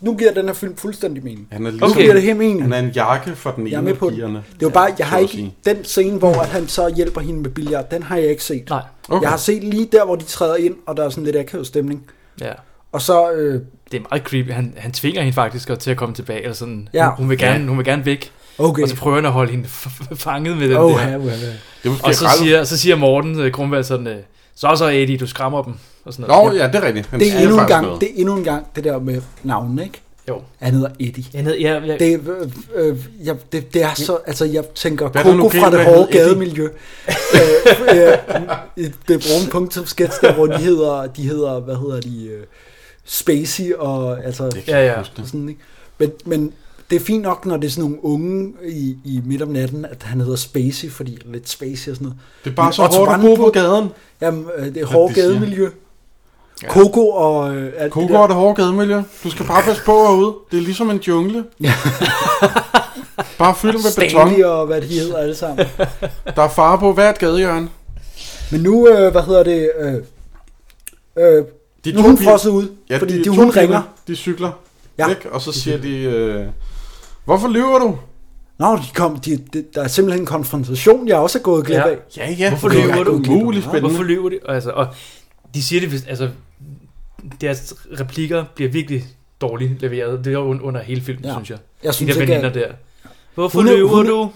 Speaker 4: nu giver den her film fuldstændig mening.
Speaker 3: han er
Speaker 4: Nu
Speaker 3: ligesom,
Speaker 2: Okay.
Speaker 4: okay. giver det her mening.
Speaker 3: han er en jakke for den
Speaker 4: Jeg er
Speaker 3: ene
Speaker 4: med
Speaker 3: af
Speaker 4: på den.
Speaker 3: pigerne.
Speaker 4: Det var bare, jeg har
Speaker 3: så at
Speaker 4: ikke
Speaker 3: sige.
Speaker 4: den scene, hvor at han så hjælper hende med billard, den har jeg ikke set.
Speaker 2: Nej,
Speaker 3: Okay.
Speaker 4: Jeg har set lige der, hvor de træder ind, og der er sådan lidt akavet stemning.
Speaker 2: ja.
Speaker 4: Og så, øh,
Speaker 2: Det er meget creepy. Han, han tvinger hende faktisk til at komme tilbage. Eller sådan.
Speaker 4: Ja.
Speaker 2: Hun, hun, vil gerne, hun vil gerne væk.
Speaker 4: okay.
Speaker 2: Og så prøver han at holde hende f- f- fanget med den
Speaker 4: oh,
Speaker 2: der.
Speaker 4: ja, ja, ja.
Speaker 3: Det er måske
Speaker 2: Og så
Speaker 3: Ralf.
Speaker 2: siger, så siger Morten øh, Grumvald sådan, øh, så så Eddie, du skræmmer dem. Og sådan noget.
Speaker 3: Nå, ja, det er rigtigt. Han
Speaker 4: Det er
Speaker 3: siger
Speaker 4: endnu en
Speaker 3: faktisk
Speaker 4: gang,
Speaker 3: noget.
Speaker 4: det er endnu en gang det der med navnen, ikke?
Speaker 2: Jo.
Speaker 4: Han hedder Eddie.
Speaker 2: Jeg, ned, jeg, jeg,
Speaker 4: Det, er, øh, øh, jeg, det, det er så, altså jeg tænker
Speaker 3: Hvad er der nu
Speaker 4: Coco
Speaker 3: galt
Speaker 4: fra
Speaker 3: med,
Speaker 4: det
Speaker 3: at han
Speaker 4: hårde
Speaker 3: hedder Eddie?
Speaker 4: gademiljø. øh, øh, det brune punktum sketch der, hvor de hedder, de hedder, hvad hedder de, øh, Spacey og altså
Speaker 3: Det kan jeg
Speaker 2: Ja,
Speaker 3: ikke
Speaker 2: ja.
Speaker 3: huske det.
Speaker 4: og sådan, ikke? Men, men det er fint nok, når det er sådan nogle unge i, i midt om natten, at han hedder Spacey, fordi han er lidt Spacey og sådan noget.
Speaker 3: Det er bare så
Speaker 4: Otto
Speaker 3: hårdt at bo på
Speaker 4: Brandenburg-
Speaker 3: gaden.
Speaker 4: Jamen, øh, det er
Speaker 3: Hvad
Speaker 4: hårde
Speaker 3: det siger.
Speaker 4: gademiljø. Coco og... Øh, alt
Speaker 3: Kogo
Speaker 4: det der.
Speaker 3: er det hårde gademiljø. Du skal bare passe på herude. Det er ligesom en jungle. bare fyldt med beton.
Speaker 4: Stanley og hvad de hedder alle sammen.
Speaker 3: Der er far på hvert gadehjørne.
Speaker 4: Men nu, øh, hvad hedder det... Øh, øh,
Speaker 3: De to
Speaker 4: nu er hun
Speaker 3: piger-
Speaker 4: frosset ud, ja, fordi de,
Speaker 3: to
Speaker 4: hun
Speaker 3: piger,
Speaker 4: ringer.
Speaker 3: De cykler ja.
Speaker 4: Ja.
Speaker 3: væk, og så siger de, øh, hvorfor lyver du?
Speaker 4: Nå, de kom, de, de, der er simpelthen en konfrontation, jeg også er gået glip
Speaker 2: Ja.
Speaker 4: af.
Speaker 3: Ja, ja.
Speaker 2: Hvorfor
Speaker 3: det er
Speaker 2: lyver
Speaker 3: jo
Speaker 2: du?
Speaker 3: Umuligt spændende.
Speaker 2: Hvorfor lyver de? Altså, og de siger det, hvis- altså, deres replikker bliver virkelig dårligt leveret. Det er un- under hele filmen, ja.
Speaker 4: Ja.
Speaker 2: synes jeg.
Speaker 4: Jeg
Speaker 2: De
Speaker 4: synes
Speaker 2: der
Speaker 4: ikke,
Speaker 2: veninder
Speaker 4: at,
Speaker 2: der. Hvorfor
Speaker 4: Hun er-
Speaker 2: lyver
Speaker 4: hun er-
Speaker 2: du?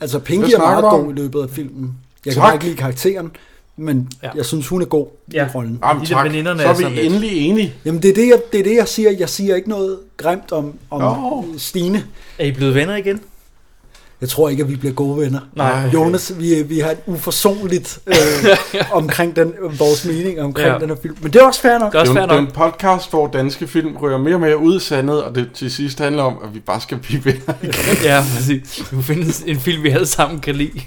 Speaker 4: altså Pinky
Speaker 3: Hvad
Speaker 4: er
Speaker 3: snakker
Speaker 4: meget
Speaker 3: du om?
Speaker 4: god i løbet af filmen. Jeg kan
Speaker 3: Tak.
Speaker 4: bare ikke lide karakteren, men
Speaker 2: Ja.
Speaker 4: ja. jeg synes, hun er god ja.
Speaker 2: Ja.
Speaker 4: i rollen.
Speaker 3: Jamen
Speaker 2: De der
Speaker 3: tak,
Speaker 2: veninderne
Speaker 3: så
Speaker 2: er
Speaker 3: er vi
Speaker 2: sådan lidt-
Speaker 3: endelig enige.
Speaker 4: Jamen, det er det, jeg, det er det, jeg siger. Jeg siger ikke noget grimt om, om
Speaker 3: Nå.
Speaker 4: Stine.
Speaker 2: Er I blevet venner igen?
Speaker 4: Jeg tror ikke, at vi bliver gode venner.
Speaker 2: Nej.
Speaker 4: Okay. Jonas, vi, vi har et uforsonligt øh, omkring den, vores mening omkring
Speaker 2: Ja.
Speaker 4: ja. den her film. Men det er også fair nok.
Speaker 2: Det er
Speaker 3: Det
Speaker 2: også
Speaker 3: er,
Speaker 2: fair
Speaker 3: jo- det er
Speaker 2: nok.
Speaker 3: en podcast, hvor danske film rører mere og mere ud i sandet, og det til sidst handler om, at vi bare skal blive venner.
Speaker 2: Ja, præcis. Du findes en film, vi alle sammen kan lide.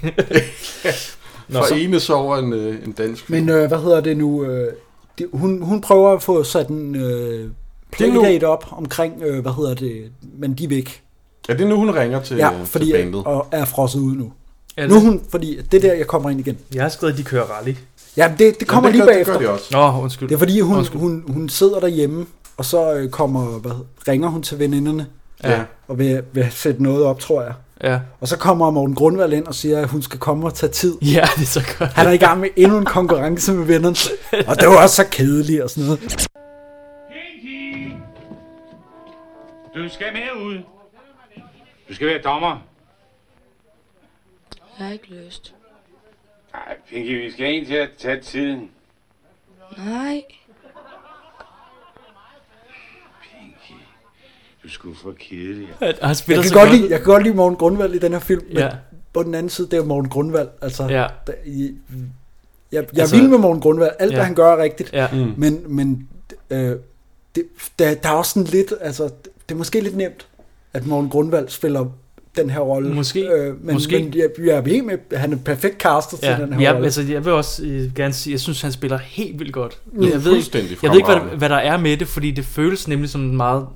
Speaker 2: Nå,
Speaker 3: For
Speaker 2: så-
Speaker 3: enes over en, øh, en dansk film.
Speaker 4: Men øh, hvad hedder det nu? Øh, det, hun, hun prøver at få sat en øh,
Speaker 3: er nu.
Speaker 4: playdate op omkring, øh, hvad hedder det, men de er væk.
Speaker 3: Ja, det er nu, hun ringer til,
Speaker 4: Ja, fordi øh,
Speaker 3: til bandet.
Speaker 4: og er frosset ud nu.
Speaker 2: altså,
Speaker 4: Nu er hun, fordi det er der, jeg kommer ind igen.
Speaker 2: Jeg har skrevet, at de kører rally.
Speaker 4: Ja, det, det kommer
Speaker 3: Jamen,
Speaker 4: lige
Speaker 3: det gør,
Speaker 4: bagefter.
Speaker 3: Det gør de også.
Speaker 2: Nå, undskyld.
Speaker 4: Det er fordi, hun,
Speaker 2: Undskyld.
Speaker 4: hun, hun sidder derhjemme, og så øh, kommer, hvad, ringer hun til veninderne
Speaker 2: Ja.
Speaker 3: Ja.
Speaker 4: og vil, vil sætte noget op, tror jeg.
Speaker 2: Ja.
Speaker 4: Og så kommer Morten Grundvald ind og siger, at hun skal komme og tage tid.
Speaker 2: ja, det er så godt.
Speaker 4: Han er i gang med endnu en konkurrence med vennerne. Og det var også så kedeligt og sådan noget.
Speaker 7: Pinky! Du skal med ud. Du skal være dommer.
Speaker 11: Jeg har ikke lyst.
Speaker 6: Nej, Pinky, vi skal ind til at tage tiden.
Speaker 11: Nej.
Speaker 6: Pinky, du skulle for kedelig.
Speaker 2: Han spiller
Speaker 4: Jeg kan,
Speaker 2: så
Speaker 4: godt lide, jeg kan godt lide Morten Grundvald i den her film, men
Speaker 2: Ja.
Speaker 4: ja. på den anden side, det er jo Morten Grundvald. Altså,
Speaker 2: Ja.
Speaker 4: der, i, jeg, jeg
Speaker 2: Altså-
Speaker 4: er vild med Morten Grundvald. Alt,
Speaker 2: Ja.
Speaker 4: ja. hvad han gør, er rigtigt.
Speaker 2: Ja. Mm.
Speaker 4: Men, men øh, det, der, der er også sådan lidt, altså, det er måske lidt nemt, at Morten Grundvald spiller den her rolle. Øh,
Speaker 2: Måske.
Speaker 4: men,
Speaker 2: Måske.
Speaker 4: Men jeg, jeg er helt med, at han er perfekt castet ja.
Speaker 2: Ja,
Speaker 4: til den her
Speaker 2: jeg,
Speaker 4: rolle.
Speaker 2: altså, jeg vil også øh, gerne sige, jeg synes, han spiller helt vildt godt. Jeg
Speaker 3: Det er
Speaker 4: Mm.
Speaker 2: ved ikke,
Speaker 3: fuldstændig
Speaker 2: jeg ved ikke hvad,
Speaker 3: fremragende.
Speaker 2: hvad der er med det, fordi det føles nemlig som meget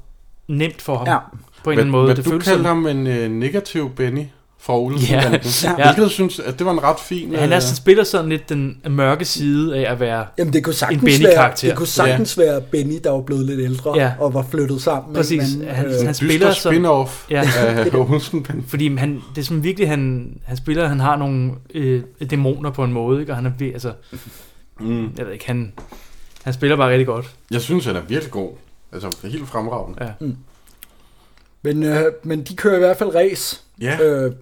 Speaker 2: nemt for ham.
Speaker 4: Ja.
Speaker 2: På en eller anden måde.
Speaker 3: Hvad
Speaker 2: det
Speaker 3: du
Speaker 2: føles
Speaker 3: kaldte
Speaker 2: som,
Speaker 3: ham en øh, negativ Benny fra Olsen.
Speaker 2: Ja.
Speaker 3: Ja.
Speaker 4: Ja.
Speaker 3: Hvilket jeg synes, at det var en ret fin...
Speaker 2: han er,
Speaker 3: øh,
Speaker 2: sådan, spiller sådan lidt den mørke side af at være...
Speaker 4: Jamen det kunne
Speaker 2: En
Speaker 4: sagtens, være,
Speaker 2: Benny-karakter.
Speaker 4: det kunne sagtens ja. være Benny, der var blevet lidt ældre
Speaker 2: Ja.
Speaker 4: ja. og var flyttet sammen. med
Speaker 2: Præcis.
Speaker 4: en anden,
Speaker 2: Han-
Speaker 4: øh,
Speaker 2: han-
Speaker 3: dyster
Speaker 2: spiller som-
Speaker 3: spin-off
Speaker 2: Ja.
Speaker 3: af Olsen.
Speaker 2: Fordi han, det er som virkelig, han, han spiller, han har nogle øh, dæmoner på en måde, ikke? og han er ved, altså,
Speaker 3: Mm.
Speaker 2: jeg ved ikke, han, han spiller bare rigtig godt.
Speaker 3: Jeg synes, han er virkelig god. Altså, helt fremragende.
Speaker 2: Ja.
Speaker 4: men, øh, men de kører i hvert fald race.
Speaker 3: Ja.
Speaker 4: Øh,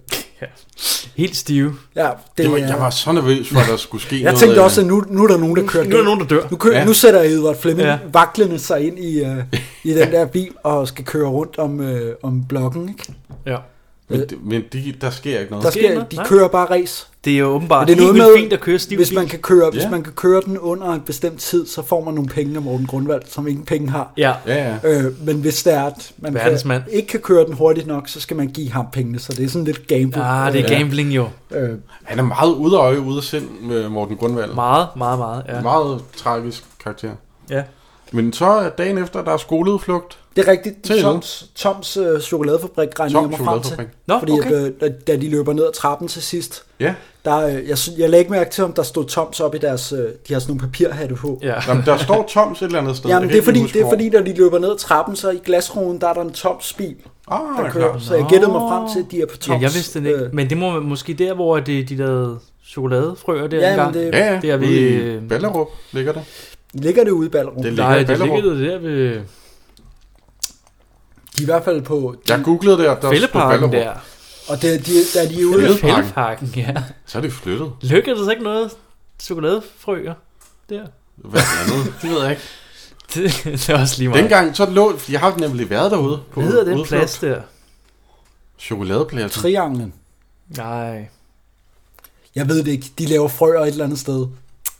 Speaker 2: Helt stive.
Speaker 4: Ja,
Speaker 3: Det, det var, jeg var så nervøs for, at der skulle ske
Speaker 4: Jeg
Speaker 3: noget.
Speaker 4: tænkte
Speaker 3: øh,
Speaker 4: også, at nu, nu er der nogen, der kører
Speaker 2: Nu er der nogen, der dør.
Speaker 4: Nu, kører,
Speaker 2: Ja.
Speaker 4: ja. nu sætter Edward Fleming
Speaker 2: Ja.
Speaker 4: ja. vaklende sig ind i, øh, i den der bil og skal køre rundt om, øh, om blokken. Ikke?
Speaker 2: Ja.
Speaker 3: Men, de- men de, der sker ikke noget.
Speaker 4: Der sker, de kører bare ræs.
Speaker 2: Det er jo åbenbart
Speaker 4: Men det er
Speaker 2: helt
Speaker 4: noget
Speaker 2: vildt
Speaker 4: med,
Speaker 2: fint at køre stiv
Speaker 4: hvis
Speaker 2: bil.
Speaker 4: man, kan køre, ja.
Speaker 2: Ja.
Speaker 4: hvis man kan køre den under en bestemt tid, så får man nogle penge af Morten Grundvald, som ingen penge har.
Speaker 2: Ja. Ja, ja.
Speaker 4: Øh, men hvis det er, at man kan,
Speaker 2: Verdensmand.
Speaker 4: ikke kan køre den hurtigt nok, så skal man give ham pengene. Så det er sådan lidt gamble.
Speaker 2: Ah, det er
Speaker 4: Øh,
Speaker 2: gambling jo.
Speaker 4: Øh.
Speaker 3: Han er meget ude af øje, ude af sind med Morten Grundvald.
Speaker 2: Meget, meget, meget. Ja.
Speaker 3: Meget tragisk karakter.
Speaker 2: Ja.
Speaker 3: Men så er dagen efter, der er skoleudflugt.
Speaker 4: Det er rigtigt.
Speaker 3: Til
Speaker 4: Toms, Toms øh, chokoladefabrik regner
Speaker 3: Toms
Speaker 4: jeg mig frem til.
Speaker 3: chokoladefabrik. Nå,
Speaker 4: fordi
Speaker 3: okay.
Speaker 4: at, øh, da, da de løber ned ad trappen til sidst,
Speaker 3: Ja.
Speaker 4: der, øh, jeg, sy- jeg lagde ikke mærke til, om der stod Toms op i deres... Øh, de har sådan nogle papirhatte på.
Speaker 3: Ja. Jamen, der står Toms et eller andet sted. Jeg
Speaker 4: Jamen,
Speaker 3: kan
Speaker 4: det er,
Speaker 3: ikke
Speaker 4: fordi,
Speaker 3: huske,
Speaker 4: det er
Speaker 3: hvor.
Speaker 4: fordi, når de løber ned ad trappen, så i glasruden, der er der en Toms bil, ah, der kører.
Speaker 2: klart.
Speaker 4: Så jeg gættede mig frem til, at de er på
Speaker 2: Ja,
Speaker 4: Toms.
Speaker 2: jeg vidste det ikke. Øh. Men det må måske der, hvor det, de lavede chokoladefrøer der
Speaker 4: Ja,
Speaker 2: engang.
Speaker 4: men det-
Speaker 3: Ja, ja.
Speaker 2: Der
Speaker 3: Ude
Speaker 2: ved,
Speaker 3: i
Speaker 2: øh,
Speaker 3: Ballerup ligger det.
Speaker 4: Ligger det ude i Ballerup?
Speaker 3: Det ligger
Speaker 2: Nej,
Speaker 3: i
Speaker 2: det
Speaker 3: Ballerup.
Speaker 2: ligger det der ved
Speaker 4: De er i hvert fald på... De,
Speaker 3: Jeg googlede det, og der
Speaker 2: Fældeparken
Speaker 3: stod Ballerup.
Speaker 2: der.
Speaker 4: Og det, er de, der er de ude...
Speaker 2: Fældeparken, ja.
Speaker 3: Så er det flyttet.
Speaker 2: Lykkedes der ikke noget chokoladefrøer der?
Speaker 3: Hvad andet? det ved jeg ikke.
Speaker 2: Det, det er også lige meget.
Speaker 3: Dengang så lå, for jeg har nemlig været derude. På
Speaker 2: Hvad hedder den
Speaker 3: udflugt.
Speaker 2: plads der?
Speaker 3: Chokoladepladsen.
Speaker 4: Trianglen.
Speaker 2: Nej.
Speaker 4: Jeg ved det ikke. De laver frøer et eller andet sted.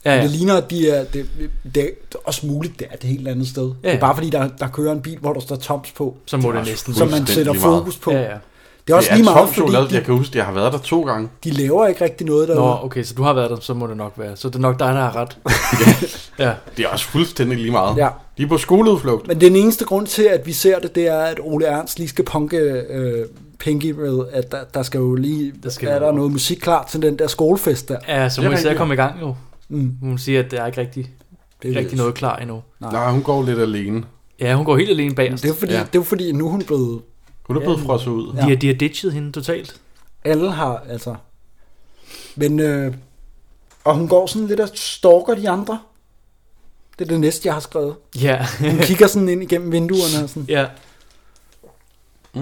Speaker 2: Ja,
Speaker 4: Ja,
Speaker 2: ja.
Speaker 4: ja. Det ligner, at de er, det, det er også muligt, det er et helt andet sted. Ja, ja. Det er bare fordi, der, der kører en bil, hvor der står Toms på.
Speaker 2: Så må
Speaker 4: er
Speaker 2: det
Speaker 4: også
Speaker 2: næsten
Speaker 4: Som man
Speaker 3: fuldstændig
Speaker 4: sætter
Speaker 3: lige meget.
Speaker 4: fokus på.
Speaker 2: Ja, ja.
Speaker 4: Det er også lige meget,
Speaker 3: Toms
Speaker 4: fordi
Speaker 3: chokolade. Jeg
Speaker 4: de,
Speaker 3: kan huske, jeg har været der to gange.
Speaker 4: de laver ikke rigtig noget derude.
Speaker 2: Nå, okay, så du har været der, så må det nok være. Så det er nok dig, der har ret. ja.
Speaker 3: Det er også fuldstændig lige meget.
Speaker 4: Ja.
Speaker 3: De er på skoleudflugt.
Speaker 4: Men den eneste grund til, at vi ser det, det er, at Ole Ernst lige skal punke øh, Pinky med, at der, der skal jo lige der skal
Speaker 2: skal
Speaker 4: er
Speaker 2: være
Speaker 4: der
Speaker 2: op.
Speaker 4: noget musik klar til den der skolefest der.
Speaker 2: Ja, så
Speaker 4: Det er
Speaker 2: må især
Speaker 4: rigtigt.
Speaker 2: komme i gang jo.
Speaker 4: Mm.
Speaker 2: Hun siger, at der er ikke rigtig,
Speaker 4: Det er
Speaker 2: rigtig
Speaker 4: det.
Speaker 2: noget klar endnu.
Speaker 3: Nej. Nej, hun går lidt alene.
Speaker 2: Ja, hun går helt alene bag os.
Speaker 4: Det er fordi, ja. det er fordi nu er hun blevet...
Speaker 3: Hun er blevet frosset ud.
Speaker 2: De, har, de har ditchet hende totalt.
Speaker 4: Alle har, altså... Men, øh, og hun går sådan lidt og stalker de andre. Det er det næste, jeg har skrevet.
Speaker 2: Ja.
Speaker 4: hun kigger sådan ind igennem vinduerne og sådan.
Speaker 2: Ja.
Speaker 3: Mm.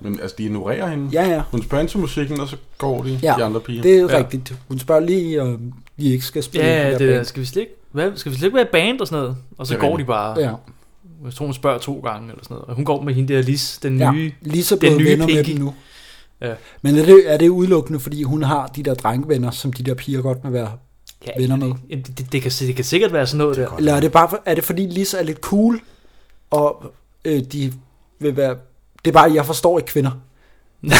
Speaker 3: Men altså, de ignorerer hende.
Speaker 4: Ja, ja.
Speaker 3: Hun spørger ind til musikken, og så går de,
Speaker 4: Ja,
Speaker 3: de andre piger.
Speaker 4: det er ja. rigtigt. Hun spørger lige, om de ikke skal spille
Speaker 2: Ja,
Speaker 4: den
Speaker 2: det altså
Speaker 4: der
Speaker 2: der.
Speaker 4: band.
Speaker 2: Skal vi slet ikke, hvad, skal vi slet ikke være i band og sådan noget? Og så
Speaker 4: Det
Speaker 2: går
Speaker 4: er rigtigt.
Speaker 2: de bare.
Speaker 4: Ja.
Speaker 2: Jeg tror, hun spørger to gange eller sådan noget. Og hun går med hende der Lis, den
Speaker 4: Ja,
Speaker 2: nye,
Speaker 4: Lis er
Speaker 2: den
Speaker 4: blevet
Speaker 2: nye
Speaker 4: venner med
Speaker 2: Pinky.
Speaker 4: dem nu.
Speaker 2: Ja.
Speaker 4: Men er det, er det udelukkende, fordi hun har de der drengvenner, som de der piger godt må være
Speaker 2: Ja,
Speaker 4: venner med?
Speaker 2: Jamen, Det, det, det, kan, det kan sikkert være sådan noget der.
Speaker 4: Eller er det bare for, er det fordi Lis er lidt cool, og øh, de vil være... Det er bare, jeg forstår ikke kvinder. det,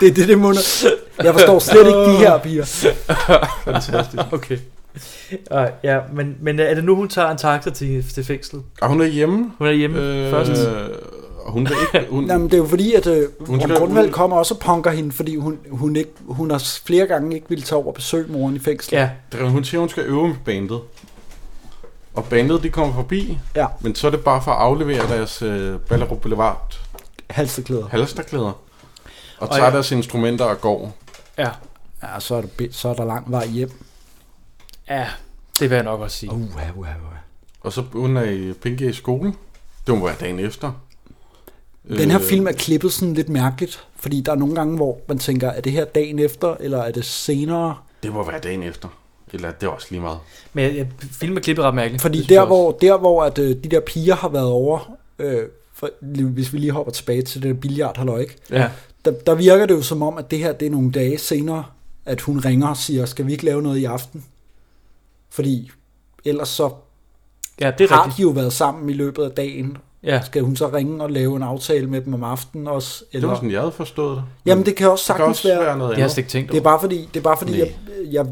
Speaker 4: det, det, det må... Jeg forstår slet ikke de her piger.
Speaker 3: Fantastisk.
Speaker 2: okay. Ej, ja, men, men øh, er det nu, hun tager en taxa til, til fængslet?
Speaker 3: Og hun er hjemme.
Speaker 2: Hun er hjemme
Speaker 4: Øh,
Speaker 2: først.
Speaker 3: Og hun vil ikke... Hun,
Speaker 4: Nå, men det er jo fordi, at øh, Morten
Speaker 3: skal
Speaker 4: Grundvald
Speaker 3: ud.
Speaker 4: kommer også og punker hende, fordi hun, hun, ikke, hun har flere gange ikke ville tage over og besøge moren i fængslet.
Speaker 3: Der- Hun siger, hun skal øve med bandet. Og bandet, de kommer forbi,
Speaker 4: Ja.
Speaker 3: men så er det bare for at aflevere deres øh, Ballerup Boulevard
Speaker 4: Halsterklæder.
Speaker 3: halsterklæder. Og
Speaker 4: Og
Speaker 3: tager
Speaker 4: ja.
Speaker 3: deres instrumenter og går.
Speaker 2: Ja.
Speaker 4: Ja, så er, det, så er der lang vej hjem.
Speaker 2: Ja, det vil jeg nok også sige.
Speaker 4: Uh, uh, uh, uh.
Speaker 3: Og så hun er i Pinky i skole. Det må være dagen efter.
Speaker 4: Den her
Speaker 3: Øh.
Speaker 4: film er klippet sådan lidt mærkeligt, fordi der er nogle gange, hvor man tænker, er det her dagen efter, eller er det senere?
Speaker 3: Det må være dagen efter. Eller det er også lige meget.
Speaker 2: Men jeg, jeg filmen er klippet ret mærkeligt.
Speaker 4: Fordi
Speaker 2: Det synes jeg
Speaker 4: der
Speaker 2: også.
Speaker 4: hvor, der, hvor at, øh, de der piger har været over, øh, for, hvis vi lige hopper tilbage til det der billiard, halløj, ikke?
Speaker 2: Ja.
Speaker 4: Der, der virker det jo som om, at det her det er nogle dage senere, at hun ringer og siger, skal vi ikke lave noget i aften? Fordi ellers så
Speaker 2: Ja, det er
Speaker 4: har
Speaker 2: rigtigt.
Speaker 4: de jo været sammen i løbet af dagen.
Speaker 2: Ja.
Speaker 4: Skal hun så ringe og lave en aftale med dem om aftenen også?
Speaker 3: Det var sådan, jeg havde forstået det.
Speaker 4: Jamen det kan også
Speaker 3: Det
Speaker 4: sagtens
Speaker 3: kan også
Speaker 4: være.
Speaker 3: være noget Det har jeg andet. slet ikke tænkt
Speaker 4: Det er
Speaker 3: over.
Speaker 4: bare fordi, det er bare fordi
Speaker 3: Nej.
Speaker 4: jeg, jeg,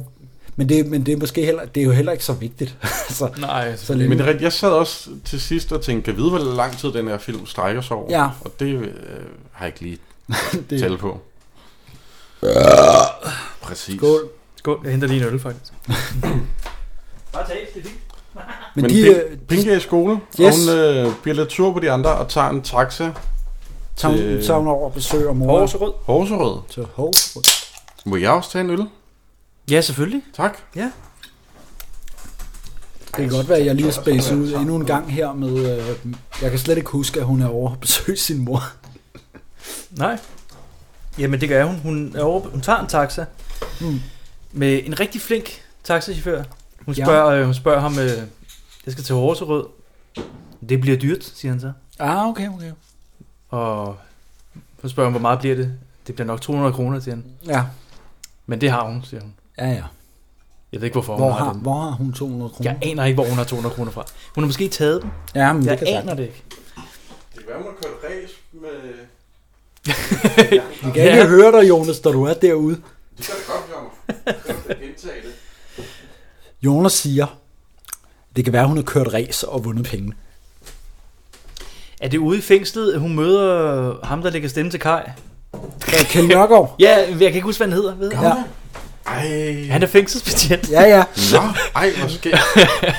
Speaker 4: men det, men det er måske heller, det er jo heller ikke så vigtigt. så, så længe-
Speaker 3: Men det er rigtigt, jeg sad også til sidst og tænkte, kan vide, hvor lang tid den her film strækker sig over?
Speaker 4: Ja.
Speaker 3: Og det øh, har jeg ikke lige
Speaker 4: Det-
Speaker 3: det... tal på. Præcis.
Speaker 4: Skål.
Speaker 2: Skål. Jeg henter lige en øl, faktisk. Bare tag, det er fint.
Speaker 3: Men,
Speaker 4: Men
Speaker 3: Men
Speaker 4: de,
Speaker 3: de,
Speaker 4: øh,
Speaker 3: Pinke er i skole,
Speaker 4: Yes.
Speaker 3: yes. og hun øh, bliver lidt sur på de andre og tager en taxa.
Speaker 4: Tager hun-
Speaker 3: til-
Speaker 4: tager hun over og besøger mor. Horserød.
Speaker 3: Horserød.
Speaker 4: Til Horserød.
Speaker 3: Må jeg også tage en øl?
Speaker 2: Ja, selvfølgelig.
Speaker 3: Tak.
Speaker 2: Ja.
Speaker 4: Det kan godt være, at jeg lige har spacet ud endnu en gang her med... Øh, jeg kan slet ikke huske, at hun er over at besøge sin mor.
Speaker 2: Nej. Jamen det gør hun. Hun, er over, hun tager en taxa mm. med en rigtig flink taxachauffør. Hun
Speaker 4: Ja.
Speaker 2: spørger, øh, hun spørger ham, øh, jeg skal til Horserød. Det bliver dyrt, siger han så.
Speaker 4: Ah, okay, okay.
Speaker 2: Og hun spørger, hvor meget bliver det? Det bliver nok 200 kroner, siger han.
Speaker 4: Ja.
Speaker 2: Men det har hun, siger hun.
Speaker 4: Ja, ja.
Speaker 2: Jeg ved ikke, hvorfor
Speaker 4: Hvor
Speaker 2: hun
Speaker 4: har,
Speaker 2: dem.
Speaker 4: hvor har hun 200 kroner?
Speaker 2: Jeg aner ikke, hvor hun har 200 kroner fra. Hun har måske taget dem.
Speaker 4: Ja, Mm. men det
Speaker 2: jeg
Speaker 4: kan
Speaker 2: aner
Speaker 4: sagtens.
Speaker 2: det ikke.
Speaker 3: Det kan være, hun har kørt ræs med...
Speaker 4: Vi kan ikke høre dig, Jonas, da du er derude.
Speaker 3: Det kan det godt, Jommer. Jeg kan gentage det.
Speaker 4: Jonas siger, det kan være, hun har kørt ræs og vundet penge.
Speaker 2: Er det ude i fængslet, at hun møder ham, der lægger stemme til Kai?
Speaker 4: Kjeld Nørgaard?
Speaker 2: ja, jeg kan ikke huske, hvad han hedder. Ved
Speaker 4: Ja.
Speaker 3: Ej.
Speaker 2: Han er fængselsbetjent.
Speaker 4: Ja, ja.
Speaker 3: Nå, ej, hvor skægt.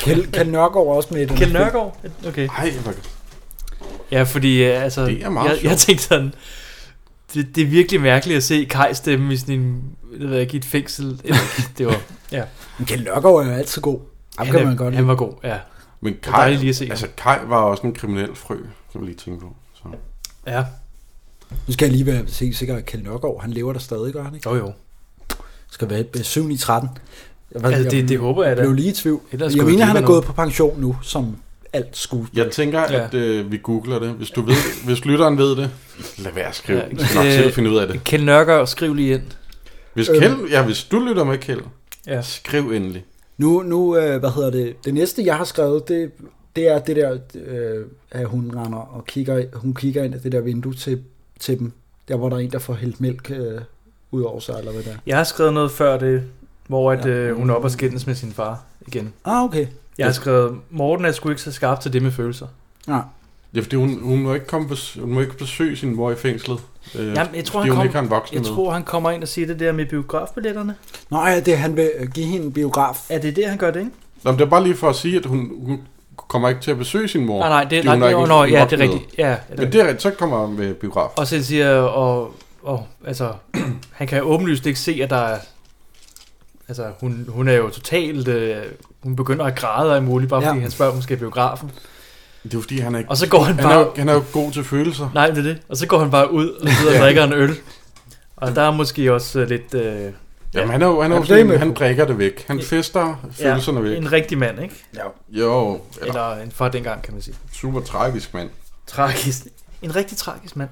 Speaker 4: Kjeld, Kjeld Nørgaard er også med i den.
Speaker 2: Kjeld Nørgaard? Okay.
Speaker 3: Ej, hvor
Speaker 2: Ja, fordi øh, altså,
Speaker 3: Det er meget
Speaker 2: jeg, jeg
Speaker 3: sjovt.
Speaker 2: tænkte sådan, det, det er virkelig mærkeligt at se Kai stemme i sådan en, jeg ved ikke, et fængsel. Eller, det var, ja.
Speaker 4: Men Kjeld Nørgaard er jo altid god. Ham
Speaker 2: Han
Speaker 4: kan
Speaker 2: er-
Speaker 4: man godt
Speaker 2: han
Speaker 4: lide.
Speaker 2: var god, ja.
Speaker 3: Men
Speaker 2: Det var
Speaker 3: Kai,
Speaker 2: dejligt lige at se
Speaker 3: altså, Kai var også en kriminel frø, kan man lige tænke på. Så.
Speaker 2: Ja.
Speaker 4: Nu skal jeg lige være helt sikker, at Kjeld Nørgaard, han lever der stadig, gør han ikke?
Speaker 2: Jo, jo.
Speaker 4: Skal være 7 i 13. Jeg, var-
Speaker 2: Altså, det- det håber jeg da.
Speaker 4: blev lige i tvivl.
Speaker 2: Ellers
Speaker 4: jeg
Speaker 2: går vi
Speaker 4: mener,
Speaker 2: glip
Speaker 4: han
Speaker 2: af
Speaker 4: er
Speaker 2: noget.
Speaker 4: gået på pension nu, som alt skuespiller.
Speaker 3: Jeg tænker, ja. at øh, vi googler det. Hvis, du ved, hvis lytteren ved det, lad være at skrive. Ja, skal nok
Speaker 2: øh,
Speaker 3: selv finde ud af det.
Speaker 2: Kjeld Nørgaard, skriv lige ind.
Speaker 3: Hvis,
Speaker 4: Øhm.
Speaker 3: Kjeld, ja, hvis du lytter med Kjeld,
Speaker 2: Øh. ja.
Speaker 3: skriv endelig.
Speaker 4: Nu, nu øh, hvad hedder det, det næste, jeg har skrevet, det, det er det der, øh, at hun render og kigger, hun kigger ind af det der vindue til, til dem, der hvor der er en, der får hældt mælk øh, ud over sig, eller hvad det er.
Speaker 2: Jeg har skrevet noget før det, hvor at, ja. øh, hun er oppe og skændes med sin far igen.
Speaker 4: Ah, okay.
Speaker 2: Jeg har skrevet, Morten er sgu ikke så skarp til det med følelser.
Speaker 3: Ja, fordi hun, hun, må ikke komme bes, hun må ikke besøge sin mor i fængslet. Øh,
Speaker 2: Jamen, jeg tror,
Speaker 3: fordi
Speaker 2: han,
Speaker 3: hun
Speaker 2: kom,
Speaker 3: ikke har en voksen
Speaker 2: jeg
Speaker 3: med.
Speaker 2: tror, han kommer ind og siger det der med biografbilletterne.
Speaker 4: Nå ja, det er, han vil øh, give hende en biograf.
Speaker 2: Er det det, han gør det, ikke?
Speaker 3: Nå, men det er bare lige for at sige, at hun, hun kommer ikke til at besøge sin mor.
Speaker 2: Nej, nej, det-
Speaker 3: fordi
Speaker 2: nej,
Speaker 3: hun
Speaker 2: det-
Speaker 3: har ikke
Speaker 2: nå,
Speaker 3: en
Speaker 2: ja,
Speaker 3: voksen
Speaker 2: det er
Speaker 3: med.
Speaker 2: rigtigt. Ja, det er
Speaker 3: men
Speaker 2: rigtigt.
Speaker 3: det er rigtigt, så kommer han med biograf.
Speaker 2: Og så siger jeg, og, og altså, han kan åbenlyst ikke se, at der er, altså, hun, hun er jo totalt, øh, hun begynder at græde af muligt, bare
Speaker 3: Ja.
Speaker 2: fordi han spørger, om hun skal i biografen.
Speaker 3: Det er jo fordi, han er ikke...
Speaker 2: Og så går han
Speaker 3: Han er,
Speaker 2: bare-
Speaker 3: jo- han er jo god til følelser.
Speaker 2: Nej, det er det. Og så går han bare ud og sidder og
Speaker 3: Ja.
Speaker 2: drikker en øl. Og der er måske også øh, lidt... Øh, ja.
Speaker 3: Jamen, han er jo, han er jo sådan, en- han drikker det væk. Han fester følelserne væk.
Speaker 2: En rigtig mand, ikke?
Speaker 3: Ja. Jo.
Speaker 2: Eller, eller en fra dengang, kan man sige.
Speaker 3: Super tragisk mand.
Speaker 2: Tragisk. En rigtig tragisk mand.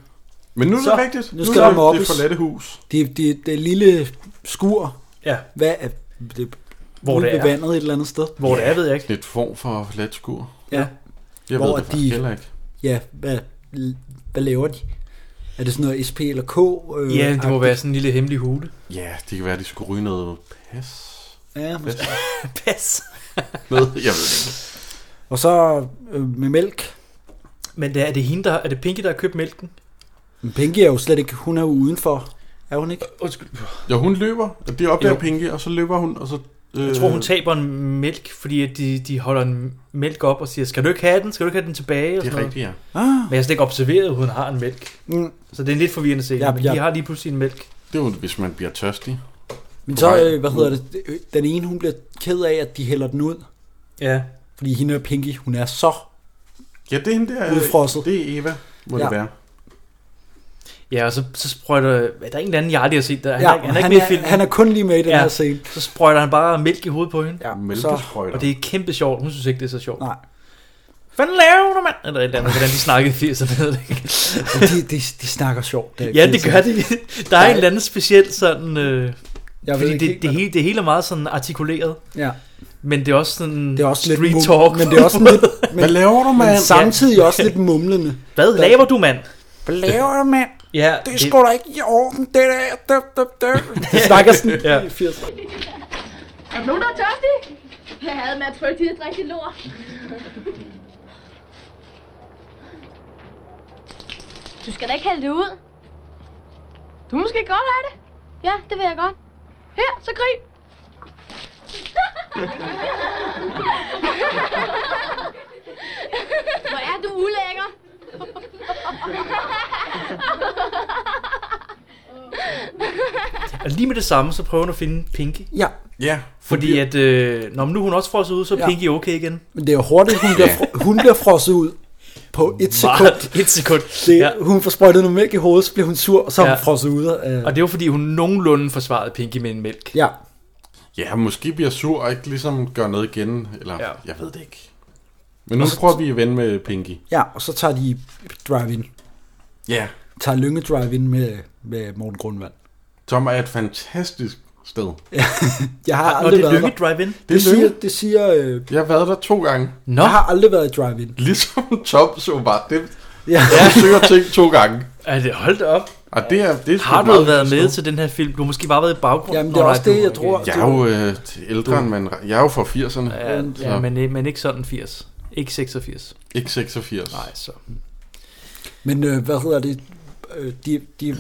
Speaker 3: Men nu er det
Speaker 2: Så,
Speaker 3: rigtigt.
Speaker 4: Nu skal der mobbes.
Speaker 3: Det forladte hus.
Speaker 4: Det, det, det lille skur.
Speaker 2: Ja.
Speaker 4: Hvad er det?
Speaker 3: Hvor
Speaker 4: ude
Speaker 3: det
Speaker 4: ved
Speaker 3: er.
Speaker 4: vandet et eller andet sted.
Speaker 2: ved jeg ikke.
Speaker 3: Lidt form for forladt skur.
Speaker 4: Ja.
Speaker 3: Jeg
Speaker 4: Hvor
Speaker 3: ved
Speaker 4: er
Speaker 3: det faktisk heller ikke.
Speaker 4: Ja, hvad, hvad laver de? Er det sådan noget SP eller K? Øh,
Speaker 2: Ja, det må
Speaker 4: agtigt?
Speaker 2: være sådan en lille hemmelig hule.
Speaker 3: Ja, det kan være, at de skulle ryge noget pas.
Speaker 4: Ja, måske.
Speaker 2: Pas.
Speaker 3: Noget, jeg ved det ikke.
Speaker 4: Og så øh, med mælk.
Speaker 2: Men det er, er det hende, der, er det Pinky, der har købt mælken?
Speaker 4: Men Pinky er jo slet ikke, hun er jo udenfor. Er hun ikke?
Speaker 2: Undskyld.
Speaker 3: Ja, hun løber, og det opdager
Speaker 2: Jo.
Speaker 3: Pinky, og så løber hun, og så... Øh,
Speaker 2: Jeg tror, hun taber en mælk, fordi at de, de holder en mælk op og siger, skal du ikke have den? Skal du ikke have den tilbage? Og
Speaker 3: Det er
Speaker 2: sådan
Speaker 3: rigtigt, ja.
Speaker 2: noget. Men jeg har slet ikke observeret, at hun har en mælk.
Speaker 4: Mm.
Speaker 2: Så det er en lidt forvirrende scene,
Speaker 4: Ja,
Speaker 2: men
Speaker 4: ja.
Speaker 2: de har lige pludselig en mælk.
Speaker 3: Det er jo, hvis man bliver tørstig.
Speaker 4: Men
Speaker 3: På
Speaker 4: så,
Speaker 3: vej
Speaker 4: øh, hvad
Speaker 3: ud.
Speaker 4: hedder det, øh, den ene, hun bliver ked af, at de hælder den ud.
Speaker 2: Ja.
Speaker 4: Fordi hende og Pinky, hun er så
Speaker 3: Ja, det er hende der. øh,
Speaker 4: udfrosset.
Speaker 3: Det er Eva, må det være.
Speaker 2: Ja, og så, så sprøjter... Er der en eller anden, jeg aldrig har set der? Han,
Speaker 4: Ja,
Speaker 2: er, han, er, ikke med i filmen.
Speaker 4: han er kun lige med i den
Speaker 2: ja,
Speaker 4: her scene.
Speaker 2: Så sprøjter han bare mælk i hovedet på hende.
Speaker 4: Ja,
Speaker 3: Mælkesprøjter.
Speaker 2: Og det er kæmpe sjovt. Hun synes ikke, det er så sjovt.
Speaker 4: Nej.
Speaker 2: Hvad laver du, mand? Eller et eller andet, hvordan de snakkede i 80'erne. ved jeg ikke.
Speaker 4: Men de, de, de snakker sjovt. der i
Speaker 2: ja, det
Speaker 4: 80'erne.
Speaker 2: gør de. Der er en eller anden speciel sådan... Øh,
Speaker 4: Jeg
Speaker 2: jeg
Speaker 4: ved
Speaker 2: fordi
Speaker 4: ikke
Speaker 2: det,
Speaker 4: helt,
Speaker 2: det,
Speaker 4: hvad
Speaker 2: hele, det hele er meget sådan artikuleret.
Speaker 4: Ja.
Speaker 2: Men det er også sådan
Speaker 4: Det er også lidt
Speaker 2: street
Speaker 4: mum-
Speaker 2: talk.
Speaker 4: men det er også sådan lidt- men- Hvad laver du, mand?
Speaker 2: Ja.
Speaker 4: samtidig også lidt mumlende.
Speaker 2: Hvad
Speaker 4: Der-
Speaker 2: laver du, mand?
Speaker 4: Hvad laver du, mand?
Speaker 2: Ja,
Speaker 4: det er sgu da ikke i orden, det der. Døb, døb, døb. De snakker sådan
Speaker 2: Ja.
Speaker 4: i 80'erne.
Speaker 12: Er der nogen, der er tørstig? Jeg havde med at trykke dit rigtige lort. Du skal da ikke hælde det ud. Du er måske godt af det. Ja, det vil jeg godt. Her, så grib. Hvor er du ulækker.
Speaker 2: Og lige med det samme, så prøver hun at finde Pinky.
Speaker 4: Ja.
Speaker 3: Ja.
Speaker 2: Fordi at... Øh, når nu er hun også frosset ud, så er
Speaker 4: Ja.
Speaker 2: Pinky okay igen.
Speaker 4: Men det er jo hurtigt, hun bliver, fro- hun bliver frosset ud. på et
Speaker 2: Meget.
Speaker 4: sekund.
Speaker 2: Et sekund.
Speaker 4: Det,
Speaker 2: Ja.
Speaker 4: ja. Hun får sprøjtet noget mælk i hovedet, så bliver hun sur, og så ja.
Speaker 2: Ja.
Speaker 4: hun frosset ude. Af,
Speaker 2: Og det var fordi, hun nogenlunde forsvarede Pinky med en mælk.
Speaker 4: Ja.
Speaker 3: Ja, måske bliver sur og ikke ligesom gør noget igen, eller ja. jeg ved det ikke. Men nu
Speaker 4: Og så-
Speaker 3: prøver vi at vende med Pinky.
Speaker 4: ja, og så tager de drive-in.
Speaker 3: Ja.
Speaker 4: Tager Lynge drive-in med, med Morten Grundvand.
Speaker 3: Som er et fantastisk sted.
Speaker 4: Ja, jeg har
Speaker 2: Nå,
Speaker 4: aldrig
Speaker 2: det er
Speaker 4: været
Speaker 2: Lynge
Speaker 4: der.
Speaker 2: drive-in?
Speaker 4: Det,
Speaker 3: Det er
Speaker 4: siger,
Speaker 3: Lynge.
Speaker 4: det siger... Øh,
Speaker 3: Jeg har været der to gange.
Speaker 2: Nå.
Speaker 4: Jeg har aldrig været i drive-in.
Speaker 3: Ligesom Tom så bare det.
Speaker 4: Ja.
Speaker 3: Jeg søger ting to gange.
Speaker 2: Er det holdt op?
Speaker 3: Og det er, det er sgu
Speaker 2: Har du
Speaker 3: meget
Speaker 2: været
Speaker 3: fedt
Speaker 2: med
Speaker 3: sted.
Speaker 2: til den her film? Du har måske bare været i baggrunden.
Speaker 4: Jamen, det er
Speaker 2: Nå,
Speaker 4: også
Speaker 2: nej,
Speaker 4: det,
Speaker 2: du-
Speaker 4: jeg tror,
Speaker 3: Jeg er jo øh, ældre, end man... Jeg er jo fra 80'erne.
Speaker 2: Ja, ja
Speaker 3: så
Speaker 2: men, men ikke sådan 80. Ikke 86.
Speaker 3: Ikke 86. Nej,
Speaker 2: så...
Speaker 4: Men øh, hvad hedder det? Øh, De, de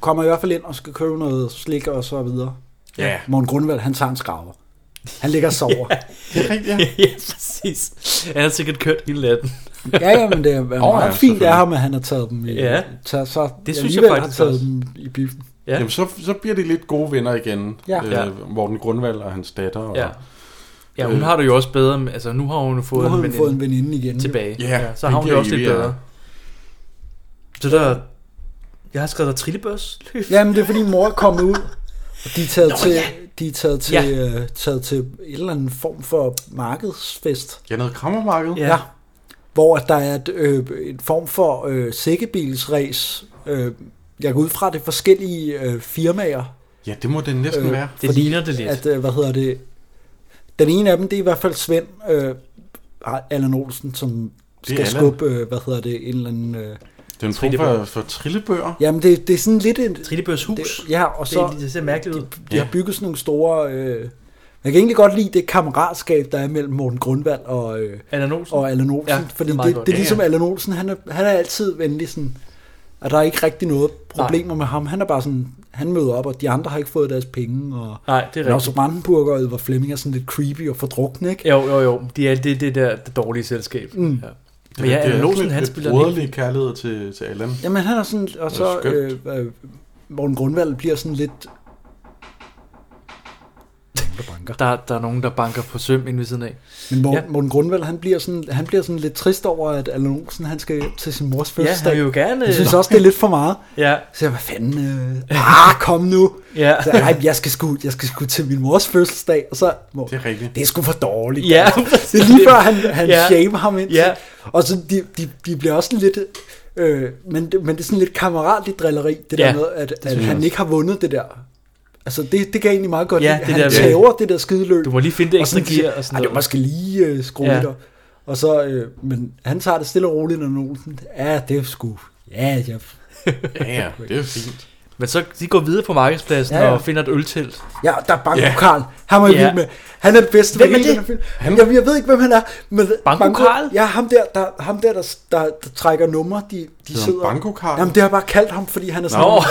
Speaker 4: kommer i hvert fald ind og skal købe noget slik og så videre.
Speaker 2: Ja.
Speaker 4: Morten Grundvald, han tager en skraver. Han ligger og sover.
Speaker 2: ja. ja, præcis. Han har sikkert kørt hele natten.
Speaker 4: ja, ja, men det er
Speaker 2: Åh,
Speaker 4: meget
Speaker 2: ja,
Speaker 4: ja, fint
Speaker 2: selvfølgelig.
Speaker 4: af ham, at han har taget dem i,
Speaker 2: Ja.
Speaker 4: tager, så
Speaker 2: Det synes jeg
Speaker 4: alligevel
Speaker 2: faktisk
Speaker 4: har taget
Speaker 2: også.
Speaker 4: dem i biffen.
Speaker 2: Ja.
Speaker 3: Jamen, så, så bliver de lidt gode venner igen.
Speaker 4: Ja.
Speaker 3: Øh,
Speaker 4: Ja.
Speaker 3: Morten Grundvald og hans datter. Og,
Speaker 2: Ja. Ja, hun har det jo også bedre. med- Altså, nu har hun jo fået,
Speaker 4: Øh. Nu har hun
Speaker 2: en,
Speaker 4: fået en veninde igen, jo.
Speaker 2: Tilbage.
Speaker 3: Ja,
Speaker 2: så
Speaker 3: det
Speaker 2: har hun det
Speaker 3: giver
Speaker 2: også lidt
Speaker 3: evigheder.
Speaker 2: bedre. Så der... Jeg har skrevet der trillebørs.
Speaker 4: Jamen, det er fordi mor er kommet ud. Og de er taget Nå, til, ja. de er taget til,
Speaker 2: Ja.
Speaker 4: ja. taget til en eller anden form for markedsfest.
Speaker 3: Ja, noget krammermarked.
Speaker 4: Ja. ja. Hvor at der er et, øh, en form for øh, sækkebilsræs. Øh, jeg går ud fra, at det er forskellige øh, firmaer.
Speaker 3: Ja, det må det næsten være.
Speaker 2: Det ligner det lidt.
Speaker 4: At, øh, hvad hedder det? Den ene af dem, det er i hvert fald Svend øh, Allan Olsen, som
Speaker 3: Det er
Speaker 4: skal
Speaker 3: Allan.
Speaker 4: skubbe, øh, hvad hedder det, en eller anden... Øh,
Speaker 3: Det er en form for, for trillebøger.
Speaker 4: Jamen, det, det er sådan lidt en...
Speaker 2: Trillebørs hus.
Speaker 4: Det, ja, og
Speaker 2: Det
Speaker 4: så...
Speaker 2: er- det ser mærkeligt ud.
Speaker 4: De, de
Speaker 2: Ja.
Speaker 4: har bygget sådan nogle store... Øh, jeg kan egentlig godt lide det kammeratskab, der er mellem Morten Grundvald og, øh,
Speaker 2: Allan Olsen.
Speaker 4: og Allan Olsen.
Speaker 2: Ja,
Speaker 4: Ja,
Speaker 2: det er
Speaker 4: fordi det,
Speaker 2: meget
Speaker 4: det,
Speaker 2: godt.
Speaker 4: det er
Speaker 2: Ja,
Speaker 4: ligesom
Speaker 2: ja.
Speaker 4: Allan Olsen, han er, han er altid venlig sådan... Og der er ikke rigtig noget problemer med ham. Han er bare sådan, han møder op, og de andre har ikke fået deres penge. Og
Speaker 2: Nej, det er
Speaker 4: Men også
Speaker 2: rigtigt.
Speaker 4: Brandenburger og Edvard Flemming er sådan lidt creepy og fordrukne, ikke?
Speaker 2: Jo, jo, jo. Det er det, det der det dårlige selskab.
Speaker 4: Mm.
Speaker 2: Ja. Men ja, Allan Olsen, han spiller den
Speaker 3: broderlig kærlighed til, til Allan.
Speaker 4: Jamen han er sådan, og
Speaker 3: Det
Speaker 4: så
Speaker 3: er
Speaker 4: øh,
Speaker 3: skønt.
Speaker 4: øh, Morten Grundvald bliver sådan lidt,
Speaker 2: Der, der er nogen, der banker på søm inde ved siden af.
Speaker 4: men Morten, ja. Morten Grundvald, han bliver, sådan, han bliver sådan lidt trist over, at Allan Olsen, han skal hjem til sin mors fødselsdag.
Speaker 2: vil jo gerne- øh,
Speaker 4: Jeg synes også, det er lidt for meget.
Speaker 2: Ja.
Speaker 4: Så jeg, hvad fanden, øh, ah, kom nu.
Speaker 2: Ja.
Speaker 4: Så, nej, jeg skal, sgu, jeg skal sgu til min mors fødselsdag, og så, Morten,
Speaker 3: det er rigtigt.
Speaker 4: Det er sgu for dårligt.
Speaker 2: Ja,
Speaker 4: altså. Det er lige før, han, han
Speaker 2: Ja.
Speaker 4: ja. shamer ham ind.
Speaker 2: Ja.
Speaker 4: Og så de, de, de bliver også lidt... Øh, men, det- men det er sådan lidt kammeratligt drilleri, det der
Speaker 2: Ja,
Speaker 4: med, at,
Speaker 2: det
Speaker 4: at
Speaker 2: synes jeg
Speaker 4: han
Speaker 2: også.
Speaker 4: ikke har vundet det der. Altså, det, det kan jeg egentlig meget godt
Speaker 2: Ja,
Speaker 4: lide.
Speaker 2: det
Speaker 4: han
Speaker 2: der med-
Speaker 4: tager det der skideløb.
Speaker 2: Du må lige finde det
Speaker 4: og sådan
Speaker 2: ekstra
Speaker 4: siger,
Speaker 2: gear og sådan
Speaker 4: "Ej, det
Speaker 2: noget."
Speaker 4: var måske lige øh, skrue
Speaker 2: Ja.
Speaker 4: lidt op. Og så, øh, men han tager det stille og roligt, når nogen... Ja, det er sgu... Ja, ja.
Speaker 3: Ja, ja, det er jo fint.
Speaker 2: Men så de går videre på markedspladsen
Speaker 4: Ja, ja.
Speaker 2: og finder et øltelt.
Speaker 4: Ja, der er Banko
Speaker 2: Ja.
Speaker 4: yeah. Karl. Han var jeg
Speaker 2: Ja.
Speaker 4: vild med. Han er den bedste
Speaker 2: Hvem
Speaker 4: ved
Speaker 2: er
Speaker 4: hele
Speaker 2: det?
Speaker 4: den her film. Jeg, jeg ved ikke, hvem han er. Men
Speaker 2: Banko Karl?
Speaker 4: Ja, ham der, der, ham der, der, der, der trækker numre. De, de
Speaker 3: Hedder han
Speaker 4: sidder...
Speaker 3: Banko Karl?
Speaker 4: Jamen, det har jeg bare kaldt ham, fordi han er sådan...
Speaker 2: Nå,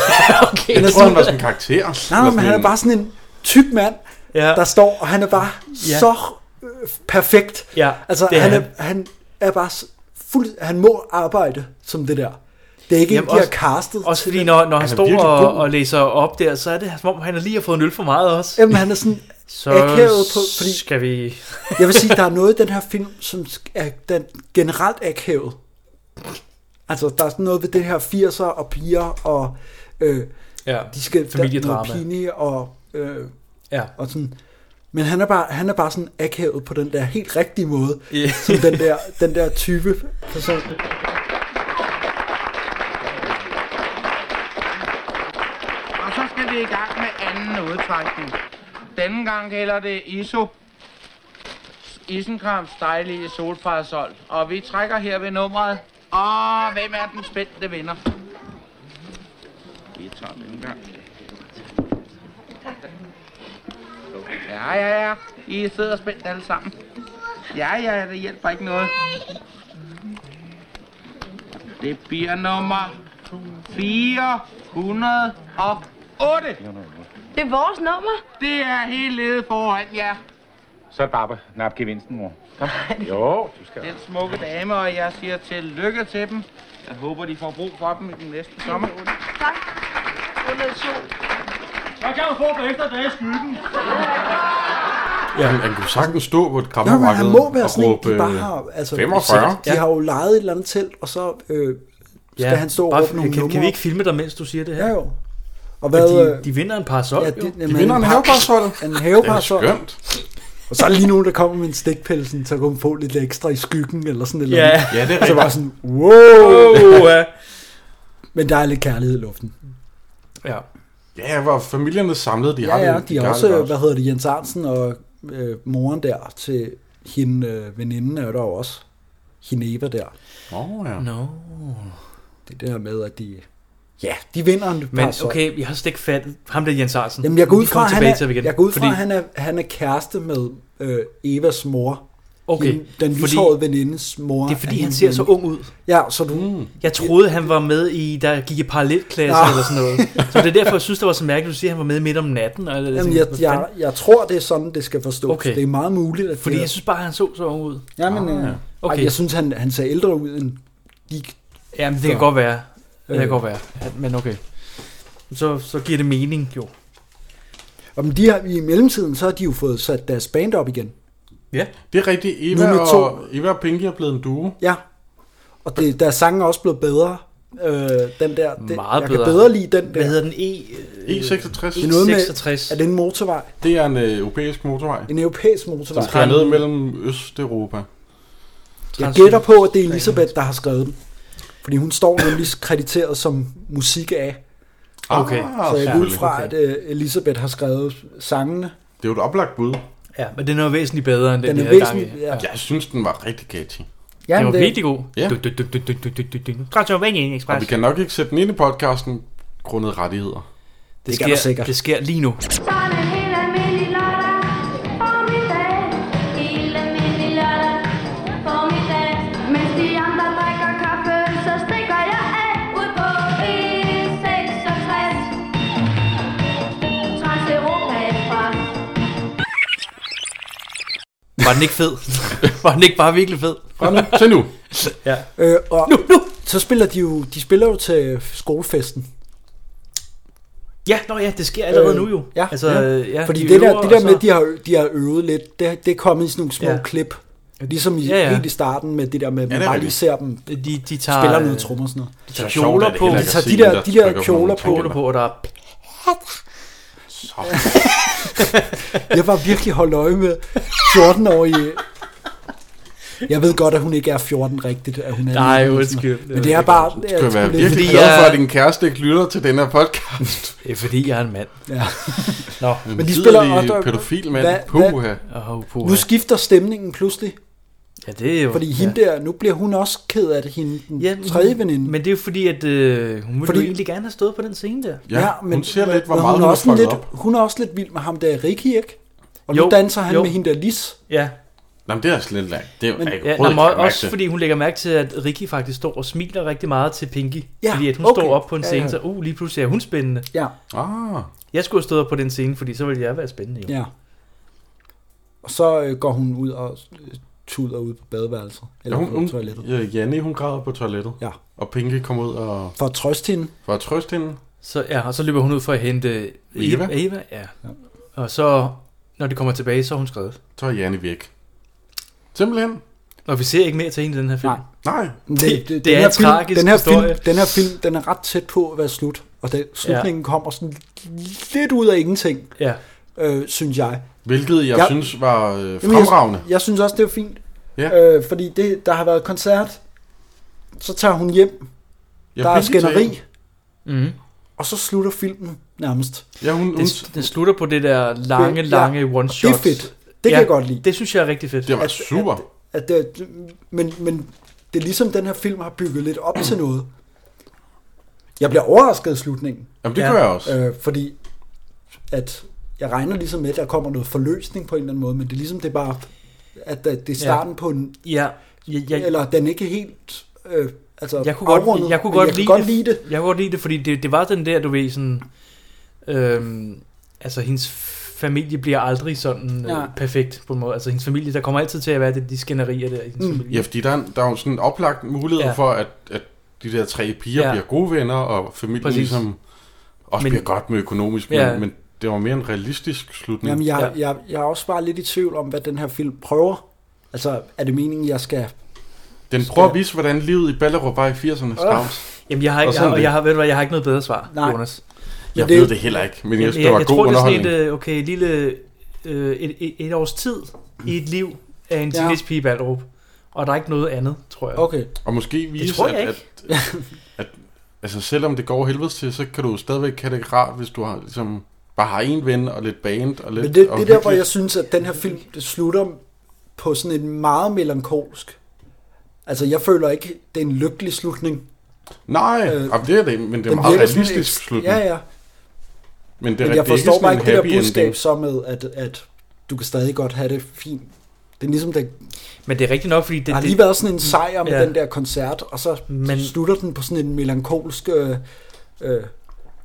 Speaker 2: okay.
Speaker 4: Han er
Speaker 3: Jeg tror, han var sådan en karakter.
Speaker 4: Nej, nej, men han er bare sådan en tyk mand,
Speaker 2: Ja.
Speaker 4: der står, og han er bare
Speaker 2: Ja.
Speaker 4: så øh, perfekt.
Speaker 2: Ja,
Speaker 4: altså,
Speaker 2: det er
Speaker 4: han,
Speaker 2: han.
Speaker 4: Er, han er bare... s- Fuld, han må arbejde som det der. Det er ikke
Speaker 2: Jamen,
Speaker 4: Jamen, en, de har
Speaker 2: også-
Speaker 4: castet.
Speaker 2: Også
Speaker 4: til
Speaker 2: fordi,
Speaker 4: det.
Speaker 2: når, når han,
Speaker 4: er
Speaker 2: står
Speaker 4: virkelig
Speaker 2: og,
Speaker 4: god.
Speaker 2: og læser op der, så er det, som om han lige har fået en øl for meget også.
Speaker 4: Jamen, han er sådan
Speaker 2: så
Speaker 4: akavet på, fordi-
Speaker 2: skal vi...
Speaker 4: Jeg vil sige, der er noget i den her film, som sk- er den generelt akavet. Altså, der er sådan noget ved det her 80'er og piger, og øh,
Speaker 2: Ja,
Speaker 4: de skal
Speaker 2: familiedrama.
Speaker 4: der er noget pinlige, og, øh,
Speaker 2: Ja.
Speaker 4: og sådan. Men han er, bare, han er bare sådan akavet på den der helt rigtige måde,
Speaker 2: Ja.
Speaker 4: som den der, den der type person.
Speaker 13: Og så skal vi i gang med anden udtrækning. Denne gang gælder det ISO. Isenkrams dejlige solparasol. Og vi trækker her ved nummeret. Og hvem er den spændte vinder? Vi tager den gang. Ja, ja, ja. I sidder spændt alle sammen. Ja, ja, det hjælper ikke noget. Det bliver nummer 408.
Speaker 12: Det er vores nummer.
Speaker 13: Det er helt nede foran jer.
Speaker 7: Så Barbara, nap gevinsten, mor. Kom. Jo, du skal.
Speaker 13: Den smukke dame, og jeg siger tillykke til dem. Jeg håber, de får brug for dem i den næste sommer.
Speaker 5: Tak. Under sol.
Speaker 7: Så kan du få dem efter dag i skyggen.
Speaker 3: Ja. Han, han kunne sagtens stå på et
Speaker 4: Nå, men
Speaker 3: krammermarked
Speaker 4: han må være
Speaker 3: og
Speaker 4: sådan en, de
Speaker 3: råbe,
Speaker 4: bare har... Altså,
Speaker 3: 45.
Speaker 4: De har jo lejet et eller andet telt, og så øh, skal
Speaker 2: Ja,
Speaker 4: han stå og
Speaker 2: bare-
Speaker 4: råbe nogle
Speaker 2: kan,
Speaker 4: numre.
Speaker 2: kan vi ikke filme dig, mens du siger det her?
Speaker 4: Ja, jo.
Speaker 2: Og
Speaker 4: Og
Speaker 2: hvad,
Speaker 4: hvad,
Speaker 2: de,
Speaker 4: øh,
Speaker 2: de vinder en parasol,
Speaker 4: ja,
Speaker 2: ja,
Speaker 4: det-
Speaker 2: det,
Speaker 4: jamen, Vinder en en par- haveparasolle. en haveparasolle.
Speaker 3: Det er skønt.
Speaker 4: Og så er der lige nogen, der kommer med en stikpille, sådan, så kan man få lidt ekstra i skyggen, eller sådan et eller
Speaker 2: Ja.
Speaker 4: andet.
Speaker 2: Ja, det er
Speaker 4: Og så
Speaker 2: rigtigt.
Speaker 4: Altså, bare sådan, wow!
Speaker 2: Wow, ja.
Speaker 4: Men der er lidt kærlighed i luften.
Speaker 2: Ja.
Speaker 3: Ja, hvor familierne samlede, de
Speaker 4: ja,
Speaker 3: har det,
Speaker 4: ja, de
Speaker 3: gør
Speaker 4: er
Speaker 3: det
Speaker 4: også,
Speaker 3: godt.
Speaker 4: hvad hedder det, Jens Arnsen og øh, moren der til hende, øh, veninden er der jo også. Hineva der.
Speaker 3: Åh, oh, ja.
Speaker 2: No.
Speaker 4: Det der med, at de... Ja, de vinder en
Speaker 2: Men
Speaker 4: parasol.
Speaker 2: okay, jeg har slet ikke fattet ham der Jens Arsen.
Speaker 4: Jamen, jeg går ud fra, at han
Speaker 2: tilbage
Speaker 4: er,
Speaker 2: til ham igen.
Speaker 4: jeg går ud fra,
Speaker 2: fordi,
Speaker 4: fordi... han, er, han er kæreste med øh, Evas mor.
Speaker 2: Okay,
Speaker 4: Hende, den
Speaker 2: fordi-
Speaker 4: lyshårede venindes mor.
Speaker 2: Det er fordi,
Speaker 4: er
Speaker 2: han
Speaker 4: hende
Speaker 2: ser så
Speaker 4: veninde.
Speaker 2: ung Hmm. ud.
Speaker 4: Ja, så du... Mm.
Speaker 2: Jeg troede, han var med i, der gik i parallelklasse
Speaker 4: Nå.
Speaker 2: eller sådan noget. Så det er derfor, jeg synes, det var så mærkeligt, at du siger, at han var med midt om natten. Og jeg,
Speaker 4: Jamen, jeg, jeg, jeg tror, det er sådan, det skal forstås.
Speaker 2: Okay.
Speaker 4: Okay. Det er meget muligt. At
Speaker 2: Fordi
Speaker 4: det er...
Speaker 2: jeg synes bare, han så så ung ud.
Speaker 4: Ja, men,
Speaker 2: Ah,
Speaker 4: ah,
Speaker 2: ja.
Speaker 4: øh, okay.
Speaker 2: Okay.
Speaker 4: Ej, jeg synes, han, han ser ældre ud, end de...
Speaker 2: Jamen, det kan
Speaker 4: før.
Speaker 2: godt være. Det kan
Speaker 4: Øh.
Speaker 2: godt være. Ja, Men okay. Så, så giver det mening, jo.
Speaker 4: Og men de har, i mellemtiden, så har de jo fået sat deres band op igen.
Speaker 2: Ja.
Speaker 3: Det er rigtigt. Eva,
Speaker 4: Nu er vi to.
Speaker 3: og, Eva og Pinky er blevet en duo.
Speaker 4: Ja. Og det, deres sange er også blevet bedre. Øh, den der, det,
Speaker 3: Meget
Speaker 4: jeg
Speaker 3: bedre.
Speaker 4: kan bedre lide den der.
Speaker 2: Hvad hedder den? E,
Speaker 4: Øh,
Speaker 3: E66.
Speaker 4: Det er noget med,
Speaker 2: 66.
Speaker 4: er det en motorvej?
Speaker 3: Det er en øh, europæisk motorvej.
Speaker 4: En europæisk
Speaker 3: som
Speaker 4: motorvej.
Speaker 3: skærer ned mellem Østeuropa.
Speaker 4: Jeg gætter på, at det er Elisabeth, der har skrevet den. Fordi hun står nemlig krediteret som musik af.
Speaker 3: Okay.
Speaker 4: Så jeg går ud
Speaker 3: Ah, selvfølgelig.
Speaker 4: fra, at øh, Elisabeth har skrevet sangene.
Speaker 3: Det er jo et oplagt bud.
Speaker 2: Ja, men det er noget væsentligt bedre, end den,
Speaker 4: Den
Speaker 2: vi
Speaker 4: er
Speaker 2: havde gang i.
Speaker 4: væsentligt- ja.
Speaker 3: Jeg synes, den var rigtig catchy.
Speaker 4: Ja,
Speaker 2: den var
Speaker 4: men det-
Speaker 2: virkelig god.
Speaker 3: Ja.
Speaker 2: Du, du, du, du, du, du, du, du, du. Transylvanian Express.
Speaker 3: Og vi kan nok ikke sætte den ind i podcasten grundet rettigheder.
Speaker 2: Det sker, det sker lige nu.
Speaker 5: Sådan en helt almindelig lørdag formiddag. Helt almindelig lørdag formiddag. Mens de andre drikker kaffe, så stikker jeg af ud på E66. Transeuropa Express.
Speaker 2: Var den ikke fed? var den ikke bare virkelig fed?
Speaker 3: Fra nu til nu.
Speaker 2: ja.
Speaker 4: Øh, og nu, nu. Så spiller de jo, de spiller jo til skolefesten.
Speaker 2: Ja, nå ja, det sker allerede nu jo.
Speaker 4: Øh, Ja,
Speaker 2: Altså, øh, ja,
Speaker 4: Fordi
Speaker 2: de
Speaker 4: det der,
Speaker 2: øver,
Speaker 4: det der
Speaker 2: og
Speaker 4: med,
Speaker 2: så-
Speaker 4: de har, de har øvet lidt, det, det er kommet i sådan nogle små
Speaker 2: Ja.
Speaker 4: ja. klip. Ligesom i,
Speaker 2: Ja,
Speaker 4: ja,
Speaker 2: ja.
Speaker 4: ja. helt i starten med det der med, at man
Speaker 2: det er
Speaker 4: bare lige
Speaker 2: rigtigt.
Speaker 4: ser dem
Speaker 2: De, de tager,
Speaker 4: spiller
Speaker 2: øh,
Speaker 4: noget trommer og sådan noget.
Speaker 2: de tager kjoler på.
Speaker 4: De tager de der, de der kjoler på.
Speaker 2: på, og der er
Speaker 4: Jeg var virkelig holdt øje med 14-årige... Jeg ved godt, at hun ikke er 14 rigtigt. At hun er
Speaker 2: Nej,
Speaker 4: lige-
Speaker 2: undskyld.
Speaker 4: Men det er bare...
Speaker 3: Du skal være
Speaker 4: lidt-
Speaker 3: virkelig glad for, at din kæreste ikke lytter til den her podcast.
Speaker 2: Det er fordi, jeg er en mand.
Speaker 4: Ja.
Speaker 2: Nå.
Speaker 4: Men de spiller også... der-
Speaker 3: pædofil mand.
Speaker 4: Hvad-
Speaker 3: Puha.
Speaker 4: hvad-
Speaker 2: Åh, puha.
Speaker 4: Nu skifter stemningen pludselig.
Speaker 2: Ja, det er jo...
Speaker 4: Fordi hende der, nu bliver hun også ked af det, hende den
Speaker 2: ja,
Speaker 4: tredje
Speaker 2: men-
Speaker 4: veninde.
Speaker 2: Men det er jo fordi, at øh, hun ville
Speaker 4: Fordi-
Speaker 2: jo egentlig gerne have stået på den scene der.
Speaker 4: men hun, er også sådan lidt, hun er også lidt vild med ham der Rikki, ikke? Og nu
Speaker 2: Jo,
Speaker 4: danser han
Speaker 2: jo.
Speaker 4: med hende der Lis.
Speaker 2: Ja.
Speaker 3: Jamen, det er slet ikke. Det er jo
Speaker 4: Men-
Speaker 3: jeg
Speaker 2: Ja,
Speaker 3: overhovedet
Speaker 2: nej,
Speaker 3: ikke
Speaker 2: men
Speaker 3: lagt
Speaker 2: også
Speaker 3: til.
Speaker 2: fordi hun lægger mærke til, at Ricky faktisk står og smiler rigtig meget til Pinky.
Speaker 4: Ja,
Speaker 2: fordi at hun
Speaker 4: okay.
Speaker 2: står op på en
Speaker 4: Ja,
Speaker 2: scene,
Speaker 4: ja.
Speaker 2: så uh, lige pludselig er hun spændende.
Speaker 4: Ja.
Speaker 3: Ah.
Speaker 2: Jeg skulle have stået op på den scene, fordi så ville jeg være spændende. Jo.
Speaker 4: Ja. Og så øh, går hun ud og øh, tuder ud på badeværelset.
Speaker 3: Ja,
Speaker 4: Eller
Speaker 3: hun,
Speaker 4: ja, på
Speaker 3: hun,
Speaker 4: toilettet.
Speaker 3: ja, Janne, hun græder på toilettet.
Speaker 4: Ja.
Speaker 3: Og Pinky kommer ud og...
Speaker 4: For at trøste hende.
Speaker 3: For at trøste hende.
Speaker 2: Så, ja, og så løber hun ud for at hente Eva.
Speaker 3: Eva.
Speaker 2: Eva ja. Og så, når de kommer tilbage, så er hun skrevet.
Speaker 3: Så er Janne væk. Simpelthen.
Speaker 2: Og vi ser ikke mere til hende i den her film.
Speaker 3: Nej.
Speaker 2: Det, det, det, det
Speaker 4: den
Speaker 2: er
Speaker 4: her
Speaker 2: en tragisk
Speaker 4: den her
Speaker 2: historie.
Speaker 4: Film, den her film, den er ret tæt på at være slut. Og den, slutningen ja. kommer sådan lidt ud af ingenting,
Speaker 2: Ja.
Speaker 4: øh, synes jeg.
Speaker 3: Hvilket jeg
Speaker 4: Ja.
Speaker 3: synes var øh,
Speaker 4: Jamen, jeg-
Speaker 3: fremragende.
Speaker 4: Jeg, synes også, det var fint.
Speaker 3: Ja.
Speaker 4: Øh, fordi det, der har været koncert, så tager hun hjem.
Speaker 3: Ja,
Speaker 4: der er
Speaker 3: Pinky tager
Speaker 4: skænderi.
Speaker 3: hjem.
Speaker 2: Mhm.
Speaker 4: Og så slutter filmen nærmest.
Speaker 3: Ja, hun,
Speaker 2: Den, den slutter på det der lange,
Speaker 4: Ja,
Speaker 2: lange
Speaker 4: og
Speaker 2: one shot.
Speaker 4: Det er fedt. Det ja. kan jeg godt lide.
Speaker 2: Det synes jeg er rigtig fedt.
Speaker 3: Det var super.
Speaker 4: At det, men, men det er ligesom, den her film har bygget lidt op til noget. Jeg bliver overrasket i slutningen.
Speaker 3: Jamen, det Ja. gør jeg også.
Speaker 4: Øh, fordi at jeg regner ligesom med, at der kommer noget forløsning på en eller anden måde, men det er ligesom, det er bare, at at det er starten
Speaker 2: Ja.
Speaker 4: på en...
Speaker 2: Ja. Jeg, jeg,
Speaker 4: eller den ikke helt... Øh, altså
Speaker 2: jeg kunne godt,
Speaker 4: afrundet,
Speaker 2: jeg kunne
Speaker 4: men
Speaker 2: godt,
Speaker 4: jeg
Speaker 2: lide,
Speaker 4: kan godt lide det.
Speaker 2: Jeg kunne godt lide det, fordi det, det var den der, du ved, sådan... Øhm, altså, hendes familie bliver aldrig sådan ja.
Speaker 4: Ja.
Speaker 2: øh, perfekt på en måde. Altså, hendes familie, der kommer altid til at være det, de skænderier der i hendes
Speaker 4: Mm.
Speaker 2: familie.
Speaker 3: Ja, fordi der er, der er jo sådan en oplagt mulighed
Speaker 2: øh, Ja.
Speaker 3: ja. for, at, at de der tre piger
Speaker 2: Ja.
Speaker 3: ja. bliver gode venner, og familien
Speaker 2: Præcis.
Speaker 3: Præcis. ligesom
Speaker 2: Men-
Speaker 3: også men, bliver godt med økonomisk,
Speaker 2: Ja.
Speaker 3: ja. men, men det var mere en realistisk
Speaker 2: Mm.
Speaker 3: slutning.
Speaker 4: Jamen, jeg, jeg, jeg er også bare lidt i tvivl om, hvad den her film prøver. Altså, er det meningen, jeg skal...
Speaker 3: Den prøver at vise, hvordan livet i Ballerup var i 80'ernes
Speaker 2: Øh.
Speaker 3: dags.
Speaker 2: Jamen, jeg har ikke,
Speaker 3: Og sådan
Speaker 2: og
Speaker 3: det.
Speaker 2: jeg har, ved du hvad, jeg har ikke noget bedre svar,
Speaker 4: Nej.
Speaker 2: Jonas.
Speaker 3: Jeg Men det- ved det heller ikke, men jeg synes, det var
Speaker 2: jeg
Speaker 3: god
Speaker 2: tror, det er sådan
Speaker 3: underholdning.
Speaker 2: et, øh, okay, lille, øh, et, et, et, års tid i et liv af en
Speaker 4: Ja.
Speaker 2: teenagepige i Ballerup. Og der er ikke noget andet, tror jeg.
Speaker 4: Okay.
Speaker 3: Og måske vise,
Speaker 2: det tror jeg
Speaker 3: at,
Speaker 2: ikke.
Speaker 3: at, at, altså, selvom det går helvedes til, så kan du stadigvæk have det rart, hvis du har, ligesom, bare har en ven og lidt band og lidt...
Speaker 4: Men det,
Speaker 3: og
Speaker 4: det er der, hvor
Speaker 3: hyggeligt.
Speaker 4: jeg synes, at den her film det slutter på sådan en meget melankolsk... Altså, jeg føler ikke, det er en lykkelig slutning.
Speaker 3: Nej, øh, jamen, det er det, men det er
Speaker 4: den
Speaker 3: en meget
Speaker 4: virker sådan
Speaker 3: realistisk
Speaker 4: ekst-
Speaker 3: slutning.
Speaker 4: Ja, ja.
Speaker 3: Men, det,
Speaker 4: Men
Speaker 3: er-
Speaker 4: jeg
Speaker 3: det er
Speaker 4: forstår
Speaker 3: ikke sådan
Speaker 4: bare ikke det der
Speaker 3: en happy
Speaker 4: budskab
Speaker 3: ending.
Speaker 4: så med, at, at du kan stadig godt have det fint. Det er ligesom, det,
Speaker 2: Men det er rigtigt nok, fordi... Det,
Speaker 4: der har
Speaker 2: det-
Speaker 4: lige været sådan en sejr med
Speaker 2: Ja.
Speaker 4: ja. den der koncert, og så men, slutter den på sådan en melankolsk øh, øh,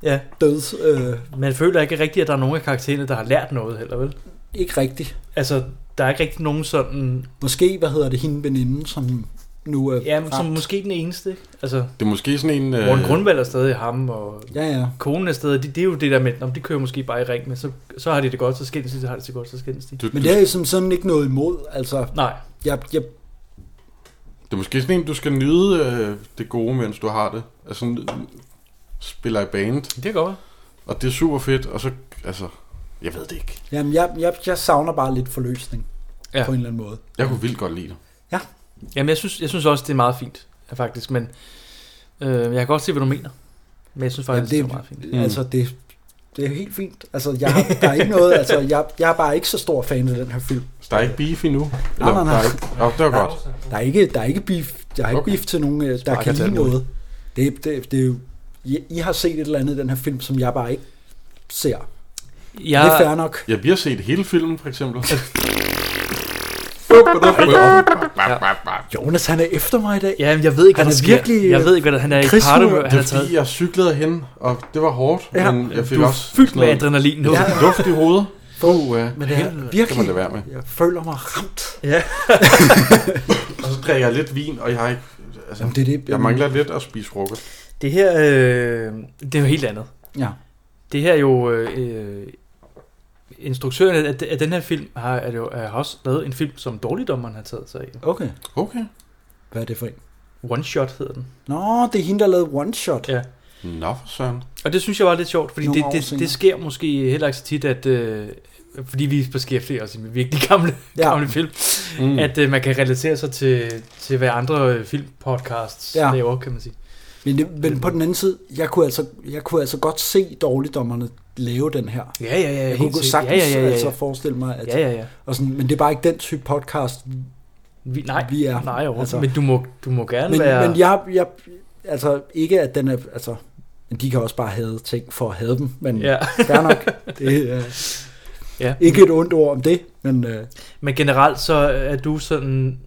Speaker 2: ja.
Speaker 4: døds... Øh,
Speaker 2: Man føler ikke rigtigt, at der er nogen af karaktererne, der har lært noget heller, vel?
Speaker 4: Ikke rigtigt.
Speaker 2: Altså, der er ikke rigtig nogen sådan...
Speaker 4: Måske, hvad hedder det, hende veninde, som nu er
Speaker 2: Ja, men som
Speaker 4: ramt.
Speaker 2: måske den eneste, ikke? Altså,
Speaker 3: Det er måske sådan en... øh,
Speaker 2: Morten Grundvald er stadig ham, og
Speaker 4: Ja, ja.
Speaker 2: konen er stadig... Det, det er jo det der med, om de kører måske bare i ring, men så, så har de det godt, så skændes de, så har de det så godt, så skændes de.
Speaker 4: Men det er jo som sådan ikke noget imod, altså.
Speaker 2: Nej.
Speaker 4: Jeg, jeg,
Speaker 3: Det er måske sådan en, du skal nyde øh, det gode, mens du har det. Altså, n- spiller i band.
Speaker 2: Det går.
Speaker 3: Og det er super fedt, og så, altså, jeg ved det ikke.
Speaker 4: jamen, jeg, jeg, jeg savner bare lidt forløsning.
Speaker 2: Ja.
Speaker 4: Ja. På en eller anden måde.
Speaker 3: Jeg kunne vildt godt lide det.
Speaker 4: Ja.
Speaker 2: Jamen, jeg synes, jeg synes også, det er meget fint, ja, faktisk, men øh, jeg kan godt se, hvad du mener. Men jeg synes faktisk,
Speaker 4: Jamen,
Speaker 2: det, det er meget fint.
Speaker 4: Mm. Altså, det, det er helt fint. Altså, jeg, har- der er ikke noget, altså, jeg, jeg er bare ikke så stor fan af den her film.
Speaker 3: Så der er ikke beef endnu?
Speaker 4: Nej, nej, nej.
Speaker 3: Der er ikke, oh, det var godt.
Speaker 4: Der er ikke, der er ikke beef. Jeg har ikke okay. beef til nogen, øh, der
Speaker 3: Sparker
Speaker 4: kan
Speaker 3: til alt
Speaker 4: lide
Speaker 3: muligt.
Speaker 4: noget. Det, det, det er jo, I, I har set et eller andet i den her film, som jeg bare ikke ser.
Speaker 2: Jeg-
Speaker 4: Det er fair nok.
Speaker 3: Ja, vi har set hele filmen, for eksempel.
Speaker 4: Jonas, han er efter mig i dag.
Speaker 2: Ja, jeg ved ikke,
Speaker 4: han
Speaker 2: hvad
Speaker 4: er
Speaker 2: der sker.
Speaker 4: virkelig...
Speaker 2: Jeg ved ikke, hvad der- han er i
Speaker 4: krigshumør.
Speaker 2: partehumør.
Speaker 3: Det
Speaker 2: Han
Speaker 3: er
Speaker 2: har
Speaker 3: fordi,
Speaker 2: taget-
Speaker 3: jeg cyklede hen, og det var hårdt,
Speaker 4: Ja.
Speaker 3: ja. men jeg fik
Speaker 2: Du er
Speaker 3: også...
Speaker 2: fyldt
Speaker 3: sådan noget
Speaker 2: med adrenalin nu.
Speaker 3: Ja. Luft i hovedet. Uh,
Speaker 4: Men det er
Speaker 3: Det må det
Speaker 4: virkelig,
Speaker 3: være med.
Speaker 4: jeg føler mig ramt.
Speaker 2: Ja.
Speaker 3: og så drikker jeg lidt vin, og jeg har ikke... Altså,
Speaker 4: Jamen, det er det.
Speaker 3: jeg mangler lidt at spise frokost.
Speaker 2: Det her, øh, det er jo helt andet.
Speaker 4: Ja.
Speaker 2: Det her er jo, øh, øh, instruktøren af, af den her film har, er jo, har også lavet en film, som dårligdommeren har taget sig af.
Speaker 4: Okay.
Speaker 3: Okay.
Speaker 4: Hvad er det for en?
Speaker 2: One Shot hedder den.
Speaker 4: Nå, det er hende, der lavede One Shot.
Speaker 2: Ja.
Speaker 3: Nå, for søren.
Speaker 2: Og det synes jeg var lidt sjovt, fordi
Speaker 4: Nogle
Speaker 2: det,
Speaker 4: år
Speaker 2: det,
Speaker 4: senere.
Speaker 2: det sker måske heller ikke så tit, at øh, fordi vi beskæftiger os med virkelig gamle, ja.
Speaker 4: Ja.
Speaker 2: gamle film, mm.
Speaker 4: Mm.
Speaker 2: at øh, man kan relatere sig til, til hvad andre øh, filmpodcasts ja.
Speaker 4: Ja.
Speaker 2: laver, kan man sige.
Speaker 4: Men, det, men på den anden side, jeg kunne altså, jeg kunne altså godt se dårligdommerne lave den her.
Speaker 2: Ja, ja, ja,
Speaker 4: Jeg
Speaker 2: helt
Speaker 4: kunne
Speaker 2: sikkert.
Speaker 4: sagtens
Speaker 2: Ja, ja, ja, ja, ja.
Speaker 4: Altså forestille mig, at...
Speaker 2: Ja, ja, ja.
Speaker 4: Og sådan, men det er bare ikke den type podcast,
Speaker 2: vi, nej,
Speaker 4: vi er.
Speaker 2: Nej, altså, men du må, du må gerne
Speaker 4: men,
Speaker 2: være...
Speaker 4: Men jeg, jeg, altså ikke at den er, altså, men de kan også bare have ting for at have dem, men
Speaker 2: Ja.
Speaker 4: ja. fair nok. Det er
Speaker 2: Ja.
Speaker 4: ja. ikke et ondt ord om det, men øh,
Speaker 2: Men generelt så er du sådan...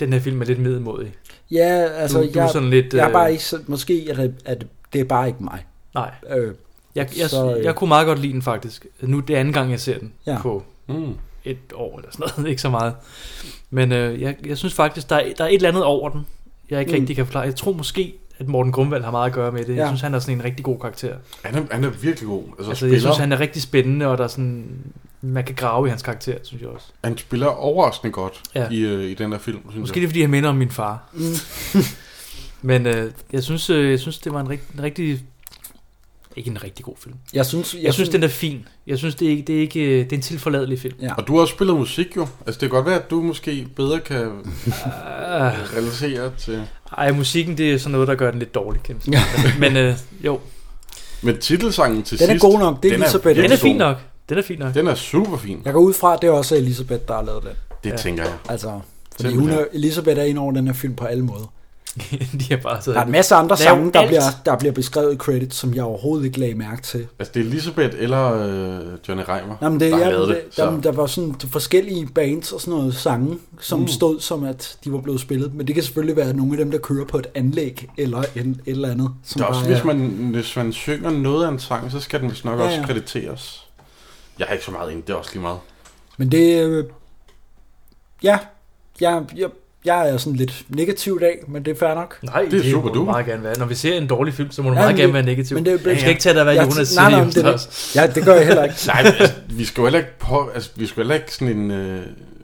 Speaker 2: Den her film er lidt middelmodig.
Speaker 4: ja, altså,
Speaker 2: du, du
Speaker 4: jeg,
Speaker 2: er sådan lidt...
Speaker 4: jeg er
Speaker 2: øh,
Speaker 4: bare ikke, så- måske er det, at det er bare ikke mig.
Speaker 2: Nej.
Speaker 4: Øh,
Speaker 2: Jeg, jeg,
Speaker 4: så, øh,
Speaker 2: jeg kunne meget godt lide den faktisk. Nu er det anden gang, jeg ser den ja.
Speaker 4: Ja.
Speaker 2: på
Speaker 3: mm.
Speaker 2: et år eller sådan noget. Ikke så meget. Men øh, jeg, jeg synes faktisk, der er, der er et eller andet over den, jeg ikke mm.
Speaker 4: Mm.
Speaker 2: rigtig kan forklare. Jeg tror måske, at Morten Grumvald har meget at gøre med det. Ja. Jeg
Speaker 4: Ja.
Speaker 2: synes, han er sådan en rigtig god karakter.
Speaker 3: Han er, han er virkelig god. Altså,
Speaker 2: Altså, jeg synes, han er rigtig spændende, og der er sådan... Man kan grave i hans karakter, synes jeg også.
Speaker 3: Han spiller overraskende godt
Speaker 2: Ja.
Speaker 3: ja. i, øh, i den der film, synes
Speaker 2: Måske det
Speaker 3: jeg.
Speaker 2: er, fordi han minder om min far. Mm. Men øh, jeg, synes, øh, jeg synes, det var en, rigt, en rigtig... Ikke en rigtig god film.
Speaker 4: Jeg synes-
Speaker 2: jeg,
Speaker 4: jeg
Speaker 2: jeg synes,
Speaker 4: synes-
Speaker 2: den er fin. Jeg synes, det er, ikke, det er, ikke, øh, det er en tilforladelig film.
Speaker 4: Ja.
Speaker 3: Og du har også spillet musik jo. Altså, det kan godt være, at du måske bedre kan relatere til...
Speaker 2: Ej, musikken, det er sådan noget, der gør den lidt dårlig, kan man sige. Men øh, jo,
Speaker 3: Men titelsangen til
Speaker 4: Den er
Speaker 3: sidst...
Speaker 4: god nok, det er Elisabeth.
Speaker 3: virkelig
Speaker 4: Den er fin
Speaker 3: god.
Speaker 4: nok,
Speaker 2: den er fin nok.
Speaker 3: Den er super fin.
Speaker 4: Jeg går ud fra, at det er også Elisabeth, der har lavet den.
Speaker 3: Det Ja. tænker jeg.
Speaker 4: Altså, fordi hun
Speaker 3: Simpelthen.
Speaker 4: er, Elisabeth er ind over den her film på alle måder.
Speaker 2: de har bare
Speaker 4: Der er
Speaker 2: taget-
Speaker 4: en masse
Speaker 2: Lav
Speaker 4: andre sange, der
Speaker 2: alt.
Speaker 4: bliver, der bliver beskrevet i credits, som jeg overhovedet ikke lagde mærke til.
Speaker 3: Altså, det er Elisabeth eller øh, Johnny Reimer,
Speaker 4: Jamen, det,
Speaker 3: der
Speaker 4: der,
Speaker 3: har
Speaker 4: jeg,
Speaker 3: lavet
Speaker 4: det,
Speaker 3: det.
Speaker 4: der,
Speaker 3: Så.
Speaker 4: der var sådan forskellige bands og sådan noget sange, som
Speaker 3: Mm.
Speaker 4: mm. stod som, at de var blevet spillet. Men det kan selvfølgelig være nogle af dem, der kører på et anlæg eller en, et eller andet. Som
Speaker 3: Det er også,
Speaker 4: bare
Speaker 3: hvis man, hvis man synger noget af en sang, så skal den vist nok
Speaker 4: Ja,
Speaker 3: ja, også
Speaker 4: ja.
Speaker 3: krediteres. Jeg har ikke så meget ind, det er også lige meget.
Speaker 4: Men det... øh, Ja, jeg, jeg, Jeg er sådan lidt negativ i dag, men det er fair nok.
Speaker 2: Nej, det, det må du meget gerne være. Når vi ser en dårlig film, så må du
Speaker 4: Ja,
Speaker 2: meget
Speaker 4: men
Speaker 2: gerne
Speaker 4: det-
Speaker 2: være negativ.
Speaker 4: men det er jo
Speaker 2: jeg
Speaker 4: blevet-
Speaker 2: skal ikke tage dig, hvad
Speaker 4: Jeg-
Speaker 2: Jonas
Speaker 4: nej,
Speaker 2: siger
Speaker 4: nej,
Speaker 2: lige
Speaker 4: men det er
Speaker 2: efter os.
Speaker 4: det. Ja, det gør jeg heller ikke.
Speaker 3: Nej, men, altså, vi skal jo heller ikke, på, altså, vi skal jo heller ikke sådan en... Øh,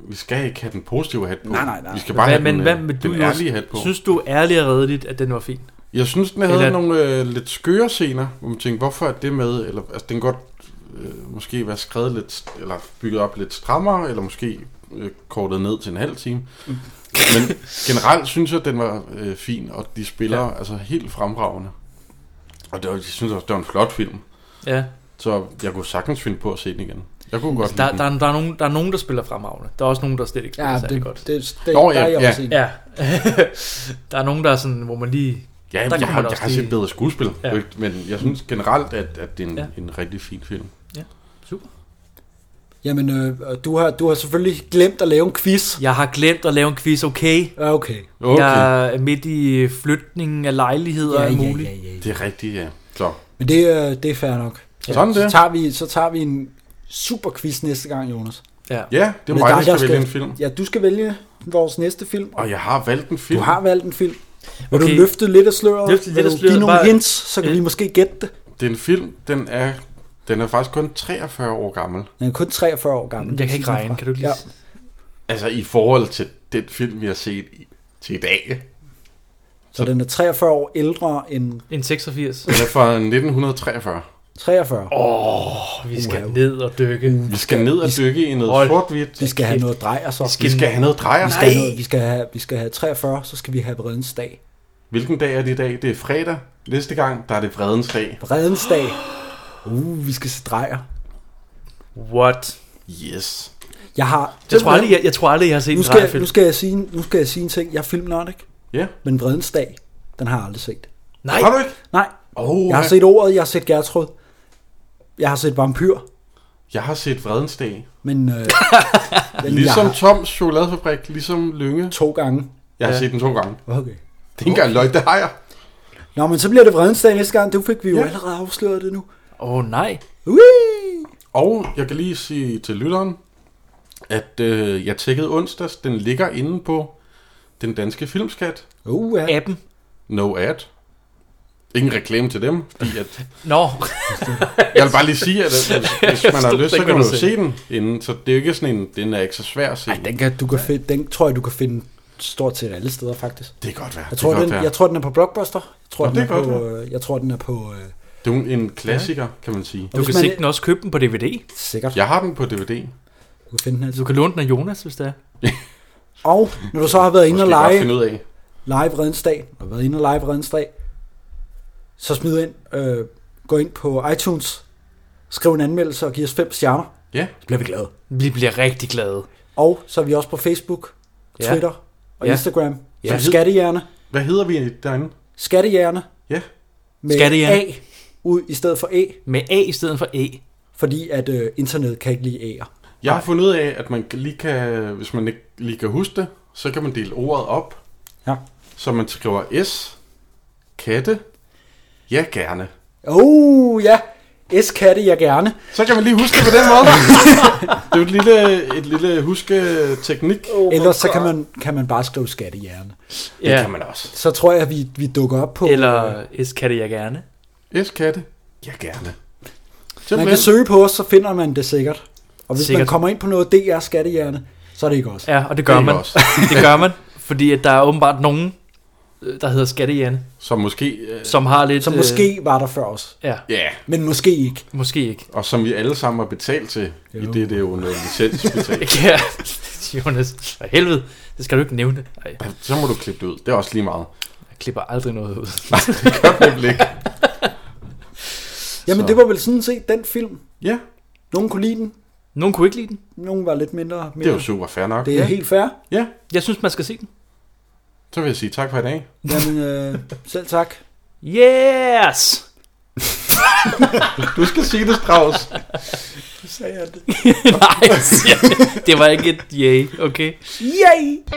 Speaker 3: vi skal ikke have den positive hat på.
Speaker 2: Nej, nej, nej.
Speaker 3: Vi skal bare
Speaker 2: hvad,
Speaker 3: have
Speaker 2: men,
Speaker 3: den,
Speaker 2: hvad
Speaker 3: øh,
Speaker 2: med du,
Speaker 3: den
Speaker 2: Jonas?
Speaker 3: ærlige hat på.
Speaker 2: Synes du ærligt og redeligt, at den var fin?
Speaker 3: Jeg synes, den havde
Speaker 2: Eller-
Speaker 3: nogle øh, lidt skøre scener, hvor man tænkte, hvorfor er det med? Eller, altså, den kan godt øh, måske være skrevet lidt, eller bygget op lidt strammere, eller måske øh, kortet ned til en halv time.
Speaker 2: Mm.
Speaker 3: Men generelt synes jeg, den var øh, fin, og de spiller ja. altså helt fremragende. Og det var, jeg synes også, det var en flot film.
Speaker 2: Ja.
Speaker 3: Så jeg kunne sagtens finde på at se den igen. Jeg kunne godt
Speaker 2: Altså, der,
Speaker 3: lide den.
Speaker 2: der, er, der, er nogen, der er nogen, der spiller fremragende. Der er også nogen, der slet ikke spiller
Speaker 4: Ja,
Speaker 2: særlig
Speaker 4: det-
Speaker 2: godt.
Speaker 4: det- det- Nå, der er ja, jeg ja. også enig.
Speaker 2: ja. der er nogen, der er sådan, hvor man lige...
Speaker 3: Ja,
Speaker 2: der
Speaker 3: men
Speaker 2: kan
Speaker 3: jeg,
Speaker 2: man
Speaker 3: har, jeg
Speaker 2: også
Speaker 3: har set
Speaker 2: lige-
Speaker 3: bedre skuespil,
Speaker 2: Ja.
Speaker 3: ja. men jeg synes generelt, at, at det er en,
Speaker 2: Ja.
Speaker 3: ja. en rigtig fin film.
Speaker 4: Jamen, øh, og du, har, du har selvfølgelig glemt at lave en quiz.
Speaker 2: Jeg har glemt at lave en quiz, okay?
Speaker 4: Ja, okay.
Speaker 3: Okay.
Speaker 2: Jeg er midt i flytningen af lejligheder
Speaker 4: Ja,
Speaker 2: og alt
Speaker 4: ja, ja,
Speaker 2: muligt.
Speaker 4: ja, ja.
Speaker 3: Det er rigtigt, ja. Så.
Speaker 4: Men det, øh, det er fair nok.
Speaker 3: Ja. Sådan
Speaker 4: så,
Speaker 3: det.
Speaker 4: tager vi, så tager vi en super quiz næste gang, Jonas.
Speaker 2: Ja,
Speaker 3: Ja, det er
Speaker 4: Men
Speaker 3: mig, der
Speaker 4: jeg
Speaker 3: skal vælge en film.
Speaker 4: Ja, du skal vælge vores næste film.
Speaker 3: Og jeg har valgt en film.
Speaker 4: Du har valgt en film. Vil
Speaker 3: Okay.
Speaker 4: du løfte lidt af sløret?
Speaker 2: Løfte lidt
Speaker 4: Vil
Speaker 2: af
Speaker 4: du
Speaker 2: sløret,
Speaker 4: Give nogle
Speaker 2: bare-
Speaker 4: hints, så kan vi måske gætte det.
Speaker 3: Det er en film, den er, den er faktisk kun 43 år gammel.
Speaker 4: Den er kun 43 år gammel.
Speaker 2: Jeg kan ikke regne, kan du ikke lige...
Speaker 4: Ja.
Speaker 3: Altså i forhold til den film, vi har set i, til i dag.
Speaker 4: Så den er 43 år ældre end
Speaker 2: En 86.
Speaker 3: Den er fra 1943.
Speaker 4: 43.
Speaker 2: Åh, oh, vi skal ned og dykke.
Speaker 4: Mm.
Speaker 3: Vi skal ned og dykke i noget
Speaker 2: Hold
Speaker 3: sort-hvidt.
Speaker 4: Vi skal have noget drejer så.
Speaker 3: Vi skal have noget drejer.
Speaker 4: Vi skal have,
Speaker 3: Nej.
Speaker 4: noget, vi, skal have, vi skal have 43, så skal vi have Vredens dag.
Speaker 3: Hvilken dag er det i dag? Det er fredag. Næste gang, der er det vredens dag.
Speaker 4: Vredens dag. Uh, vi skal se drejer.
Speaker 2: What?
Speaker 3: Yes.
Speaker 4: Jeg har...
Speaker 2: Jeg tror aldrig, jeg, jeg, tror aldrig, jeg har set
Speaker 4: nu
Speaker 2: en
Speaker 4: skal,
Speaker 2: drejefilm.
Speaker 4: Nu skal, jeg sige, nu skal jeg sige en ting. Jeg er filmnørd, ikke?
Speaker 3: Ja.
Speaker 4: Men Vredens dag, den har jeg aldrig set.
Speaker 2: Nej. Har du
Speaker 3: ikke?
Speaker 4: Nej.
Speaker 3: Oh,
Speaker 4: jeg har
Speaker 3: ja.
Speaker 4: set ordet, jeg har set Gertrud. Jeg har set Vampyr.
Speaker 3: Jeg har set vredens dag.
Speaker 4: Men, øh, men
Speaker 3: Ligesom
Speaker 4: jeg har-
Speaker 3: Toms chokoladefabrik, ligesom Lynge.
Speaker 4: To gange.
Speaker 3: Jeg har
Speaker 4: Ja.
Speaker 3: set den to gange.
Speaker 4: Okay. Det
Speaker 3: er ikke engang løg, det har jeg.
Speaker 4: Nå, men så bliver det Vredens dag næste gang. Du fik vi jo
Speaker 3: Ja.
Speaker 4: allerede afsløret det nu.
Speaker 2: Åh oh, nej.
Speaker 4: Ui!
Speaker 3: Og jeg kan lige sige til lytteren, at øh, jeg tjekkede onsdags, den ligger inde på den danske filmskat.
Speaker 4: Uh, ja.
Speaker 2: Appen.
Speaker 3: No ad. Ingen reklame til dem, fordi at...
Speaker 2: Nå.
Speaker 3: jeg vil bare lige sige, at øh, hvis, hvis man har
Speaker 2: Stop, den
Speaker 3: lyst, så
Speaker 2: kan
Speaker 3: kan man
Speaker 2: du
Speaker 3: jo
Speaker 2: se.
Speaker 3: se den inden. Så det er jo ikke sådan en... Den er ikke så svær at se. Ej,
Speaker 4: Den, kan, du kan finde, den tror jeg, du kan finde stort set alle steder, faktisk.
Speaker 3: Det kan godt være.
Speaker 4: Jeg
Speaker 3: Det
Speaker 4: tror,
Speaker 3: kan
Speaker 4: den,
Speaker 3: godt være.
Speaker 4: jeg tror den er på Blockbuster. Jeg tror,
Speaker 3: Nå,
Speaker 4: den
Speaker 3: det
Speaker 4: er
Speaker 3: kan godt
Speaker 4: på, øh, jeg tror, den er på... Øh,
Speaker 3: Det er jo en klassiker, kan man sige.
Speaker 2: Du
Speaker 4: hvis
Speaker 2: kan
Speaker 4: man-
Speaker 2: sikkert den også købe den på DVD.
Speaker 4: Sikkert.
Speaker 3: Jeg har den på DVD.
Speaker 4: du kan finde den altid.
Speaker 2: Du kan låne den af Jonas, hvis det er.
Speaker 4: Og når du så har været inde og
Speaker 3: Måske bare
Speaker 4: lege,
Speaker 3: finde ud af.
Speaker 4: lege Vredensdag, og været inde og lege Vredensdag, så smid ind, øh, gå ind på iTunes, skriv en anmeldelse og giv os fem stjerner.
Speaker 3: Ja.
Speaker 4: Så bliver vi glade.
Speaker 2: Vi bliver rigtig glade.
Speaker 4: Og så er vi også på Facebook,
Speaker 2: Ja.
Speaker 4: Twitter og
Speaker 2: Ja.
Speaker 4: Instagram.
Speaker 2: Ja.
Speaker 4: Ja. Som skattejerne.
Speaker 3: Hvad hedder vi derinde?
Speaker 4: Skattejerne.
Speaker 3: Ja.
Speaker 4: Med
Speaker 2: Skattejerne.
Speaker 4: A ud i stedet for E.
Speaker 2: Med A i stedet for E.
Speaker 4: Fordi at øh, internet kan ikke lide A'er.
Speaker 3: Jeg har fundet ud af, at man lige kan, hvis man ikke lige kan huske det, så kan man dele ordet op.
Speaker 4: Ja.
Speaker 3: Så man skriver S, katte, ja gerne.
Speaker 4: Oh, ja. S-katte, jeg gerne.
Speaker 3: Så kan man lige huske det på den måde. det er jo et lille, et lille husketeknik.
Speaker 4: Oh Ellers så kan man, kan man bare skrive skattejerne.
Speaker 3: Det ja. kan man også.
Speaker 4: Så tror jeg, at vi, vi dukker op på...
Speaker 2: Eller S kan det jeg gerne.
Speaker 3: S, katte, ja gerne.
Speaker 4: man
Speaker 3: Simpelthen.
Speaker 4: kan søge på os, så finder man det sikkert. Og hvis sikkert. man
Speaker 2: Sikkert.
Speaker 4: kommer ind på noget DR skattejerne, så er det ikke os.
Speaker 2: Ja, og det gør
Speaker 3: Det er
Speaker 2: man.
Speaker 3: også.
Speaker 2: det gør man, fordi at der er åbenbart nogen, øh, der hedder Skattejane,
Speaker 3: Som måske... Øh,
Speaker 2: som har lidt...
Speaker 4: Som måske var der før os.
Speaker 2: Øh, ja,
Speaker 3: Ja,
Speaker 4: Men måske ikke.
Speaker 2: måske ikke.
Speaker 3: og som vi alle sammen har betalt til, jo. i det, det er jo noget licensbetalt.
Speaker 2: Ja, Jonas, for helvede, det skal du ikke nævne. Ej,
Speaker 3: Så må du klippe det ud. Det er også lige meget.
Speaker 2: jeg klipper aldrig noget ud.
Speaker 3: Nej, det gør det nemlig ikke.
Speaker 4: Jamen,
Speaker 3: Så.
Speaker 4: det var vel sådan set den film.
Speaker 3: Ja,
Speaker 4: Nogen kunne lide den,
Speaker 2: Nogen kunne ikke lide den.
Speaker 4: nogen var lidt mindre. mindre.
Speaker 3: det er jo super fair nok.
Speaker 4: det er helt fair.
Speaker 3: Ja,
Speaker 2: Jeg synes, man skal se den.
Speaker 3: så vil jeg sige tak for i dag.
Speaker 4: Jamen, øh, selv tak.
Speaker 2: Yes!
Speaker 3: Du skal sige det, Strauss.
Speaker 4: Sagde jeg det.
Speaker 2: Nej, det var ikke et yay, okay?
Speaker 4: Yay!